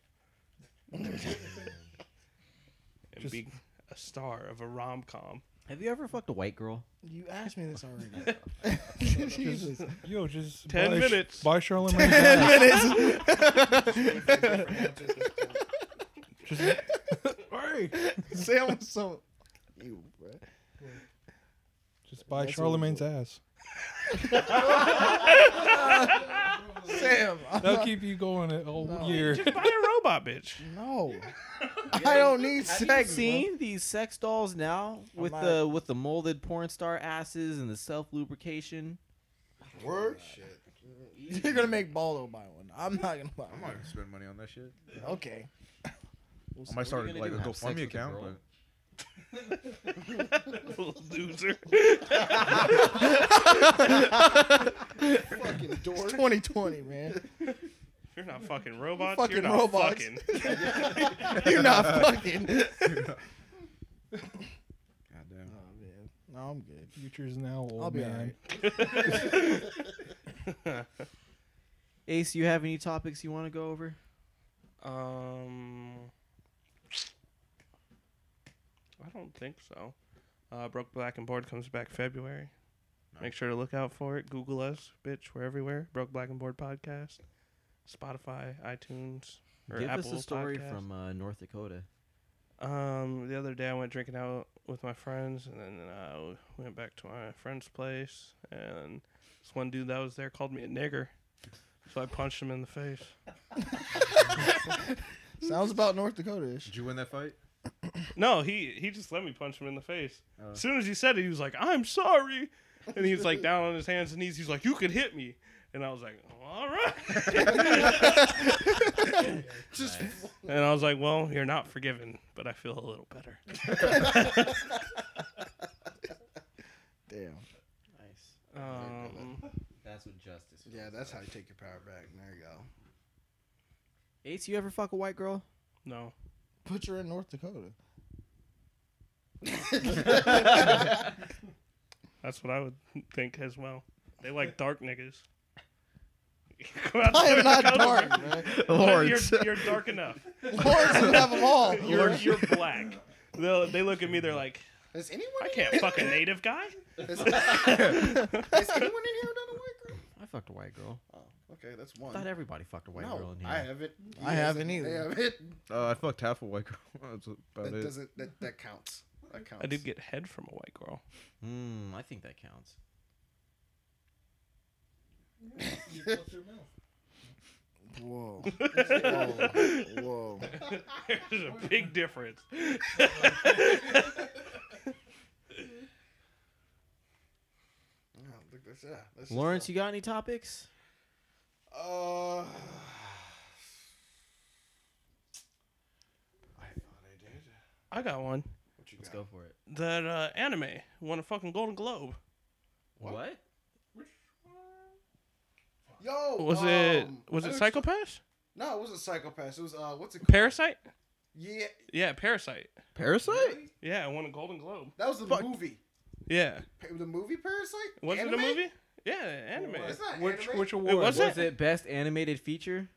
S4: and be a star of a rom com.
S5: Have you ever fucked a white girl?
S3: You asked me this already.
S2: Jesus. Yo, just
S4: Ten
S2: buy,
S4: minutes.
S2: Buy Charlamagne. Ten minutes. just, hey,
S6: Sam was so. You, bro.
S2: just buy Charlemagne's ass.
S6: Sam, I'm
S2: That'll keep you going all year.
S4: Just buy a robot bitch.
S6: no. I don't need
S5: Have you
S6: sex.
S5: seen these sex dolls now with
S3: not-
S5: the with the molded porn star asses and the self lubrication?
S6: Word?
S3: You're gonna make Baldo buy one. I'm not gonna buy
S1: I'm
S3: one.
S1: not gonna spend money on that shit.
S3: Okay.
S1: I might start like a GoFundMe account. But
S4: Little loser.
S6: Fucking dork.
S3: 2020, man.
S4: You're not fucking robots.
S3: Fucking
S4: You're not
S3: robots.
S4: fucking.
S3: You're not fucking. oh,
S1: goddamn.
S3: man. No, I'm good.
S2: Future's now old
S3: I'll be
S2: man.
S5: Ace, you have any topics you want to go over?
S4: Um, I don't think so. Uh, Broke Black and Board comes back February. Make sure to look out for it. Google us, bitch. We're everywhere. Broke Black and Board podcast, Spotify, iTunes, or
S5: Give
S4: Apple
S5: us a story
S4: Podcast.
S5: from uh, North Dakota.
S4: Um, the other day I went drinking out with my friends, and then I uh, went back to my friend's place, and this one dude that was there called me a nigger, so I punched him in the face.
S3: Sounds about North Dakota-ish.
S1: Did you win that fight?
S4: No, he he just let me punch him in the face.
S1: Oh.
S4: As soon as he said it, he was like, "I'm sorry," and he's like down on his hands and knees. He's like, "You could hit me," and I was like, "All right."
S6: Just
S4: and I was like, "Well, you're not forgiven, but I feel a little better."
S6: damn.
S5: Nice.
S4: Um,
S5: That's what justice. Is.
S6: Yeah, that's how you take your power back. There you go.
S5: Ace, you ever fuck a white girl?
S4: no,
S3: Put her in North Dakota.
S4: that's what I would think as well. They like dark niggas. Come out
S3: I
S4: there,
S3: am not
S4: come
S3: dark,
S4: over.
S3: man.
S4: You're, you're dark enough.
S3: Lawrence would have them all.
S4: You're, you're black. They'll, they look at me. They're like,
S6: Has anyone?
S4: "I can't fuck a native guy."
S6: Has, has anyone in here done a white girl?
S5: I fucked a white girl.
S6: Oh, okay, that's
S5: I
S6: one.
S5: thought everybody fucked a white girl
S6: no,
S5: in here.
S6: I haven't.
S3: I
S6: You
S3: haven't
S6: guys-
S3: either.
S6: I haven't.
S1: Uh, I fucked half a white girl. That's about
S6: That
S1: it.
S6: doesn't. That, that counts. That counts.
S4: I did get head from a white girl.
S5: Mm, I think that counts.
S3: Whoa. Whoa.
S4: There's a big difference.
S6: Oh, look, that's, yeah, that's just
S5: Lawrence, you got any topics?
S6: Uh,
S4: I got one.
S5: Let's go for it.
S4: That uh, anime won a fucking Golden Globe.
S5: What?
S6: yo,
S4: Was it
S6: um,
S4: was
S6: I
S4: it
S6: was-
S4: Psychopath?
S6: No, it wasn't psychopath. It was uh, what's it called?
S4: Parasite?
S6: yeah,
S4: Yeah, Parasite.
S1: Parasite?
S4: Yeah, it won a Golden Globe.
S6: that was the movie.
S4: Yeah.
S6: Pa- The movie Parasite.
S4: Was it
S6: Anime?
S4: a movie? Yeah, anime.
S6: It's not
S2: Which
S6: anime.
S2: which
S4: Wait,
S2: award?
S4: was it?
S5: Was it best animated feature?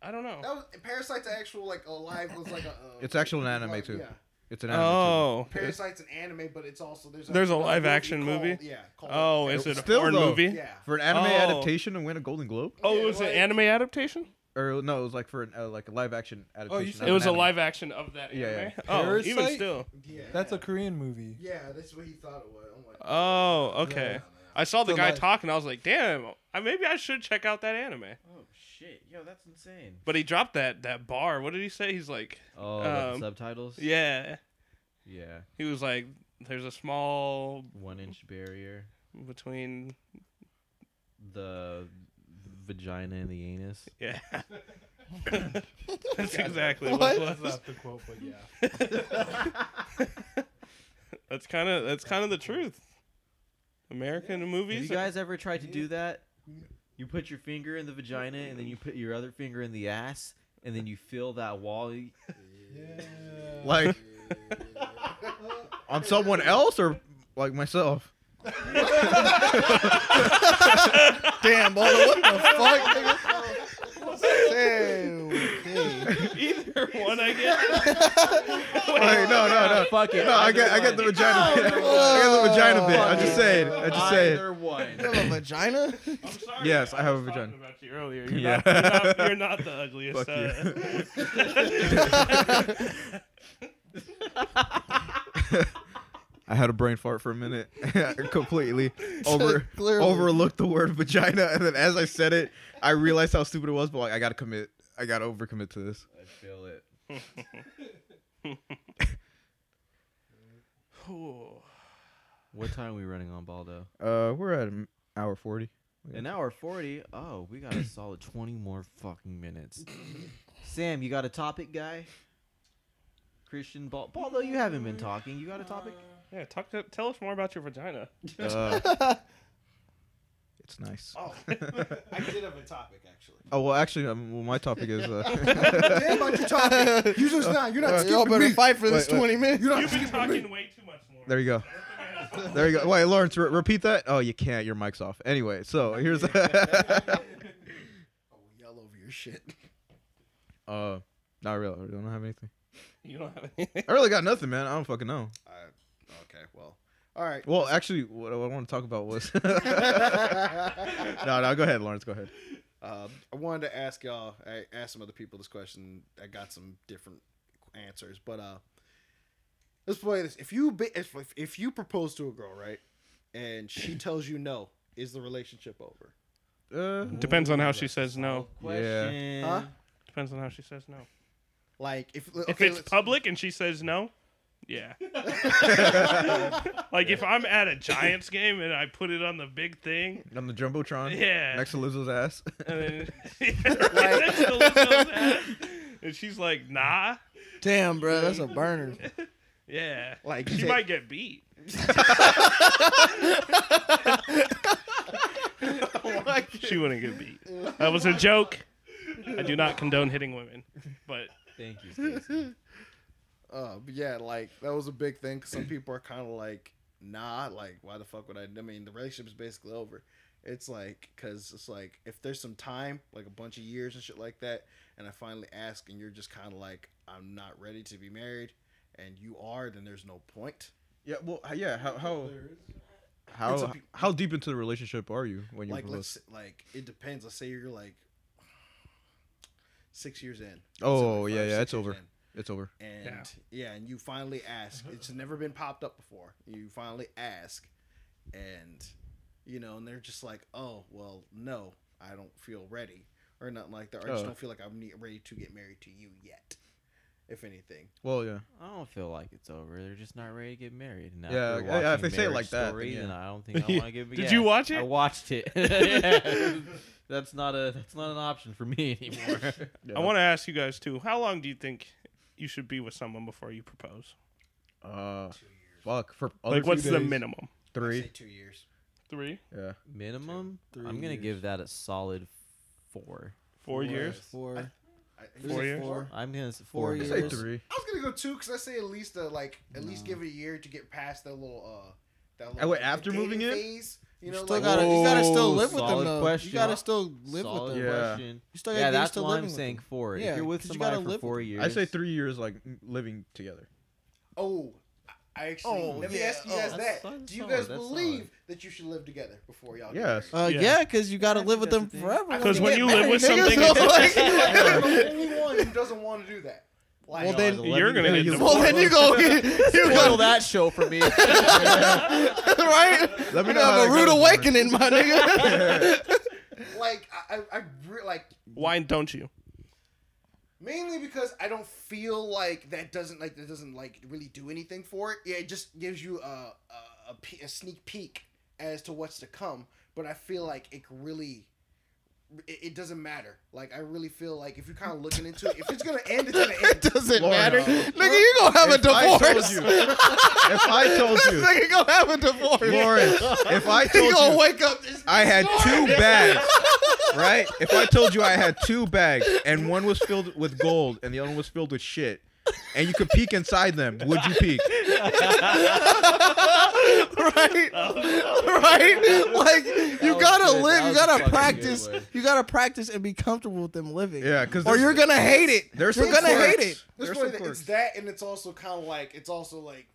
S4: I don't know.
S6: That was Parasite's actual like a live. It was like a. Uh,
S1: It's actual an anime,
S6: like,
S1: too.
S6: Yeah.
S1: It's an anime.
S4: Oh.
S6: Parasite's an anime, but it's also there's
S4: There's a live action
S6: called-
S4: movie?
S6: Yeah. called-
S4: Oh, is it a
S1: Still,
S4: porn
S1: though.
S4: movie?
S6: Yeah.
S1: For an anime
S4: Oh.
S1: adaptation and win a Golden Globe?
S4: Oh,
S6: Yeah,
S4: it was
S6: like-
S4: an anime adaptation?
S1: Or no, it was like for an, uh, like a live action adaptation.
S2: said-
S1: of
S4: It was
S1: an
S4: a
S1: anime.
S4: live action of that
S1: Yeah,
S4: anime.
S1: yeah.
S4: Oh, even
S2: Parasite?
S4: still.
S6: Yeah.
S2: That's a Korean movie.
S6: Yeah, that's what he thought it was. I'm like,
S1: Uh,
S4: Oh, okay. I saw the
S2: So
S4: guy
S2: like-
S4: talking. I was like, damn, I, maybe I should check out that anime.
S5: Oh shit! Yo, that's insane.
S4: But he dropped that that bar. What did he say? He's like,
S5: Oh, with
S4: Um,
S5: subtitles.
S4: yeah.
S5: Yeah.
S4: He was like, there's a small
S5: One inch barrier.
S4: between.
S5: The vagina and the anus.
S4: Yeah. That's exactly what, it was.
S2: the quote, but yeah.
S4: That's kind of that's kind of the truth. American
S5: Have you
S4: movies. are-
S5: guys ever tried to do that? You put your finger in the vagina and then you put your other finger in the ass and then you feel that wall.
S2: yeah.
S1: Like, on someone else or like myself?
S6: Damn, boy, what the fuck? nigga? Say, okay.
S4: Either one, I guess.
S1: Wait, no, no, no.
S5: Fuck it.
S1: No, I get, I get the vagina bit. I get the vagina bit. I just say it. I just say it.
S5: Either one.
S3: You have a vagina?
S4: I'm sorry.
S1: Yes, I have a
S4: was talking
S1: vagina.
S4: About you earlier. You're,
S1: Yeah.
S4: not, you're, not, you're not the ugliest.
S1: Fuck
S4: uh,
S1: I had a brain fart for a minute. I completely over
S6: Clearly.
S1: overlooked the word vagina, and then as I said it, I realized how stupid it was. But like, I gotta commit. I gotta overcommit to this.
S5: I feel it.
S4: Cool.
S5: What time are we running on Baldo?
S1: Uh, we're at an hour forty.
S5: An hour forty. Oh, we got a solid twenty more fucking minutes. Sam, you got a topic, guy? Christian Bal- Baldo, you haven't been talking. You got a topic?
S4: Yeah, talk to, tell us more about your vagina.
S1: Uh, it's nice.
S10: Oh, I did have a topic actually.
S1: Oh well, actually, um, well, my topic is uh,
S6: Damn about your topic. You just not. You're not
S3: Uh,
S6: skipping
S3: y'all better
S6: me.
S3: fight for this
S1: Wait, wait.
S3: 20 minutes.
S6: You're not
S4: You've been
S6: skipping me.
S4: talking way too much more.
S1: there you go. There you go. Wait, Lawrence, re- repeat that. Oh, you can't. Your mic's off. Anyway, so here's.
S6: I'll Yell Oh, over your shit.
S1: uh, not really. I don't have anything.
S4: You don't have anything.
S1: I really got nothing, man. I don't fucking know.
S6: Okay, well, all right.
S1: Well, actually, what I want to talk about was. no, no. Go ahead, Lawrence. Go ahead.
S6: Um, I wanted to ask y'all. I asked some other people this question. I got some different answers, but uh, let's play this. If you ba- if if- if you propose to a girl, right, and she tells you no, is the relationship over?
S1: Uh,
S4: Depends on how she says no.
S5: Question.
S6: Huh?
S4: Depends on how she says no.
S6: Like if
S4: If
S6: okay,
S4: it's
S6: let's-
S4: public and she says no, yeah. like if I'm at a Giants game and I put it on the big thing,
S1: I'm the jumbotron.
S4: Yeah.
S1: Next to Lizzo's ass.
S4: and then right next to Lizzo's ass, and she's like, nah,
S3: Damn, bro, that's a burner.
S4: yeah,
S6: like
S4: she
S6: say-
S4: might get beat.
S3: Oh
S4: she wouldn't get beat. That was a joke. I do not condone hitting women, but
S5: Thank you. Stacey.
S6: Uh, but yeah, like that was a big thing. 'cause some people are kind of like, nah, like why the fuck would I? I mean, the relationship's basically over. It's like, cause it's like if there's some time, like a bunch of years and shit like that, and I finally ask, and you're just kind of like, I'm not ready to be married, and you are, then there's no point.
S1: yeah. Well. Yeah. How how how
S6: It's a-
S1: how deep into the relationship are you when you
S6: Like
S1: propose?
S6: let's like it depends. Let's say you're like six years in. Let's say,
S1: Oh,
S6: like,
S1: yeah,
S6: five,
S1: yeah,
S6: six
S1: it's
S6: years
S1: over.
S6: in.
S1: It's over.
S6: and
S4: Yeah.
S6: yeah. and you finally ask it's never been popped up before you finally ask and you know and they're just like oh well no i don't feel ready or nothing like that or i just
S1: Oh.
S6: don't feel like i'm ne- ready to get married to you yet if anything
S1: Well, yeah.
S5: I don't feel like it's over. They're just not ready to get married. And
S1: Yeah,
S5: after
S1: yeah, if
S5: watching
S1: they say it
S5: Marriage
S1: like that, then
S5: Story,
S1: yeah.
S5: then I don't think I want to get.
S4: Did you watch
S5: I
S4: it?
S5: watched it. Yeah. That's not a. That's not an option for me anymore.
S1: yeah
S4: I want to ask you guys too. How long do you think you should be with someone before you propose?
S1: to. Uh, fuck. For other
S4: Like, what's
S1: two
S4: the
S1: days,
S4: minimum?
S1: Three.
S6: two years
S4: Three,
S1: Yeah.
S5: Minimum.
S3: Three
S5: I'm gonna
S3: years.
S5: give that a solid four.
S4: four years.
S3: Four.
S6: I, I-
S4: Four
S6: I
S4: years?
S3: Four.
S5: I'm gonna say
S3: Four
S5: four.
S1: I
S5: years.
S1: say three.
S6: was gonna go two because i say at least uh, like at least give it a year to get past that little uh that little,
S1: wait,
S6: like, the
S1: after
S6: dating
S1: moving it?
S6: phase, you know
S3: Still
S6: like,
S3: gotta, you gotta still live with them
S5: solid
S3: though.
S5: question.
S3: You gotta still live
S5: Solid
S3: with them.
S1: Yeah.
S5: question.
S3: You still
S5: yeah,
S3: gotta
S5: that's
S3: still
S5: why
S3: living
S5: I'm
S3: with
S5: saying
S3: them.
S5: four.
S3: Yeah,
S5: if you're with
S3: 'cause you gotta
S5: somebody for
S3: live
S5: four
S3: with
S5: years,
S1: I say three years, like m- living together.
S6: Oh, I actually.
S3: Oh,
S6: let me
S3: yeah.
S6: ask you
S3: Oh,
S6: guys
S5: that's
S6: that.
S5: solid,
S6: Do you
S5: solid,
S6: guys
S5: that's
S6: believe
S5: solid.
S6: that you should live together before y'all?
S1: Yes.
S3: Uh,
S4: Yeah.
S3: yeah, because you gotta live with
S5: that's
S3: them
S5: the thing.
S3: forever.
S6: I
S3: once
S4: Because
S3: you
S4: when
S3: get
S4: you
S3: married,
S4: live with
S3: nigga,
S4: something,
S3: so,
S4: it's-
S6: Get married. I'm the only one who doesn't want to do that. Like,
S3: Well,
S5: No,
S3: then-
S5: the
S4: You're
S5: living-
S4: gonna hit the
S3: well,
S4: four.
S3: then you go, you
S5: spoil
S3: go
S5: that show for me.
S3: right?
S1: Let me
S3: You're
S1: know
S3: gonna
S1: how that
S3: have a rude
S1: goes, Lawrence.
S3: awakening, my nigga.
S6: like I, I, I re- like
S4: Why don't you?
S6: mainly because I don't feel like that doesn't like that doesn't like really do anything for it. Yeah, it just gives you a a, a, pe- a sneak peek as to what's to come. But I feel like it really. It, it doesn't matter. Like I really feel like if you're kind of looking into it, if it's gonna end, it's gonna
S3: it
S6: end.
S3: doesn't
S1: Lord,
S3: matter,
S1: no.
S3: nigga. You gonna have a
S1: If I told
S3: divorce.
S1: you. If I told
S3: This
S1: you,
S3: nigga gonna have a divorce.
S1: Lawrence. If I
S3: He
S1: told
S3: gonna
S1: you,
S3: wake up. This,
S1: I had two bags. Right? If I told you I had two bags and one was filled with gold and the other one was filled with shit, and you could peek inside them, would you peek?
S15: right?
S1: Oh,
S15: right? Like you gotta live, you gotta practice,
S3: You gotta practice and be comfortable with them living.
S1: Yeah, because
S3: Or you're gonna hate it.
S1: There's
S3: you're
S1: some
S3: gonna hate
S1: quirks.
S3: it.
S6: There's
S1: There's
S6: one
S1: some
S6: that- it's
S1: quirks.
S6: that, and it's also kind of like it's also like,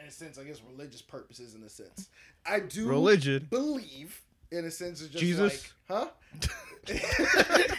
S6: in a sense, I guess religious purposes in a sense. I do
S1: Religion.
S6: believe in a sense it's just
S1: Jesus?
S6: like, huh?
S3: He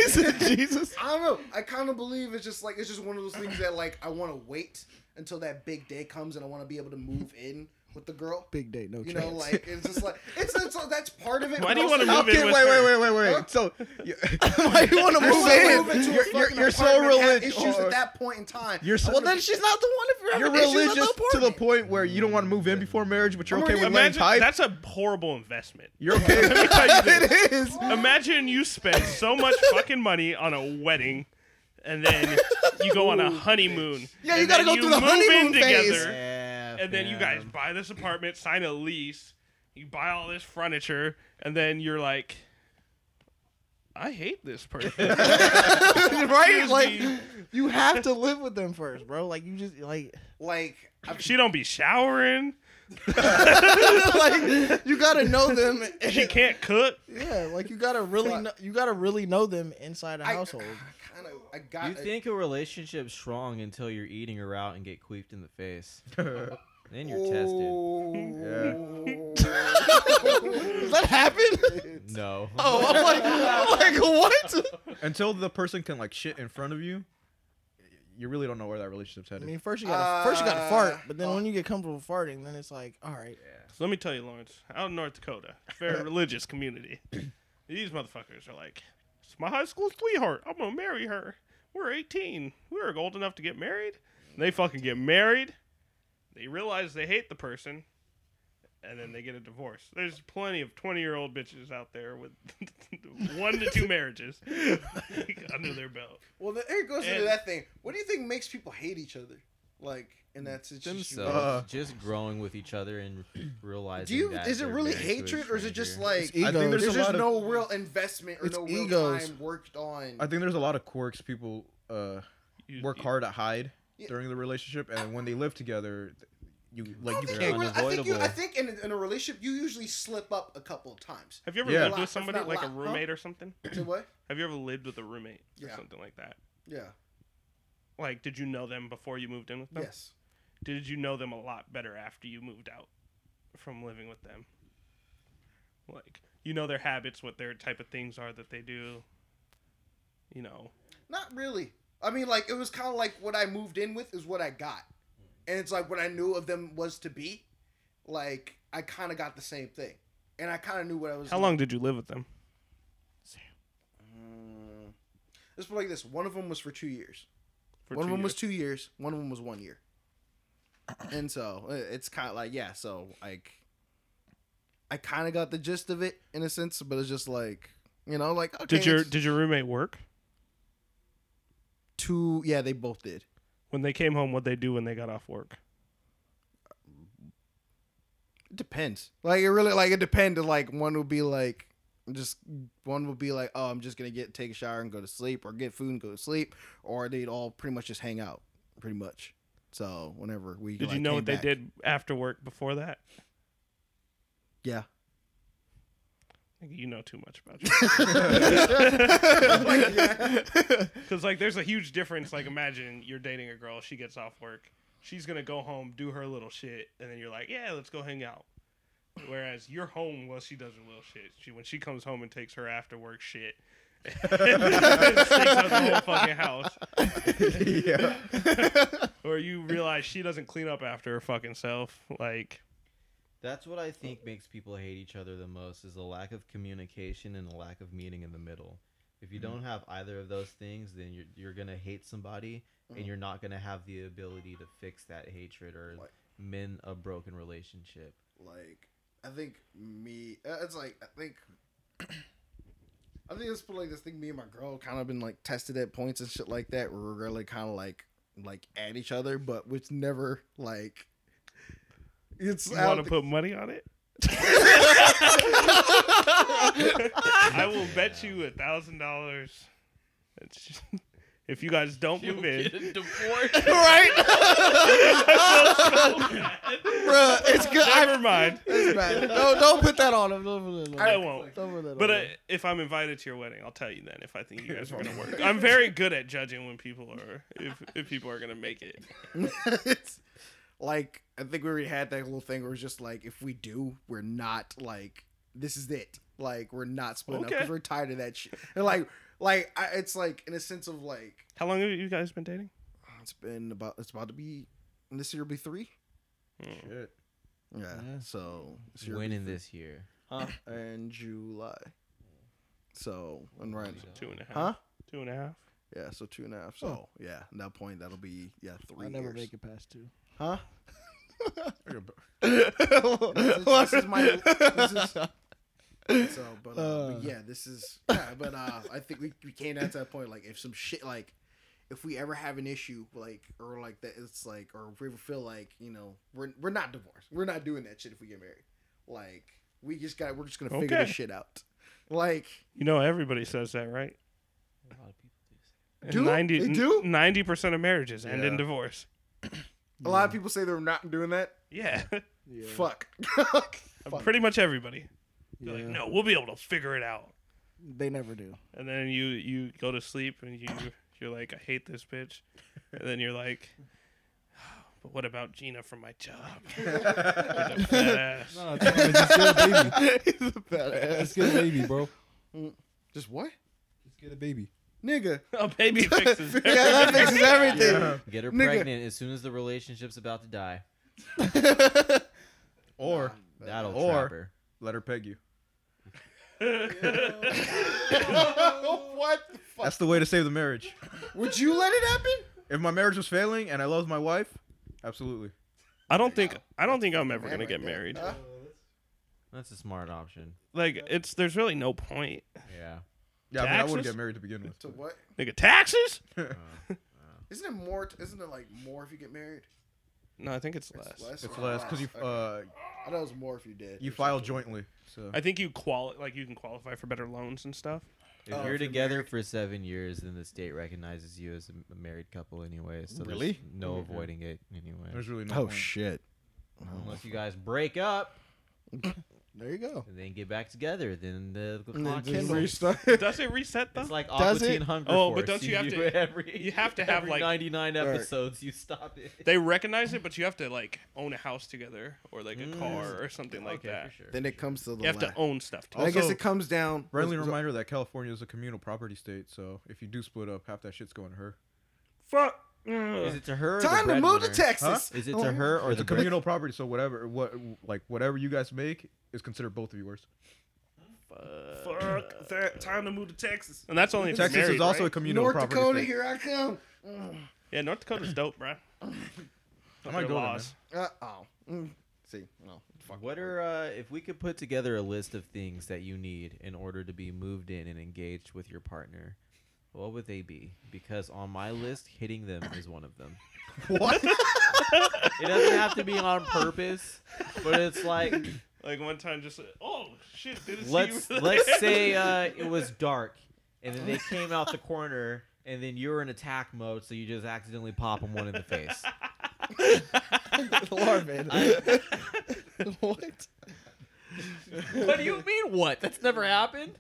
S3: said Jesus.
S6: I don't know. I kind of believe it's just like it's just one of those things that like I want to wait until that big day comes and I want to be able to move in with the girl.
S3: Big date, no
S6: You
S3: chance.
S6: know, like it's just like it's, it's uh, that's part of it.
S4: Why
S6: but
S4: do you
S6: also-
S4: wanna move
S1: Okay,
S4: in
S1: wait,
S4: with
S1: wait,
S4: her.
S1: wait, wait, wait, wait. So, you-
S3: Why you wanna
S6: You're
S3: move
S6: so,
S3: in?
S6: move into a
S1: You're-
S6: fucking
S1: you're- you're so
S6: apartment, have
S1: religi-
S6: Issues
S1: or-
S6: at that point in time.
S1: you're so-
S6: I wanna
S1: Well, then
S6: be-
S3: She's not the one if you're
S1: you're
S3: having issues
S1: religious
S3: with the
S1: to the point where you don't want to move in before marriage, but you're okay with laying
S4: Imagine
S1: tied.
S4: that's a horrible investment.
S1: You're okay.
S4: Let me tell you this.
S3: It is.
S4: Imagine you spend so much fucking money on a wedding, and then you go on a honeymoon.
S3: Yeah, you
S4: and
S3: gotta
S4: then
S3: go through the
S4: move
S3: honeymoon
S4: in
S3: phase.
S4: together, and then you guys buy this apartment, sign a lease, you buy all this furniture, and then you're like, I hate this person.
S3: right?
S4: Excuse
S3: Like
S4: me.
S3: you have to live with them first, bro. Like you just like
S6: like I've-
S4: she don't be showering.
S3: like you gotta know them.
S4: She can't cook.
S3: Yeah, like you gotta really know, you gotta really know them inside a
S6: I
S3: household.
S6: kind of I got
S5: You think a relationship's strong until you're eating her out and get queefed in the face. then you're
S3: Does that happen?
S5: tested. No.
S3: oh, I'm like, I'm like what?
S1: Until the person can like shit in front of you, you really don't know where that relationship's
S3: I
S1: headed.
S3: mean, first you gotta first you gotta
S6: Uh,
S3: fart, but then when you get comfortable farting, then it's like, all right,
S4: So let me tell you, Lawrence, out in North Dakota, very religious community. These motherfuckers are like, it's my high school sweetheart. I'm gonna marry her. We're 18. We are old enough to get married. And they fucking get married. They realize they hate the person, and then they get a divorce. There's plenty of 20 year old bitches out there with one to two marriages under their belt.
S6: well then, here it goes into
S4: And-
S6: that thing. What do you think makes people hate each other? Like and that's it's just
S5: Themselves
S1: Uh.
S5: just growing with each other and realizing.
S6: Do you
S5: that
S6: is it
S5: they're
S6: really
S5: married to a
S6: hatred or is it just
S5: stranger.
S3: It's
S6: like
S1: I think
S3: egos.
S6: there's
S1: there's a
S6: just
S1: lot of
S6: no real investment or
S3: It's
S6: no real
S3: egos.
S6: time worked on?
S1: I think there's a lot of quirks people uh,
S4: You-
S1: work
S4: you-
S1: hard to hide
S6: Yeah.
S1: during the relationship, and when they live together, you like
S6: I
S1: you
S6: think,
S1: can't.
S6: you really- I think, you, I
S5: unavoidable.
S6: think in, a, in a relationship you usually slip up a couple of times.
S4: Have you ever
S1: Yeah.
S4: lived
S6: Lot-
S4: with
S6: it's
S4: somebody
S6: not
S4: like a
S6: lot, huh?
S4: roommate or something?
S6: Say what?
S4: Have you ever lived with a roommate or
S6: Yeah.
S4: something like that?
S6: Yeah.
S4: Like, did you know them before you moved in with them?
S6: Yes.
S4: did you know them a lot better after you moved out from living with them? Like, you know their habits, what their type of things are that they do. You know,
S6: Not really. I mean, like it was kind of like what I moved in with is what I got, and it's like what I knew of them was to be. Like I kind of got the same thing, and I kind of knew what I was.
S4: how long did you live with them?
S6: Mm. Let's put it like this: one of them was for two years.
S4: For
S6: one
S4: two
S6: of them was
S4: years?
S6: two years. One of them was one year. and so uh, it's kind of like yeah. So like, I kind of got the gist of it in a sense, but it's just like you know, like okay,
S4: Did your
S6: it's
S4: Did your roommate work
S6: two? Yeah, they both did.
S4: when they came home? What they do when they got off work?
S6: It depends. Like it really like it depends. Like one would be like just one would be like, oh, I'm just gonna get take a shower and go to sleep, or get food and go to sleep, or they'd all pretty much just hang out, pretty much. So whenever we
S4: Did you
S6: like,
S4: know
S6: came
S4: what they
S6: back-
S4: did after work before that?
S6: Yeah.
S4: You know too much about you. Because like, there's a huge difference. Like, imagine you're dating a girl. She gets off work. She's gonna go home, do her little shit, and then you're like, yeah, let's go hang out. Whereas you're home while she does her little shit. She when she comes home and takes her after work shit. takes out the whole fucking house.
S1: yeah.
S4: Or you realize she doesn't clean up after her fucking self. Like,
S5: That's what
S6: Oh.
S5: I think makes people hate each other the most is a lack of communication and a lack of meeting in the middle. If you
S6: Mm-hmm.
S5: don't have either of those things, then you're you're gonna hate somebody
S6: Mm.
S5: and you're not gonna have the ability to fix that hatred or
S6: Like-
S5: mend a broken relationship.
S6: like I think me uh, it's like I think I think it's like this thing me and my girl kind of been like tested at points and shit like that where we're really kind of like like at each other but it's never like it's
S4: you want
S6: out
S4: to
S6: the-
S4: put money on it? I will bet you a thousand dollars. that sh- If you guys don't
S16: You'll
S4: move in,
S16: get a divorce.
S6: Bruh, it's good.
S4: never mind.
S6: It's bad. Don't, don't put that on him. Don't put that on him.
S4: I won't.
S6: Don't put that
S4: But
S6: on
S4: uh,
S6: him.
S4: if I'm invited to your wedding, I'll tell you then if I think you guys are gonna work. I'm very good at judging when people are if, if people are gonna make it.
S6: it's like I think we already had that little thing where it's just like if we do, we're not like this is it. Like we're not splitting up
S4: Okay.
S6: because we're tired of that shit. And like like I, it's like in a sense of like
S4: How long have you guys been dating?
S6: it's been about it's about to be this year will be three.
S1: Shit.
S6: Yeah. So this year will
S5: Winning
S6: be
S5: this year.
S6: huh? in July. So and right
S4: Two and a half.
S6: Huh?
S4: Two and a half.
S6: Yeah, so two and a half. So yeah, at that point that'll be yeah, three
S3: I never
S6: years.
S3: make it past two.
S6: Huh? this is my. This is, so, but, uh,
S3: Uh.
S6: but yeah, this is. Yeah, but uh, I think we, we came down to that point. Like, if some shit, like, if we ever have an issue, like, or like that, it's like, or if we ever feel like, you know, we're we're not divorced. We're not doing that shit if we get married. Like, we just got. We're just gonna figure
S4: Okay.
S6: this shit out. Like,
S4: You know everybody says that, right?
S6: Do? They do?
S4: Ninety percent of marriages end in divorce.
S6: a lot of people say they're not doing that.
S4: Yeah,
S6: Fuck.
S4: pretty much everybody. They're
S3: Yeah.
S4: like, no, we'll be able to figure it out.
S3: They never do.
S4: And then you you go to sleep and you you're like, I hate this bitch. And then you're like, "Oh, but what about Gina from my job? With the fat ass.
S2: Nah, it's fine. Just get a baby.
S6: He's a badass.
S2: Just get a baby, bro.
S6: Just what,
S2: Just get a baby.
S6: nigga?
S4: A Oh, baby fixes
S6: Yeah, that
S4: everything.
S6: fixes everything.
S5: Get her
S6: Nigga.
S5: pregnant as soon as the relationship's about to die.
S1: Or
S5: That'll
S1: Or-
S5: trap her.
S1: let her peg you.
S6: what? The fuck?
S1: That's the way to save the marriage.
S6: Would you let it happen?
S1: If my marriage was failing and I loved my wife, absolutely.
S4: I don't think I don't think I'm ever gonna get married.
S5: That's a smart option.
S4: Like it's there's really no point.
S5: Yeah.
S1: Yeah, I mean, I wouldn't
S4: Taxes?
S1: get married to begin with.
S6: To what?
S4: Nigga, taxes?
S6: Isn't it more? Isn't it like more if you get married?
S4: No, I think it's less.
S6: It's less.
S1: It's
S6: or
S1: less because you
S6: Okay.
S1: uh
S6: I thought it was more if you did.
S1: you
S6: or
S1: file
S6: something.
S1: jointly. So
S4: I think you quali- like you can qualify for better loans and stuff.
S5: If
S6: Oh,
S5: you're
S6: if you're
S5: together for seven years, then the state recognizes you as a m- married couple anyway. So there's
S6: Really?
S5: no avoiding it anyway.
S1: there's really no.
S6: Oh
S1: point.
S6: shit!
S5: Unless you guys break up
S6: There you go.
S5: and then get back together, then the, the
S6: And then
S5: clock
S6: just
S5: is
S6: restart.
S4: Does it reset though?
S5: It's like
S6: Does
S5: Aqua Teen
S6: it?
S5: Hunger
S4: Oh, but
S5: Force.
S4: don't you have
S5: do
S4: to-
S5: Every,
S4: you have to have,
S5: every
S4: like-
S5: 99 episodes. You stop it.
S4: they recognize it, but you have to like own a house together or like a
S1: Mm.
S4: car or something like
S5: Okay,
S4: that.
S5: for sure.
S6: Then it comes to the.
S4: You have to
S6: last-
S4: own stuff. Too.
S6: I guess
S1: Also-
S6: it comes down.
S1: Friendly
S6: was- was-
S1: reminder that California is a communal property state, so if you do split up, half that shit's going to her.
S4: Fuck.
S5: Is it to her? Or
S6: Time
S5: the
S6: to move Oh. to
S5: breadwinner?
S6: Texas.
S5: Is it to her or
S1: It's
S5: the
S1: a
S5: bread-
S1: communal property, so whatever, what, like whatever you guys make is considered both of yours.
S4: Fuck that. Time to move to Texas. And that's only if
S1: Texas
S4: you're married,
S1: is also a
S4: right?
S1: communal
S6: North
S1: property.
S6: Dakota,
S1: state.
S6: here I come.
S4: yeah. North Dakota's dope, bro. I
S1: might go there,
S6: Uh oh. Mm. See, no.
S5: What are uh, if we could put together a list of things that you need in order to be moved in and engaged with your partner? What would they be? Because on my list, hitting them is one of them. What? it doesn't have to be on purpose, but it's like
S4: Like one time, just like, oh shit, didn't see
S5: let's
S4: you were
S5: let's
S4: there."
S5: say uh, it was dark, and then they came out the corner, and then you're in attack mode, so you just accidentally pop them one in the face.
S3: Larvin.
S6: what?
S5: what do you mean? What? That's never happened.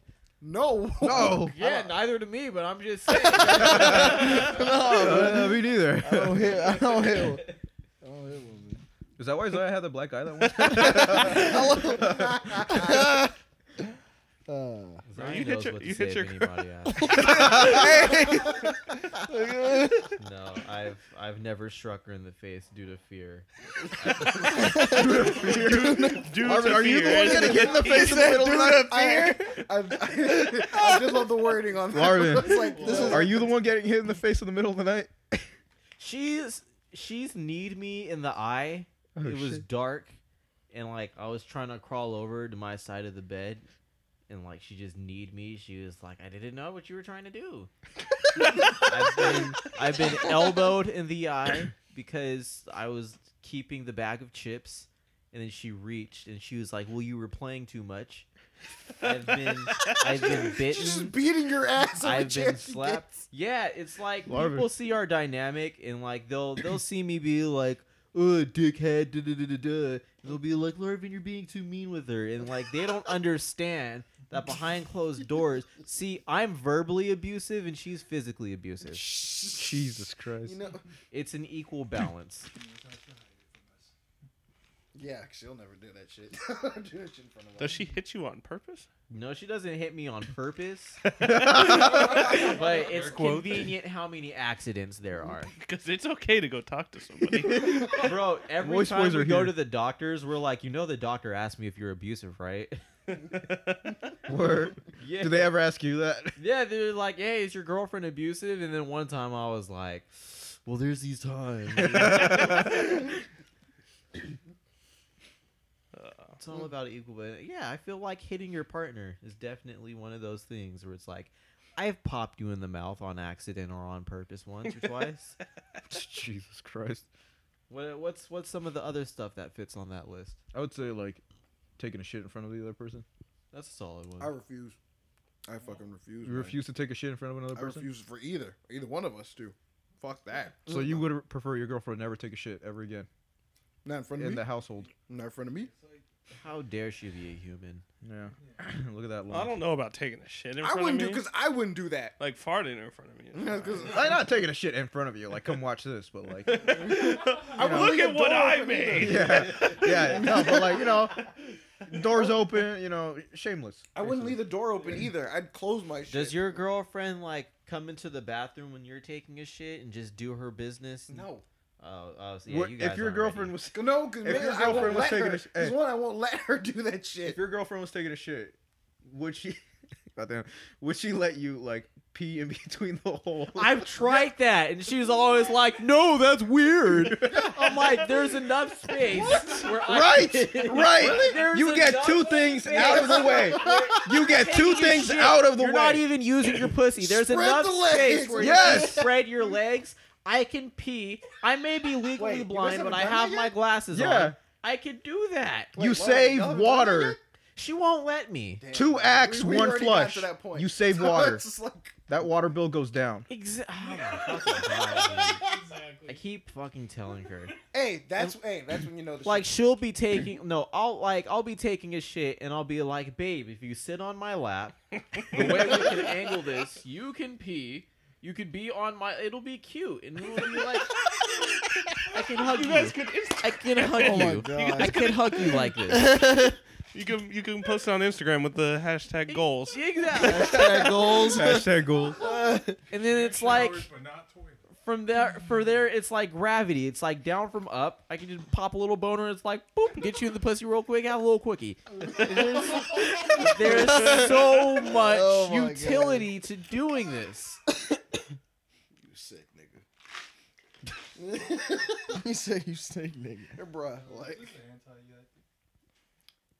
S6: No.
S1: No,
S5: Yeah, neither to me, but I'm just saying.
S1: Uh, me neither.
S3: I
S6: Oh,
S3: don't hit. I don't hit. I don't hit women.
S1: Is that why Zaya had the black eye that one? time?
S3: Uh,
S5: Zion
S4: You hit
S5: knows
S4: your-
S5: what to
S4: you
S5: say
S4: hit your
S5: if
S4: girl.
S5: anybody asks. no, I've I've never struck her in the face due to fear.
S4: Due
S1: Marvin,
S4: to
S1: are you the
S4: fear.
S1: one gonna get in the face in the middle of that?
S6: I, I, I, I just love the wording on that.
S1: Marvin.
S6: It's like, this is
S1: Are you the one getting hit in the face in the middle of the night?
S5: She's she's need me in the eye.
S1: Oh,
S5: it was dark, and like I was trying to crawl over to my side of the bed, and like she just need me. She was like, I didn't know what you were trying to do. I've been I've been elbowed in the eye because I was keeping the bag of chips, and then she reached and she was like, "Well, you were playing too much." I've been I've been bitten.
S6: She's just beating your ass. every
S5: I've been
S6: chance she
S5: slapped.
S6: gets.
S5: Yeah, it's like
S1: Larvae.
S5: people see our dynamic and like they'll they'll see me be like, "Oh, dickhead," da da da da da. And They'll be like, "Larvin, you're being too mean with her," and like they don't understand that behind closed doors, see, I'm verbally abusive and she's physically abusive.
S1: Jesus Christ.
S6: You know,
S5: It's an equal balance.
S6: yeah, she she'll never do that shit. do that shit in front of
S4: Does she hit you on purpose?
S5: No, she doesn't hit me on purpose, but it's convenient how many accidents there are.
S4: Because it's okay to go talk to somebody.
S5: Bro, every
S1: Voice
S5: time
S1: boys
S5: we
S1: are
S5: go
S1: here.
S5: to the doctors, we're like, you know, the doctor asked me if you're abusive, right?
S1: Word.
S5: Yeah.
S1: Did they ever ask you that?
S5: Yeah, they're like, hey, is your girlfriend abusive? And then one time I was like, well, there's these times. it's all about equal. But yeah, I feel like hitting your partner is definitely one of those things where it's like, I've popped you in the mouth on accident or on purpose once or twice.
S1: Jesus Christ.
S5: What, what's what's some of the other stuff that fits on that list?
S1: I would say like taking a shit in front of the other person.
S5: That's a solid
S6: I
S5: one.
S6: refuse. I fucking refuse.
S1: You
S6: man.
S1: refuse to take a shit in front of another
S6: I
S1: person.
S6: refuse for either. Either one of us do. Fuck that.
S1: So you would prefer your girlfriend never take a shit ever again
S6: Not in front of
S1: in
S6: me.
S1: the household.
S6: Not in front of me.
S5: How dare she be a human?
S1: Yeah. Look at that.
S4: I
S1: Line.
S4: don't know about taking a shit in
S6: I
S4: front of
S6: wouldn't
S4: me.
S6: do because I wouldn't do that.
S4: like farting in front of me.
S6: Yeah, 'cause
S1: I'm not taking a shit in front of you. Like, come watch this. But like,
S6: I would
S4: Look
S6: leave
S4: at
S6: the
S4: what
S6: door
S4: I
S6: open.
S4: made.
S1: yeah, yeah, no, but like you know, doors open. You know, shameless.
S6: I wouldn't leave the door open either. I'd close my shit.
S5: Does your girlfriend like come into the bathroom when you're taking a shit and just do her business? and-
S6: no?
S5: Oh, oh so yeah,
S1: What-
S5: you guys
S1: if your
S5: aren't
S1: girlfriend
S5: ready.
S1: was
S6: No, because
S1: If your
S6: I won't
S1: girlfriend was
S6: let
S1: taking
S6: her.
S1: a sh-
S6: Because
S1: hey.
S6: one, I won't let her do that
S1: if
S6: shit.
S1: your girlfriend was taking a shit, would she? Goddamn, would she let you like pee in between the holes?
S5: I've tried that, and she's always like, "No, that's weird." I'm like, "There's enough space." Where
S1: Right,
S5: I-
S1: right.
S5: There's
S1: you get
S5: enough
S1: two things
S5: space.
S1: out of the way. You get two
S5: Taking your
S1: things
S5: shit,
S1: out of the
S5: You're
S1: way.
S5: not even using your pussy. There's
S6: Spread
S5: enough
S6: the
S5: space
S6: legs.
S5: where you can
S1: Yes.
S5: spread your legs. I can pee. I may be legally
S6: Wait, you guys
S5: blind, but
S6: haven't
S5: I
S6: done
S5: have
S6: that
S5: my
S6: yet?
S5: glasses
S1: Yeah.
S5: on. I can do that.
S1: you
S6: Wait, what? Y'all
S1: save
S6: haven't done that
S1: water.
S6: yet?
S5: She won't let me.
S6: Damn,
S1: Two
S6: man.
S1: acts,
S6: We- we
S1: one
S6: already got
S1: flush.
S6: to that point.
S1: You save
S6: So
S1: water.
S6: it's just like-
S1: That water bill goes down.
S5: Exa- oh my fucking God, dude. I keep fucking telling her.
S6: hey, that's hey, that's when you know the
S5: Like
S6: shit.
S5: she'll be taking no, I'll like I'll be taking a shit and I'll be like, babe, if you sit on my lap, the way we can angle this, you can pee. You could be on my. It'll be cute, and it'll be like, I can hug
S4: You
S5: you.
S4: guys could inst-
S5: I can hug
S4: Oh my
S5: you.
S4: God.
S5: I can hug you like this.
S4: you can you can post it on Instagram with the hashtag goals.
S5: exactly.
S3: goals.
S1: Hashtag goals.
S5: And then it's like from there for there it's like gravity. It's like down from up. I can just pop a little boner. It's like boop, get you in the pussy real quick. Have a little quickie. There's, there's so much
S6: Oh my God.
S5: utility to doing this.
S6: You sick nigga.
S3: you say you stink, nigga.
S6: Hey, bruh, like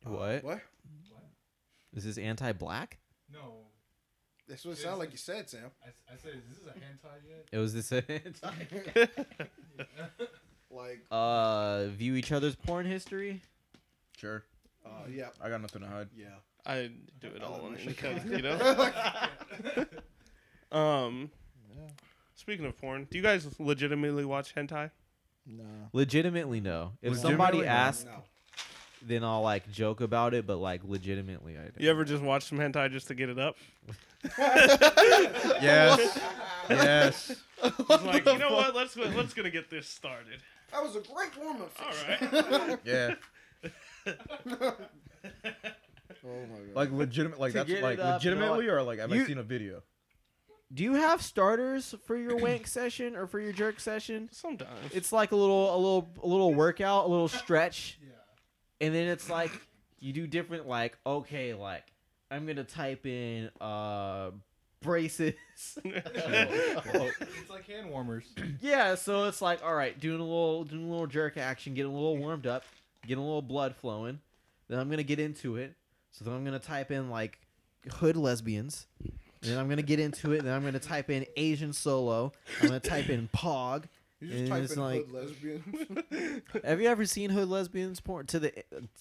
S5: What
S6: what?
S5: is this anti-black?
S2: No,
S6: That's what it sounded like you said, Sam.
S2: I, I said, is this a hand tie yet?
S5: It was this.
S6: Like,
S5: uh, view each other's porn history.
S1: Sure.
S6: oh yeah,
S1: I got nothing to hide.
S6: yeah.
S4: I do it all on incognito. um, speaking of porn, do you guys legitimately watch hentai?
S3: Nah.
S5: Legitimately, no. If
S1: Legitimately,
S5: somebody
S1: no.
S5: asks,
S6: No.
S5: then I'll like joke about it. But like, legitimately, I do.
S4: You ever just watch some hentai just to get it up?
S1: Yes. yes.
S4: It's like, you know what? Let's let's gonna get this started.
S6: That was a great warm up.
S4: All right.
S1: Yeah.
S6: Oh my god.
S1: Like legitimate. Like
S5: To
S1: that's
S5: get it
S1: like
S5: up, no,
S1: legitimately, or like have I
S5: you-
S1: seen a video?
S5: Do you have starters for your wank session or for your jerk session?
S4: Sometimes.
S5: It's like a little, a little, a little workout, a little stretch, and then it's like you do different. Like, okay, like I'm gonna type in uh braces.
S2: It's like hand warmers.
S5: yeah, so it's like, all right, doing a little, doing a little jerk action, getting a little warmed up, getting a little blood flowing. Then I'm gonna get into it. So then I'm gonna type in like hood lesbians. Then I'm gonna get into it. Then I'm gonna type in Asian solo. I'm gonna type in pog.
S6: You
S5: And
S6: just type
S5: it's
S6: in
S5: like-
S6: hood lesbian.
S5: Have you ever seen hood lesbians porn? To the,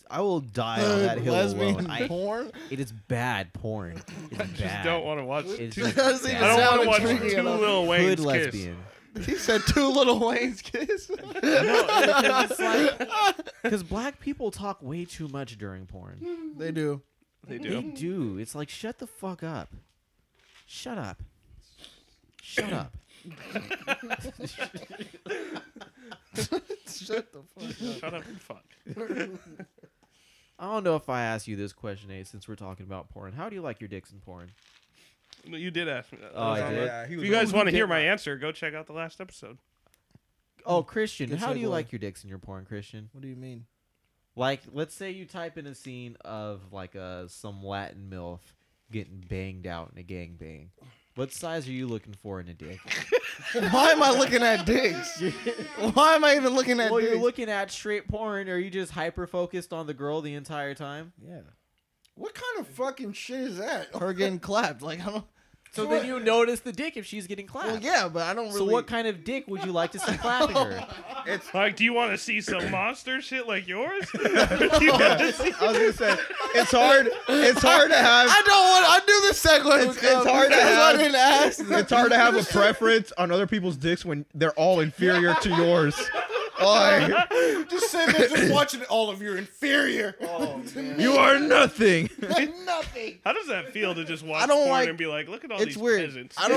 S5: I will die on that hill alone.
S3: lesbian
S5: I,
S3: porn.
S5: it is bad porn. It's
S4: I
S5: bad.
S4: just don't want to watch.
S5: It's
S4: Two,
S5: just
S6: doesn't
S5: bad.
S6: even
S4: I don't
S6: sound
S4: want to watch
S6: intriguing
S4: Two
S6: enough.
S4: Little Wayne's
S5: hood
S4: kiss.
S5: lesbian.
S6: he said two little Wayne's kiss.
S5: Because black people talk way too much during porn.
S3: They do.
S4: They
S5: They
S4: do.
S5: do. It's like shut the fuck up. Shut up. Shut up.
S6: Shut the fuck up.
S4: Shut up and fuck.
S5: I don't know if I asked you this question, A, since we're talking about porn. How do you like your dicks in porn?
S4: You did ask me that.
S5: Oh, I
S4: That was
S5: did?
S4: on-
S1: Yeah, he
S4: If
S1: was
S4: you guys
S1: like-
S4: want to hear my answer, go check out the last episode.
S6: Mm.
S5: Oh, Christian,
S3: Good
S5: how do you
S3: segue.
S5: like your dicks in your porn, Christian?
S3: What do you mean?
S5: Like, let's say you type in a scene of like uh, some Latin milf getting banged out in a gangbang. What size are you looking for in a dick?
S3: Why am I looking at dicks? Why am I even looking at
S5: well,
S3: dicks?
S5: you're looking at straight porn. Are you just hyper focused on the girl the entire time?
S3: yeah.
S6: What kind of fucking shit is that?
S3: Her getting clapped. Like I don't.
S5: So then you notice the dick if she's getting clapped.
S3: Well, yeah, but I don't really.
S5: So what kind of dick would you like to see clapping her?
S4: Like, do you want to see some monster shit like yours? Do you want to see-
S1: I was gonna say it's hard. It's hard to have.
S3: I don't want. I knew this segue.
S1: It's- it's hard to
S3: I
S1: have-
S3: didn't ask.
S1: It's hard to have a preference on other people's dicks when they're all inferior to yours. Like,
S17: Just sitting there, just watching all of your inferior.
S1: you are nothing.
S17: Nothing.
S4: How does that feel to just watch
S3: I don't
S4: porn
S3: like-
S4: and be like, look at all
S3: It's
S4: these
S3: weird.
S4: peasants?
S3: I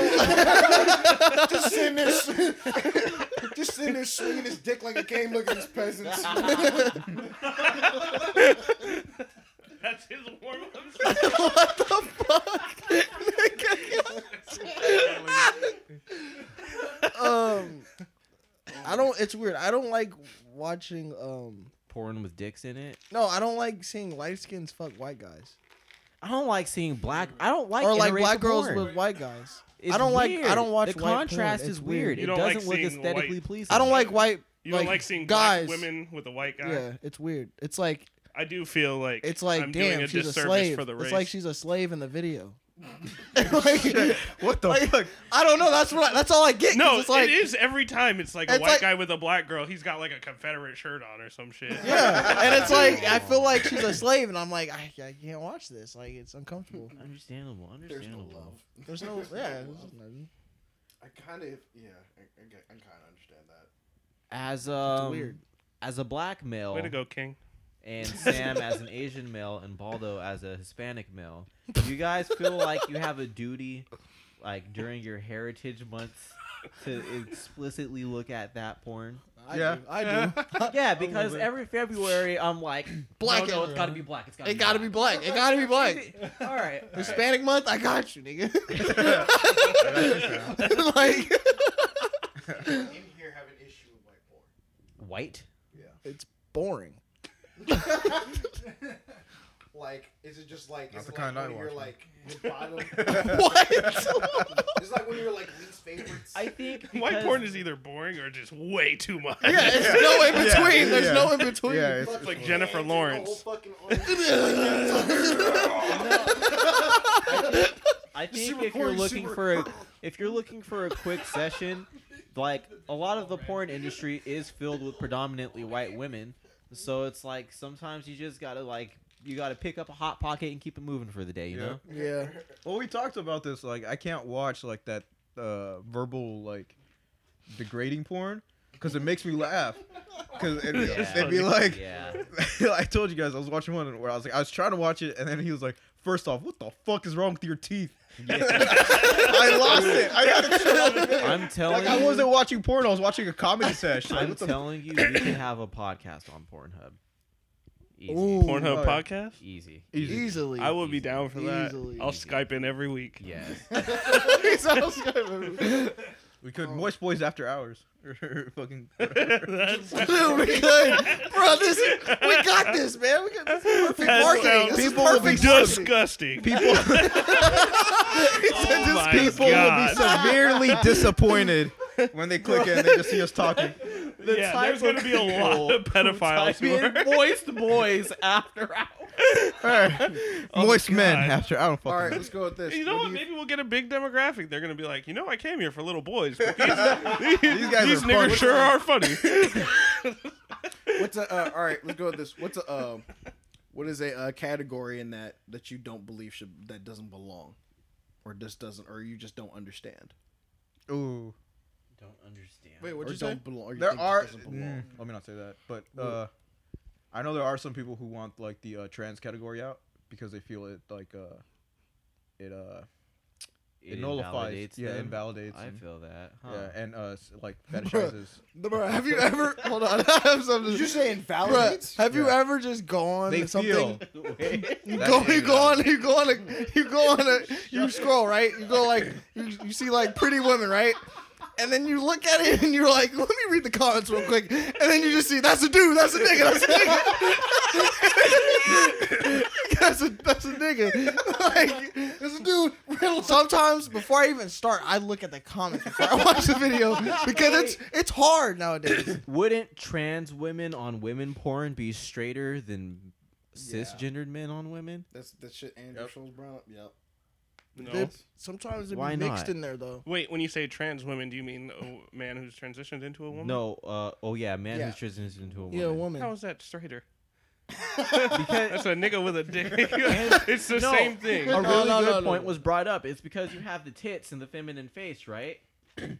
S3: don't.
S17: Just sitting there, just sitting there swinging his dick like a game. Look at these peasants.
S4: That's his warm up.
S3: Um. I don't. It's weird. I don't like watching. Um.
S5: porn with dicks in it.
S3: No, I don't like seeing light skins fuck white guys
S5: I don't like seeing black. I don't like
S3: or like
S5: interracial
S3: black girls
S5: porn.
S3: with white guys.
S5: It's
S3: I don't like- I
S5: weird.
S3: don't watch
S5: The
S3: white porn.
S5: contrast
S3: It's
S5: is weird.
S3: weird.
S5: It
S4: You don't like
S5: doesn't look
S4: seeing
S5: aesthetically
S4: white-
S5: pleasing.
S3: I don't like white.
S4: You don't like seeing
S3: guys.
S4: black women with a white guy?
S3: Yeah, it's weird. It's like
S4: I do feel like
S3: it's like
S4: I'm
S3: damn,
S4: doing a
S3: she's a
S4: disservice
S3: slave.
S4: for the race.
S3: It's like she's a slave in the video. like,
S1: What the
S3: Like-
S1: fuck?
S3: I don't know. That's what. I, that's all I get. 'cause
S4: no,
S3: it's like,
S4: it is every time. It's like a
S3: It's
S4: white
S3: like-
S4: guy with a black girl. He's got like a Confederate shirt on or some shit.
S3: Yeah, and it's like I feel like she's a slave, and I'm like I, I can't watch this. Like it's uncomfortable.
S5: Understandable. Understandable.
S3: There's no yeah.
S6: I kind of, yeah, I, I, get- I kind of understand that.
S5: As um,
S3: weird.
S5: as a black male,
S4: Way to go, King.
S5: and Sam as an Asian male, and Baldo as a Hispanic male, do you guys feel like you have a duty, like during your Heritage Month, to explicitly look at that porn?
S3: I
S1: Yeah.
S3: do. I do.
S5: Yeah, because every February I'm like,
S3: Black
S5: No, no,
S3: it.
S5: it's got to be black. It's got.
S3: It gotta be black. It gotta be black.
S5: All right.
S3: Hispanic month, I got you, nigga. like
S6: In here, have an issue with white porn.
S5: White.
S3: it's boring.
S6: Like, is it just like
S1: Not
S6: is
S1: the
S6: it
S1: kind
S6: like
S1: I
S6: when you're
S1: watch,
S6: like the bottom?
S3: What?
S6: it's like when you're like least favorites.
S5: I think
S4: White
S5: because-
S4: porn is either boring or just way too much.
S3: yeah, it's no in
S1: Yeah,
S3: between. There's
S1: yeah.
S3: no in between.
S1: Yeah, it's,
S6: Fucking
S4: like Jennifer
S6: hands in the
S4: Lawrence.
S6: whole fucking arm.
S5: I think if you're looking for a, if you're looking for a quick session, like a lot of the porn industry is filled with predominantly white women, so it's like sometimes you just gotta like you gotta pick up a hot pocket and keep it moving for the day, you
S1: Yeah.
S5: know.
S3: Yeah.
S1: well, we talked about this. Like, I can't watch like that uh, verbal like degrading porn because it makes me laugh. Because it, it'd be like,
S5: yeah,
S1: I told you guys, I was watching one where I was like, I was trying to watch it, and then he was like, first off, what the fuck is wrong with your teeth? I lost it. I had to
S5: I'm telling
S1: Like, I
S5: you,
S1: wasn't watching porn. I was watching a comedy sesh. Like,
S5: I'm
S1: what the
S5: telling you, we can have a podcast on Pornhub. Easy,
S3: Ooh.
S4: Pornhub
S1: Oh, yeah.
S4: podcast.
S5: easy.
S1: Easy.
S3: Easily.
S4: I will be down for that.
S3: Easily.
S4: I'll Skype in every week.
S5: Yes.
S1: We could
S6: Oh.
S1: moist boys after hours. Fucking.
S4: That's-
S3: Dude, we good. Bro, this we got this, man. We got this is perfect
S4: That
S3: marketing.
S4: sounds-
S3: This is
S1: People will be
S3: perfect marketing.
S4: disgusting.
S1: People,
S4: Oh my
S1: people will be
S4: God.
S1: severely disappointed when they click it and they just see us talking.
S4: yeah, there's gonna be a lot of pedophiles who are
S5: moist boys after hours.
S1: Moist men
S4: Oh God.
S1: after I don't fucking.
S6: All right,
S1: know.
S6: let's go with this.
S4: You know
S6: What
S4: what?
S6: do
S4: Maybe we'll get a big demographic. They're gonna be like, you know, I came here for little boys. but These, these,
S1: These guys
S4: these
S1: are
S4: niggas
S1: funny.
S4: sure are funny.
S6: What's a? Uh, all right, let's go with this. What's a? Um, what is a uh, category in that that you don't believe should that doesn't belong, or just doesn't, or you just don't understand,
S1: Ooh,
S5: Don't understand.
S6: Wait,
S5: what?
S6: or don't belong. Or you
S1: there
S6: think just
S1: are.
S6: doesn't belong.
S1: mm, let me not say that, but uh, I know there are some people who want like the uh, trans category out because they feel it like uh, it uh, it, nullifies, yeah,
S5: them.
S1: invalidates,
S5: I
S1: and,
S5: feel that. Huh.
S1: yeah, and uh, s- like fetishizes.
S6: Bro, have you ever? hold on, I have something. Did you say invalidates?
S3: Have you
S1: Yeah.
S3: ever just gone
S1: They
S3: to
S1: feel.
S3: something?
S1: That's
S6: Go, you
S1: invalid.
S6: go on, you go on, a, you go on, a, you scroll right. You go like, you, you see like pretty women, right? And then you look at it and you're like, let me read the comments real quick. And then you just see that's a dude, that's a nigga, that's a nigga, that's a that's a nigga. Like that's a dude.
S3: Sometimes before I even start, I look at the comments before I watch the video because it's it's hard nowadays.
S5: Wouldn't trans women on women porn be straighter than cisgendered men on women?
S6: That's that shit. Andrew
S1: Yep.
S6: Schultz brought up. Yep.
S4: No.
S3: They- Sometimes it
S5: Why
S3: be mixed
S5: not?
S3: in there though.
S4: Wait, when you say trans women, do you mean a man who's transitioned into a woman?
S5: No. Uh. Oh yeah, man
S6: Yeah.
S5: who's transitioned into a woman.
S3: Yeah, woman.
S4: How is that straighter? That's a nigga with a dick. it's the
S5: No.
S4: same thing.
S5: A
S3: No,
S5: really
S3: no,
S5: good
S3: no, no,
S5: point
S3: no.
S5: was brought up. It's because you have the tits and the feminine face, right? And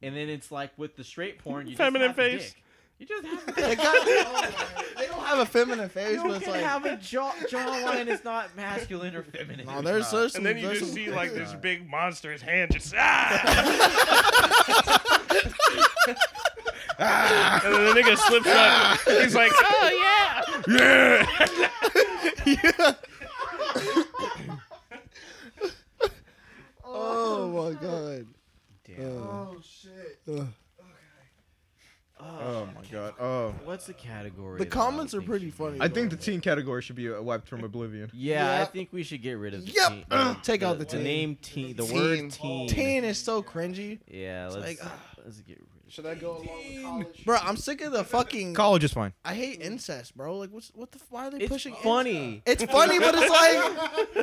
S5: then it's like with the straight porn, you
S4: Feminine
S5: just have the
S4: face.
S5: dick. You just have the dick.
S3: Oh, they don't have a feminine face,
S5: You
S3: but it's
S5: can
S3: like
S5: have a jaw jawline. It's not masculine or feminine.
S3: oh, there's
S1: not.
S3: there's
S4: And
S3: some.
S4: then you
S3: there's
S4: just
S3: some-
S4: see like this big monster's hand just ah. and then the nigga slips up. He's like, oh yeah.
S3: Oh my god.
S6: Oh shit.
S1: Oh my god. Oh,
S5: What's the category?
S3: The
S5: that I
S3: comments
S5: would
S3: are
S5: think
S3: pretty
S5: should
S3: funny.
S5: be-
S1: I think the teen category should be uh, wiped from oblivion.
S5: Yeah, I
S3: Yeah.
S5: think we should get rid of the
S3: Yep.
S5: teen-
S3: Take out the teen.
S5: name teen. The word teen.
S3: Teen is so cringy,
S5: Yeah, let's
S3: like,
S5: let's get rid. of
S6: Should I go along with college?
S3: bro. I'm sick of the fucking.
S1: College is fine.
S3: I hate incest, bro. Like, what's what the? f- Why are they
S5: It's
S3: pushing? incest?
S5: funny.
S3: It's funny, but it's like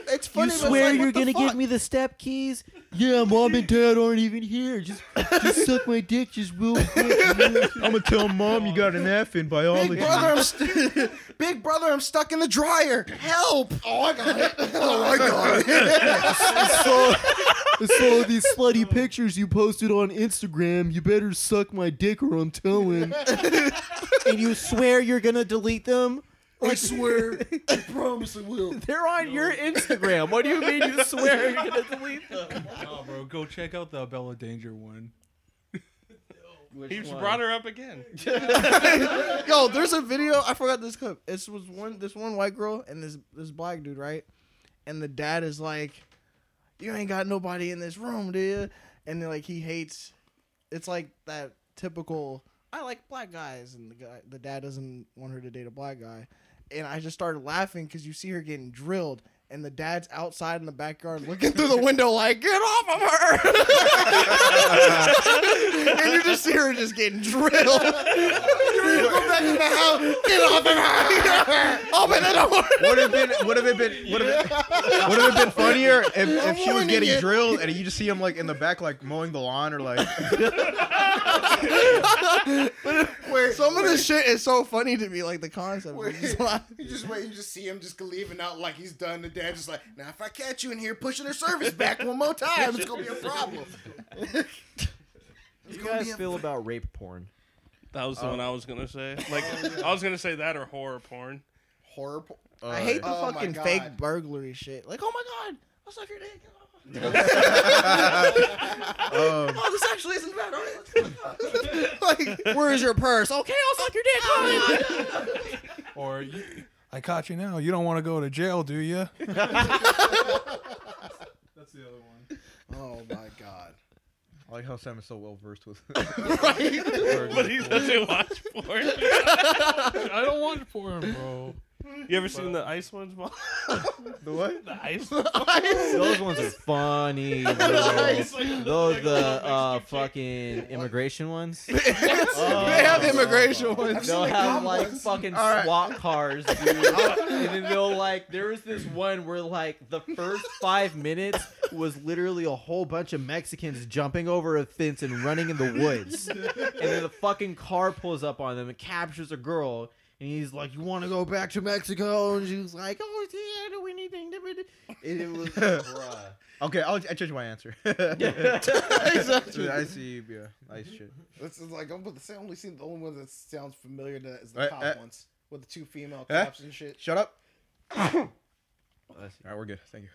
S3: it's funny. but it's like, what the fuck?
S5: me the step keys? Yeah, mom and dad aren't even here. Just, just suck my dick, just real quick.
S1: I'm gonna tell mom you got an F in biology.
S6: Big brother, I'm st- Big brother, I'm stuck in the dryer. Help! Oh, I got it. Oh, I got it.
S8: saw, I saw these slutty pictures you posted on Instagram. You better suck my dick or I'm telling. and you swear you're gonna delete them?
S6: I swear. I promise I will.
S5: They're on your Instagram. What do you mean you swear you're gonna delete them?
S2: Oh, bro, go check out the Bella Danger one.
S4: He brought her up again.
S3: Yo, there's a video. I forgot this clip. This was one. This one white girl and this this black dude, right? And the dad is like, "You ain't got nobody in this room, do you?" And then, like he hates. It's like that typical. I like black guys, and the guy, the dad doesn't want her to date a black guy. And I just started laughing because you see her getting drilled, and the dad's outside in the backyard looking through the window, like, "Get off of her!" and you just see her just getting drilled.
S6: Go back in the house. Get off of her. Open the door.
S1: Would have been would have been would have would have been funnier if, if she was
S6: warning
S1: getting
S6: you.
S1: drilled and you just see him like in the back like mowing the lawn or like
S6: Where,
S3: Some of this shit is so funny to me, like the concept.
S6: Wait.
S3: It's just like-
S6: You just wait. You just see him just leaving out like he's done. The dad's just like, now if I catch you in here pushing her service back one more time, it's gonna be a problem.
S5: What do you guys feel about rape porn?
S4: That was the one I was gonna say. Like I was gonna say that or horror porn.
S6: Horror. po-
S3: I hate
S1: uh,
S3: the
S6: Oh my
S3: fucking
S6: God.
S3: fake burglary shit. Like, oh my god, I'll suck your dick.
S1: um,
S3: Oh, this actually isn't bad. All right, let's go. like, where's your purse? Okay, I'll suck your dick. Oh my God.
S2: Or you, I caught you now. You don't want to go to jail, do you? That's the other one.
S6: Oh my god.
S1: I like how Sam is so well versed with
S4: But he doesn't watch porn.
S2: I don't want for him, bro.
S4: You ever seen the ice ones? Mom?
S1: The what?
S4: the ice.
S5: Those ones are funny. bro.
S4: Nice.
S5: Those the uh, fucking immigration ones.
S6: they have
S1: Oh.
S5: uh,
S6: immigration ones.
S5: They'll have like fucking SWAT cars, dude. and then they'll like there was this one where like the first five minutes was literally a whole bunch of Mexicans jumping over a fence and running in the woods. and then the fucking car pulls up on them and captures a girl. And he's like, "You want to go back to Mexico?" And she's like, "Oh, yeah, do anything." And it was, bruh.
S1: Okay, I'll I change my answer. I see, yeah, nice shit.
S6: This is like I'm but the only seen the only one that sounds familiar to that is the
S1: Right,
S6: cop
S1: uh,
S6: ones with the two female
S1: huh?
S6: cops and shit.
S1: Shut up. All right, we're good. Thank you.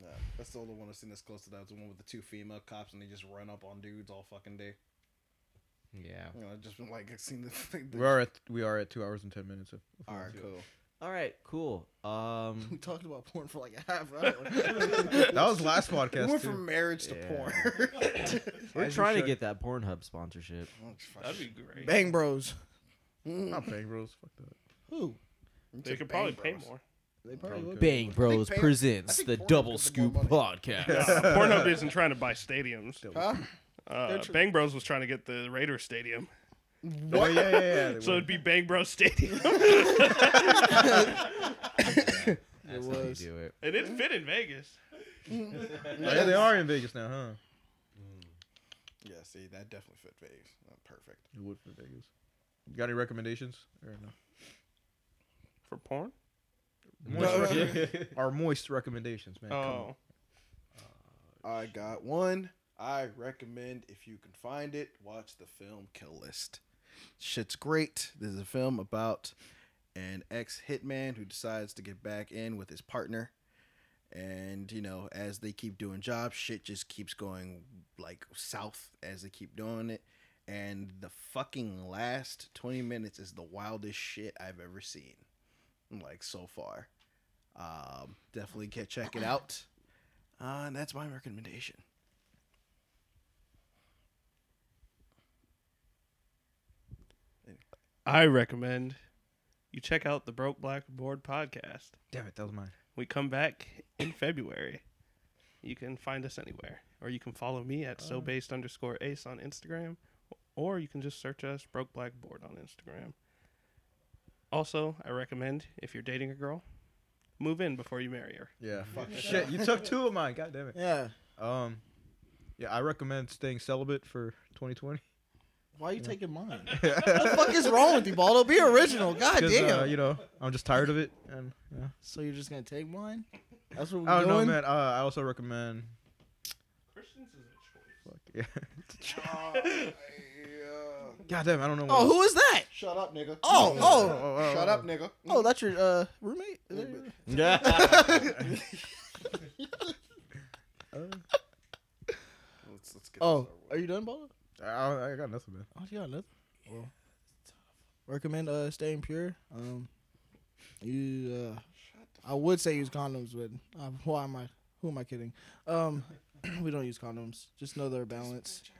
S6: Nah, that's the only one I've seen this close to that. It's the one with the two female cops and they just run up on dudes all fucking day.
S5: yeah.
S6: You know, I've just been like I've seen the, the,
S1: We are at we are at two hours and ten minutes. Of,
S6: all right, cool.
S5: All right, cool. Um,
S6: We talked about porn for like a half hour.
S1: that was last
S6: we
S1: podcast
S6: went
S1: too.
S6: from marriage to
S5: Yeah.
S6: porn.
S5: we're
S1: As you
S5: trying to
S1: should.
S5: get that Pornhub sponsorship.
S4: That'd be great.
S3: Bang Bros.
S1: Not bang bros. Fuck that.
S3: Who?
S4: They could probably pay more.
S6: They probably
S1: Probably
S6: would.
S5: Bang Bros
S6: Bang- I
S5: presents
S6: think
S5: the
S6: Pornhub
S5: Double
S6: gets more
S5: Scoop
S6: money.
S5: podcast.
S4: Uh, Pornhub isn't trying to buy stadiums.
S6: Huh?
S4: Uh, Bang Bros was trying to get the Raiders Stadium,
S1: Oh, yeah, yeah, yeah. they
S4: so
S1: would.
S4: it'd be Bang Bros Stadium,
S5: It was. Do it.
S4: and it fit in Vegas.
S1: Oh, yeah, they are in Vegas now, huh?
S6: Yeah, see, that definitely fit Vegas. Not perfect.
S1: It would for Vegas. You got any recommendations? Or no?
S4: For porn?
S1: Moist rec- our moist recommendations, man. come on.
S4: Oh.
S6: I got one. I recommend if you can find it, watch the film Kill List. Shit's great. This is a film about an ex hitman who decides to get back in with his partner. And, you know, as they keep doing jobs, shit just keeps going like south as they keep doing it. And the fucking last 20 minutes is the wildest shit I've ever seen. Like, so far. Um, definitely get check it out. Uh, and that's my recommendation.
S4: I recommend you check out the Broke Black Board podcast.
S1: Damn it, that was mine.
S4: We come back in February. You can find us anywhere, or you can follow me at so based underscore ace on Instagram, or you can just search us Broke Black Board on Instagram. Also, I recommend if you're dating a girl, move in before you marry her.
S1: Yeah. Fuck shit. You took two of mine. God damn it.
S3: Yeah.
S1: Um, yeah, I recommend staying celibate for 2020.
S3: Why are you taking mine? what the fuck is wrong with you, Baldo? Be original. God
S1: 'Cause,
S3: damn. Oh,
S1: uh, you know, I'm just tired of it. And yeah.
S3: so you're just gonna take mine? That's what we're
S1: I don't know,
S3: doing.
S1: man. Uh, I also recommend.
S4: Christians is a choice.
S1: Fuck yeah. God damn, I don't know.
S3: Oh, who is that?
S6: Shut up, nigga.
S3: Oh,
S1: Oh,
S3: oh,
S1: oh, oh,
S6: Shut
S1: oh.
S6: up, nigga.
S3: oh, that's your uh roommate. Is that your-
S6: Let's, let's get
S3: Oh, are you done, Baldo?
S1: I, I got nothing, man.
S3: Oh, you got nothing. Well, recommend uh staying pure. Um, you uh, I would say use condoms, but uh, why am I? Who am I kidding? Um, we don't use condoms. Just know they're balanced.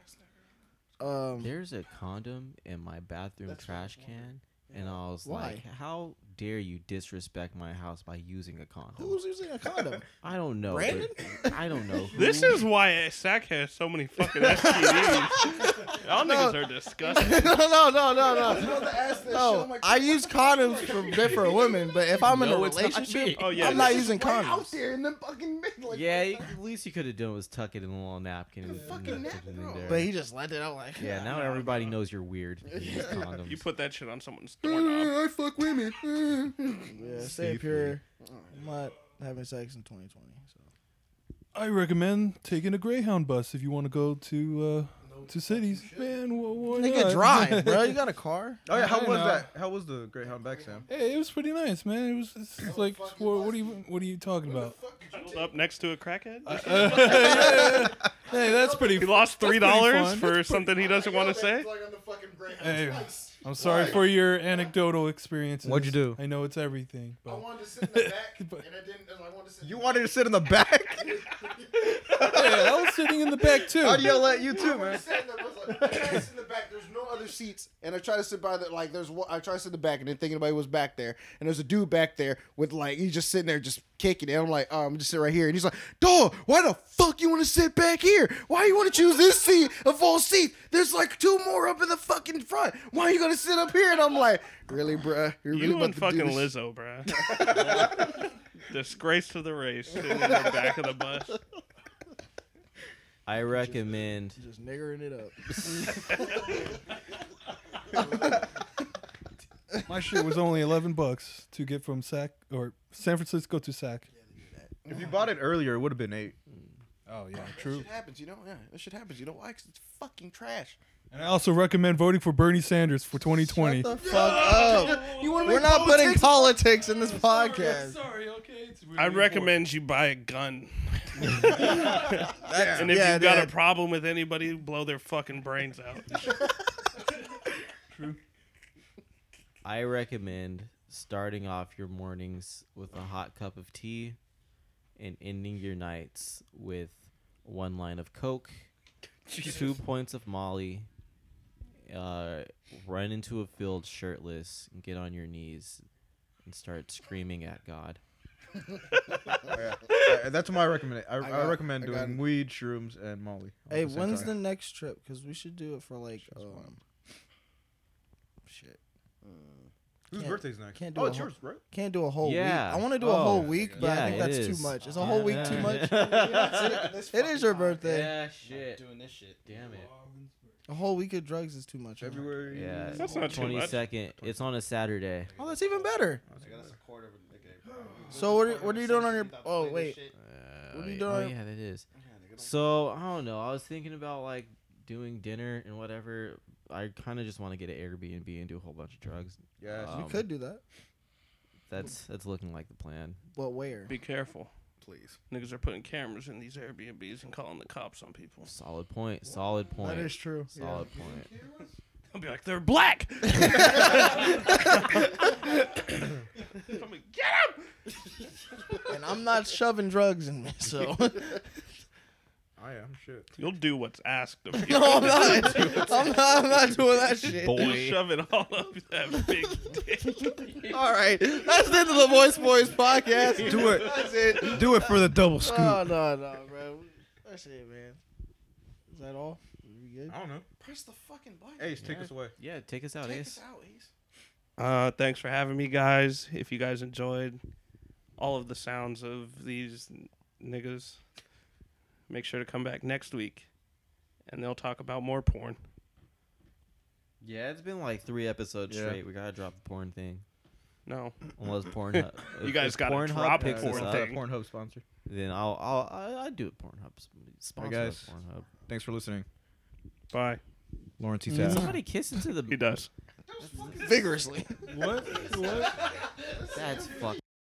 S3: Um,
S5: There's a condom in my bathroom trash can, and I was
S3: Why?
S5: like, "How dare you disrespect my house by using a condom?"
S3: who's using a condom?
S5: I don't know. but-
S3: Brandon?
S5: I don't know. Who.
S4: This is why SAC has so many fucking STDs. Y'all niggas are disgusting.
S3: no, no, no, no, no.
S6: ask this.
S3: No, I use condoms for different women, but if I'm in a relationship,
S4: Oh, yeah,
S3: I'm not
S4: this
S3: using
S6: out
S3: condoms.
S6: there in the fucking middle. Like,
S5: Yeah, you- at least you could have done was tuck it in a little napkin. and
S6: fucking
S5: put it
S6: napkin,
S5: in
S6: bro.
S5: there.
S3: But he just let it out like,
S5: yeah, now everybody knows you're weird. if You, use condoms.
S4: You put that shit on someone's doorknob.
S6: I fuck women.
S3: yeah, stay pure. I'm not having sex in 2020. So.
S2: I recommend taking a Greyhound bus if you want to go to uh, to cities. Man, wha- why
S3: Nigga,
S2: not?
S3: drive, bro. You got a car?
S1: Oh yeah, how
S2: I
S1: was
S2: know.
S1: that? How was the Greyhound back, Sam?
S2: Hey, it was pretty nice, man. It was it's like, what, what are you what are you talking about?
S4: Cuddled Up next to a crackhead.
S2: Hey, Uh, that's pretty.
S4: he lost three
S2: fun.
S4: dollars
S2: That's
S4: for something he doesn't want to say.
S2: Hey, I'm sorry for your anecdotal experiences.
S1: What'd you do?
S2: I know it's everything. But
S6: wanted to sit in the back,
S2: But-
S6: I didn't. And I wanted to sit.
S1: You wanted to sit in the back?
S2: yeah, I was sitting in the back too.
S1: I'd yell at you too, man.
S6: in the back. There's no other other seats, and I try to sit by the like. There's one. I try to sit in the back, and didn't think anybody was back there. And there's a dude back there with like he's just sitting there just kicking. And I'm like, oh, I'm just sitting right here. And he's like, dog, why the fuck you want to sit back here? Why you want to choose this seat of all seats? There's like two more up in the fucking front. Why are you gonna sit up here? And I'm like, really, bruh? You're really
S4: You
S6: about
S4: and
S6: to do
S4: fucking
S6: this?"
S4: Lizzo, bruh. Disgrace to the race sitting in the back of the bus.
S5: I recommend
S3: Just niggering it up.
S2: My shit was only eleven bucks to get from Sac or San Francisco to Sac.
S1: If you bought it earlier, it would have been eight.
S2: Oh yeah, true.
S6: Shit happens, you know. Yeah, that shit happens. You know why? 'Cause it's fucking trash.
S2: And I also recommend voting for Bernie Sanders for 2020.
S3: Fuck up. We're not putting politics in this podcast.
S2: Sorry, okay.
S4: I recommend you buy a gun.
S3: That's-
S4: And if
S3: yeah,
S4: you've got
S3: that-
S4: a problem with anybody, blow their fucking brains out.
S5: I recommend starting off your mornings with a hot cup of tea and ending your nights with one line of Coke, two points of Molly, uh, run into a field shirtless, and get on your knees and start screaming at God.
S1: Uh, That's my recommend. I, I,
S6: got-
S1: recommend
S6: I got
S1: doing
S6: it.
S1: weed, shrooms, and Molly. all at
S3: Hey,
S1: the same
S3: when's the
S1: time.
S3: next trip? Because we should do it for like um, shit.
S1: whose
S3: can't-
S1: birthday's next?
S3: can't do
S1: oh,
S3: a
S1: it's
S3: whole-
S1: yours, right?
S3: Can't do a whole
S5: Yeah.
S3: week. I want to do a
S5: Oh.
S3: whole week, but
S5: Yeah,
S3: I think
S5: it
S3: that's
S5: is.
S3: too much. Is a whole week too much? It is your birthday.
S5: yeah, shit.
S18: Doing this shit.
S5: Damn it.
S3: A whole week of drugs is too much. huh?
S1: February.
S5: Yeah,
S4: That's not too much.
S5: 22nd. It's on a Saturday.
S3: Oh, that's even better.
S18: I got us a quarter of a nigga.
S3: So what are, what are you doing on your? Oh wait,
S5: Uh,
S3: What are you
S5: Oh,
S3: doing?
S5: yeah, that is. So I don't know. I was thinking about like doing dinner and whatever. I kind of just want to get an Airbnb and do a whole bunch of drugs.
S1: Yes.
S5: Um,
S3: you could do that,
S5: That's that's looking like the plan.
S3: but where?
S4: Be careful.
S6: Please.
S4: Niggas are putting cameras in these Airbnbs and calling the cops on people.
S5: Solid point. Solid point.
S3: That is true.
S5: solid point.
S4: I'll be like, they're black. I'm like, get him!
S3: And I'm not shoving drugs in me, so no,
S1: I am shit.
S4: You'll do what's asked of you.
S3: I'm not. I'm not. I'm not doing that shit.
S4: You'll shove it all up that big dick.
S3: All right, that's the end of the Voice Boys podcast.
S1: Do it.
S3: That's it.
S1: Do it for the double scoop.
S3: Oh no, no, bro. That's it, man. Is that all? We good?
S1: I don't know.
S6: Press the fucking button.
S1: Ace, take us away.
S5: Yeah, take us out,
S6: Take
S5: Ace.
S6: us out, Ace.
S4: Uh, thanks for having me, guys. If you guys enjoyed all of the sounds of these n- niggas, make sure to come back next week, and they'll talk about more porn.
S5: Yeah, it's been like three episodes
S1: Yeah.
S5: straight. We gotta drop the porn thing.
S4: No,
S5: Unless Pornhub.
S4: You
S5: if-
S4: guys
S5: if
S4: gotta
S5: Pornhub
S4: drop
S5: picks
S4: the
S5: us
S4: porn
S5: up,
S4: thing.
S1: Pornhub sponsor.
S5: Then I'll I'll I- I'd do it. Pornhub sponsor us,
S1: guys.
S5: Pornhub.
S1: Thanks for listening.
S4: bye.
S1: Lauren T.
S5: Did
S1: Taft.
S5: somebody kiss into
S4: He
S5: the?
S4: does.
S3: Vigorously.
S5: That's fucked.